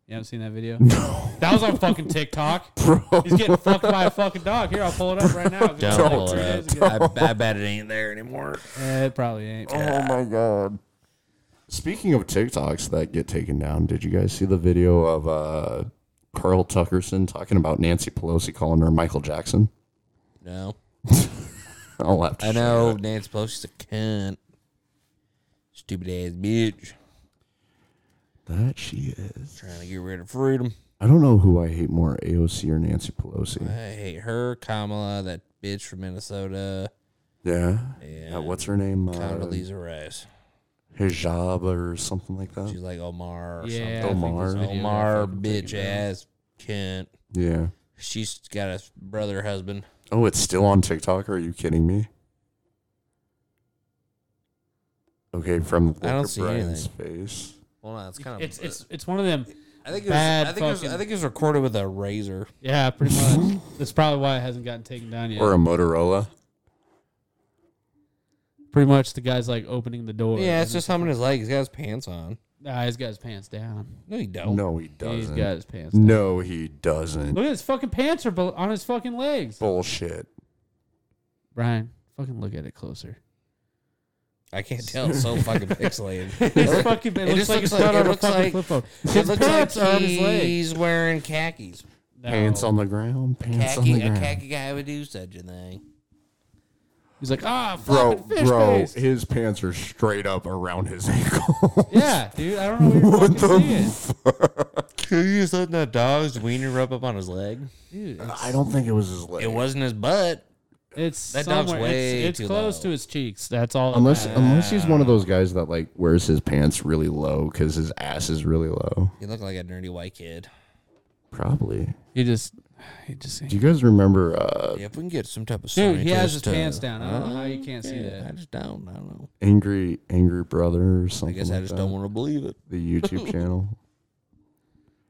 Speaker 3: You haven't seen that video? No. That was on fucking TikTok.
Speaker 4: Bro.
Speaker 3: He's getting fucked by a fucking dog. Here, I'll pull it up right now. It was
Speaker 1: Don't
Speaker 3: like
Speaker 1: pull
Speaker 3: three
Speaker 1: it
Speaker 3: days ago.
Speaker 1: up. I, I bet it ain't there anymore.
Speaker 3: Eh, it probably ain't.
Speaker 4: Oh my god. Speaking of TikToks that get taken down, did you guys see the video of uh Carl Tuckerson talking about Nancy Pelosi calling her Michael Jackson?
Speaker 1: No.
Speaker 4: I'll have to
Speaker 1: I
Speaker 4: share
Speaker 1: know
Speaker 4: it.
Speaker 1: Nancy Pelosi's a cunt. Stupid ass bitch.
Speaker 4: That she is.
Speaker 1: Trying to get rid of freedom.
Speaker 4: I don't know who I hate more, AOC or Nancy Pelosi.
Speaker 1: I hate her, Kamala, that bitch from Minnesota,
Speaker 4: Yeah. Yeah. what's her name?
Speaker 3: Um,
Speaker 4: Uh,
Speaker 1: Condoleezza Rice.
Speaker 4: Hijab or something like that.
Speaker 1: She's like Omar or
Speaker 3: Yeah,
Speaker 1: something.
Speaker 4: Omar.
Speaker 3: I think this video
Speaker 1: Omar,
Speaker 3: got fucking taken
Speaker 1: bitch
Speaker 3: down.
Speaker 1: ass cunt.
Speaker 4: Yeah.
Speaker 1: She's got a brother husband.
Speaker 4: Oh, it's still on TikTok? Are you kidding me? Okay, from
Speaker 1: I don't
Speaker 4: look at
Speaker 1: see
Speaker 4: Brian's face.
Speaker 1: Well, no, it's kind of
Speaker 3: It's it's it's one of them.
Speaker 1: I think it was,
Speaker 3: Bad
Speaker 1: I think it was,
Speaker 3: fucking-
Speaker 1: I think it was recorded with a razor.
Speaker 3: Yeah, pretty much. That's probably why it hasn't gotten taken down yet.
Speaker 6: Or a Motorola.
Speaker 3: pretty much the guy's like opening the door.
Speaker 1: Yeah, it's
Speaker 3: and
Speaker 1: just humping his leg. He's got his pants on.
Speaker 3: Nah, he's got his pants down.
Speaker 1: No, you don't.
Speaker 6: No, he
Speaker 3: He's
Speaker 6: doesn't.
Speaker 3: got his pants. Down.
Speaker 6: no, he doesn't.
Speaker 3: Look at his fucking pants are bel- on his fucking legs.
Speaker 6: Bullshit.
Speaker 3: Brian, fucking look at it closer.
Speaker 1: I can't tell. It's so fucking pixelated.
Speaker 3: It's fucking. It,
Speaker 1: it
Speaker 3: looks
Speaker 1: just
Speaker 3: like
Speaker 1: looks
Speaker 3: it's
Speaker 1: like-
Speaker 3: done
Speaker 1: it
Speaker 3: on a
Speaker 1: looks
Speaker 3: fucking
Speaker 1: like-
Speaker 3: flip phone.
Speaker 1: It
Speaker 3: His
Speaker 1: looks
Speaker 3: pants are
Speaker 1: like
Speaker 3: on his legs.
Speaker 1: he's wearing khakis.
Speaker 3: No.
Speaker 4: Pants on the ground. Pants on
Speaker 1: Khaki,
Speaker 4: the
Speaker 1: a
Speaker 4: ground.
Speaker 1: khaki guy would do such a thing.
Speaker 3: He's like, ah,
Speaker 4: Bro,
Speaker 3: fucking fish
Speaker 4: bro,
Speaker 3: face."
Speaker 4: his pants are straight up around his ankle.
Speaker 3: Yeah, dude. I don't know where you're
Speaker 4: What
Speaker 3: fucking
Speaker 4: the
Speaker 3: seeing.
Speaker 1: Can you just let that dog's wiener rub up on his leg?
Speaker 3: Dude,
Speaker 4: I don't think it was his leg.
Speaker 1: It wasn't his butt.
Speaker 3: it's
Speaker 1: That
Speaker 3: somewhere.
Speaker 1: dog's way
Speaker 3: it's,
Speaker 1: too
Speaker 3: it's close
Speaker 1: low.
Speaker 3: to his cheeks. That's all.
Speaker 4: Unless, unless he's one of those guys that like wears his pants really low because his ass is really low.
Speaker 1: He looked like a nerdy white kid.
Speaker 4: Probably.
Speaker 3: he just, he just.
Speaker 4: Do you guys remember? Uh,
Speaker 1: Yeah, if we can get some type of
Speaker 3: Dude, he has his
Speaker 1: scientist, uh,
Speaker 3: pants down. I don't know how you
Speaker 1: uh,
Speaker 3: can't see
Speaker 1: yeah,
Speaker 3: that.
Speaker 1: I just don't. I don't know.
Speaker 4: angry, angry brother or
Speaker 1: I
Speaker 4: something.
Speaker 1: guess I
Speaker 4: like
Speaker 1: just
Speaker 4: that?
Speaker 1: don't want to believe it.
Speaker 4: the YouTube channel.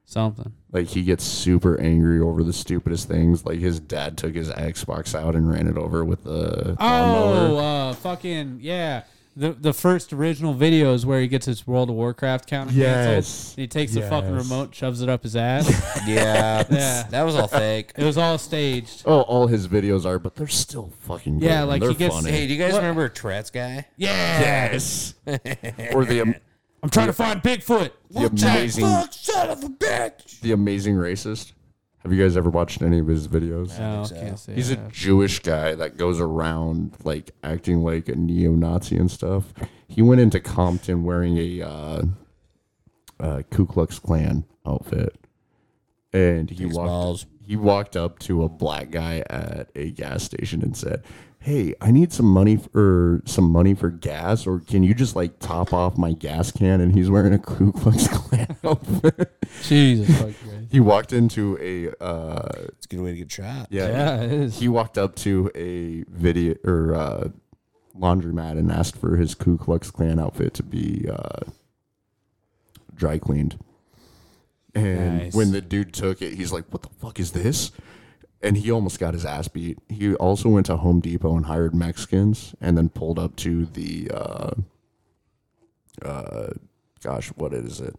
Speaker 3: Something.
Speaker 4: Like he gets super angry over the stupidest things. Like his dad took his Xbox out and ran it over with the
Speaker 3: Oh,
Speaker 4: lawnmower.
Speaker 3: uh, fucking yeah. The the first original video is where he gets his World of Warcraft account
Speaker 4: Yes.
Speaker 3: canceled. And he takes the fucking
Speaker 4: Yes.
Speaker 3: remote, shoves it up his ass.
Speaker 1: Yeah,
Speaker 3: Yeah.
Speaker 1: that was all fake.
Speaker 3: it was all staged.
Speaker 4: Oh, all his videos are, but they're still fucking.
Speaker 3: Yeah,
Speaker 4: good.
Speaker 3: like,
Speaker 4: They're
Speaker 3: he gets-
Speaker 4: funny.
Speaker 1: Hey, do you guys remember Tourette's guy?
Speaker 3: Yeah.
Speaker 4: yes. or the um,
Speaker 3: I'm trying to find Bigfoot.
Speaker 4: the amazing
Speaker 1: son of a bitch!
Speaker 4: the amazing racist. Have you guys ever watched any of his videos?
Speaker 3: No, can't say
Speaker 4: He's a
Speaker 3: that.
Speaker 4: Jewish guy that goes around like acting like a neo-Nazi and stuff. He went into Compton wearing a uh, uh, Ku Klux Klan outfit, and he
Speaker 1: Big
Speaker 4: walked.
Speaker 1: smiles.
Speaker 4: He walked up to a black guy at a gas station and said, "Hey, I need some money for some money for gas, or can you just like top off my gas can?" And he's wearing a Ku Klux Klan outfit.
Speaker 3: Jesus fucking Christ.
Speaker 4: he walked into a uh,
Speaker 1: It's a good way to get shot.
Speaker 3: Yeah, it is.
Speaker 4: he walked up to a video or uh, laundromat and asked for his Ku Klux Klan outfit to be uh, dry cleaned. And
Speaker 3: Nice.
Speaker 4: when the dude took it, he's like, "What the fuck is this?" And he almost got his ass beat. He also went to Home Depot and hired Mexicans, and then pulled up to the, uh, uh, gosh, what is it?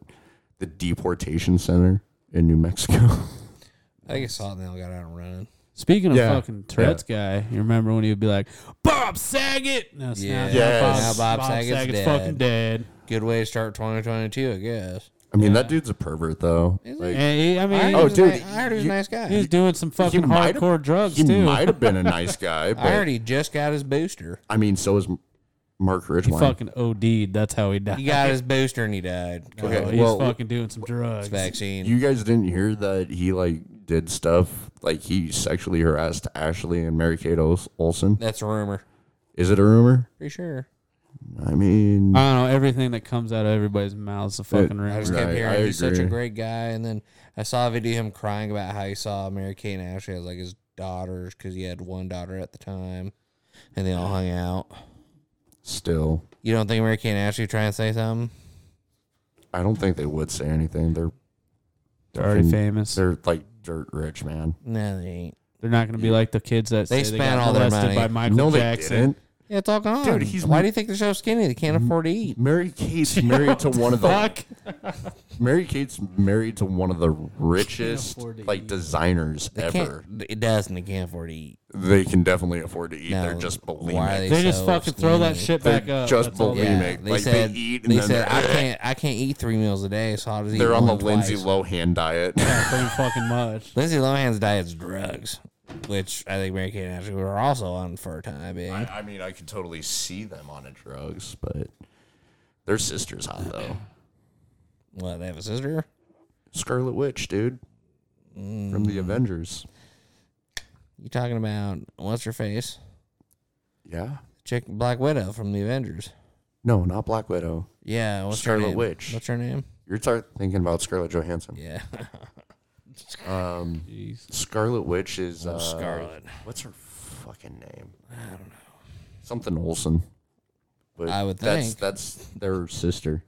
Speaker 4: The deportation center in New Mexico.
Speaker 1: I think I saw it and then I got out and running.
Speaker 3: Speaking of
Speaker 4: Yeah.
Speaker 3: fucking Tourette's guy, you remember when he would be like, Bob Saget? No, it's
Speaker 1: Yeah.
Speaker 3: not.
Speaker 4: Yes.
Speaker 1: Now Bob Saget's dead.
Speaker 3: fucking dead.
Speaker 1: Good way to start 2022, I guess.
Speaker 4: I mean, that dude's a pervert, though. Like,
Speaker 3: And he- I mean,
Speaker 1: I heard
Speaker 3: he
Speaker 1: he
Speaker 4: Oh,
Speaker 1: was a
Speaker 4: dude,
Speaker 1: ni- I heard he was a
Speaker 4: you-
Speaker 1: nice guy.
Speaker 3: He was doing some fucking
Speaker 4: might have-
Speaker 3: hardcore drugs
Speaker 4: he
Speaker 3: too.
Speaker 4: might have been a nice guy, but
Speaker 1: I
Speaker 4: I,
Speaker 1: heard he just got his booster.
Speaker 4: mean, so is Mark
Speaker 3: He
Speaker 4: Ridgwine.
Speaker 3: fucking OD'd. That's how he died.
Speaker 1: He got his booster and he died.
Speaker 4: Okay,
Speaker 3: Oh,
Speaker 1: Oh,
Speaker 3: he's
Speaker 4: well-
Speaker 3: fucking doing some drugs.
Speaker 1: vaccine.
Speaker 4: you guys didn't hear that he like did stuff like he sexually harassed Ashley and Mary Kate Ols- Olsen.
Speaker 1: That's a rumor.
Speaker 4: Is it a rumor?
Speaker 1: Pretty sure.
Speaker 4: I mean,
Speaker 3: I don't know. Everything that comes out of everybody's mouth is a fucking
Speaker 1: I
Speaker 3: rumor.
Speaker 1: just kept
Speaker 4: Right,
Speaker 1: hearing
Speaker 4: I
Speaker 1: he's such a
Speaker 4: agree.
Speaker 1: great guy, and then I saw a video of him crying about how he saw Mary Kate and Ashley as like his daughters because he had one daughter at the time, and they all hung out.
Speaker 4: still,
Speaker 1: You don't think Mary Kate and Ashley trying to say something?
Speaker 4: I don't think they would say anything. They're
Speaker 3: They're already
Speaker 4: fucking-
Speaker 3: famous. They're,
Speaker 4: They're like dirt rich, man.
Speaker 1: No, they ain't.
Speaker 3: not going to be like the kids that
Speaker 1: They
Speaker 3: say they
Speaker 1: spent
Speaker 3: got
Speaker 1: all their
Speaker 3: molested
Speaker 1: money.
Speaker 3: by Michael
Speaker 4: no, they
Speaker 3: Jackson.
Speaker 4: didn't.
Speaker 1: Yeah, it's all gone.
Speaker 4: Dude, he's-
Speaker 1: Why do you think they're so skinny? They can't afford to eat.
Speaker 4: Mary Kate's married to one of the
Speaker 3: Fuck.
Speaker 4: Mary Kate's married to one of the richest
Speaker 3: afford to eat.
Speaker 4: like designers
Speaker 1: They
Speaker 4: ever.
Speaker 1: can't. It doesn't. They can't afford to eat.
Speaker 4: They can definitely afford to eat.
Speaker 1: No,
Speaker 4: They're just bulimic.
Speaker 1: why are they
Speaker 3: They just
Speaker 1: so
Speaker 3: fucking throw that
Speaker 1: skinny?
Speaker 3: shit
Speaker 4: They're
Speaker 3: back up.
Speaker 4: just
Speaker 3: That's all they-
Speaker 4: bulimic.
Speaker 1: Yeah, they
Speaker 4: Like, they
Speaker 1: said.
Speaker 4: eat and
Speaker 1: they
Speaker 4: then
Speaker 1: said
Speaker 4: they're-
Speaker 1: I can't. I can't eat three meals a day, so I'll just eat.
Speaker 4: They're on the
Speaker 1: one
Speaker 4: Lindsay
Speaker 1: twice.
Speaker 4: Lohan diet.
Speaker 3: Yeah, pretty fucking much.
Speaker 1: Lindsay Lohan's diet's drugs, which I think Mary Kate and Ashley were also on for a time being.
Speaker 4: I, I mean, I could totally see them on a drugs, but their sister's hot though.
Speaker 1: What they have a sister?
Speaker 4: Scarlet Witch, dude, from the Avengers.
Speaker 1: You talking about what's her face?
Speaker 4: Yeah.
Speaker 1: Chick Black Widow from the Avengers.
Speaker 4: No, not Black Widow.
Speaker 1: Yeah, what's her
Speaker 4: Scarlet
Speaker 1: name?
Speaker 4: Witch.
Speaker 1: What's her name?
Speaker 4: You're start thinking about Scarlett Johansson.
Speaker 1: Yeah,
Speaker 4: Um, Scarlet Witch is uh,
Speaker 1: Scarlet.
Speaker 4: What's her fucking name? I don't know. Something Olsen. But
Speaker 1: I would
Speaker 4: that's,
Speaker 1: think.
Speaker 4: that's their sister.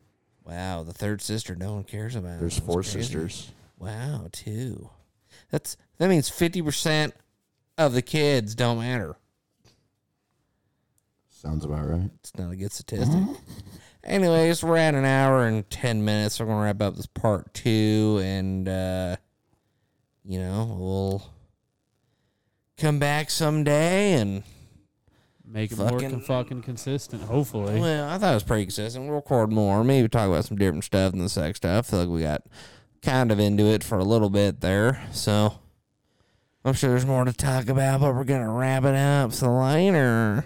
Speaker 1: Wow, the third sister no one cares about.
Speaker 4: There's
Speaker 1: That's
Speaker 4: four
Speaker 1: crazy.
Speaker 4: sisters.
Speaker 1: Wow, two. That's that means fifty percent of the kids don't matter.
Speaker 4: Sounds about right.
Speaker 1: It's not a good statistic. Anyways, we're at an hour and ten minutes. We're gonna wrap up this part two, and uh, you know we'll come back someday. And
Speaker 3: Make it more
Speaker 1: Fucking-
Speaker 3: con- fucking consistent, hopefully.
Speaker 1: well, I thought it was pretty consistent. We'll record more. Maybe talk about some different stuff than the sex stuff. I feel like we got kind of into it for a little bit there. So I'm sure there's more to talk about, but we're gonna wrap it up. So later.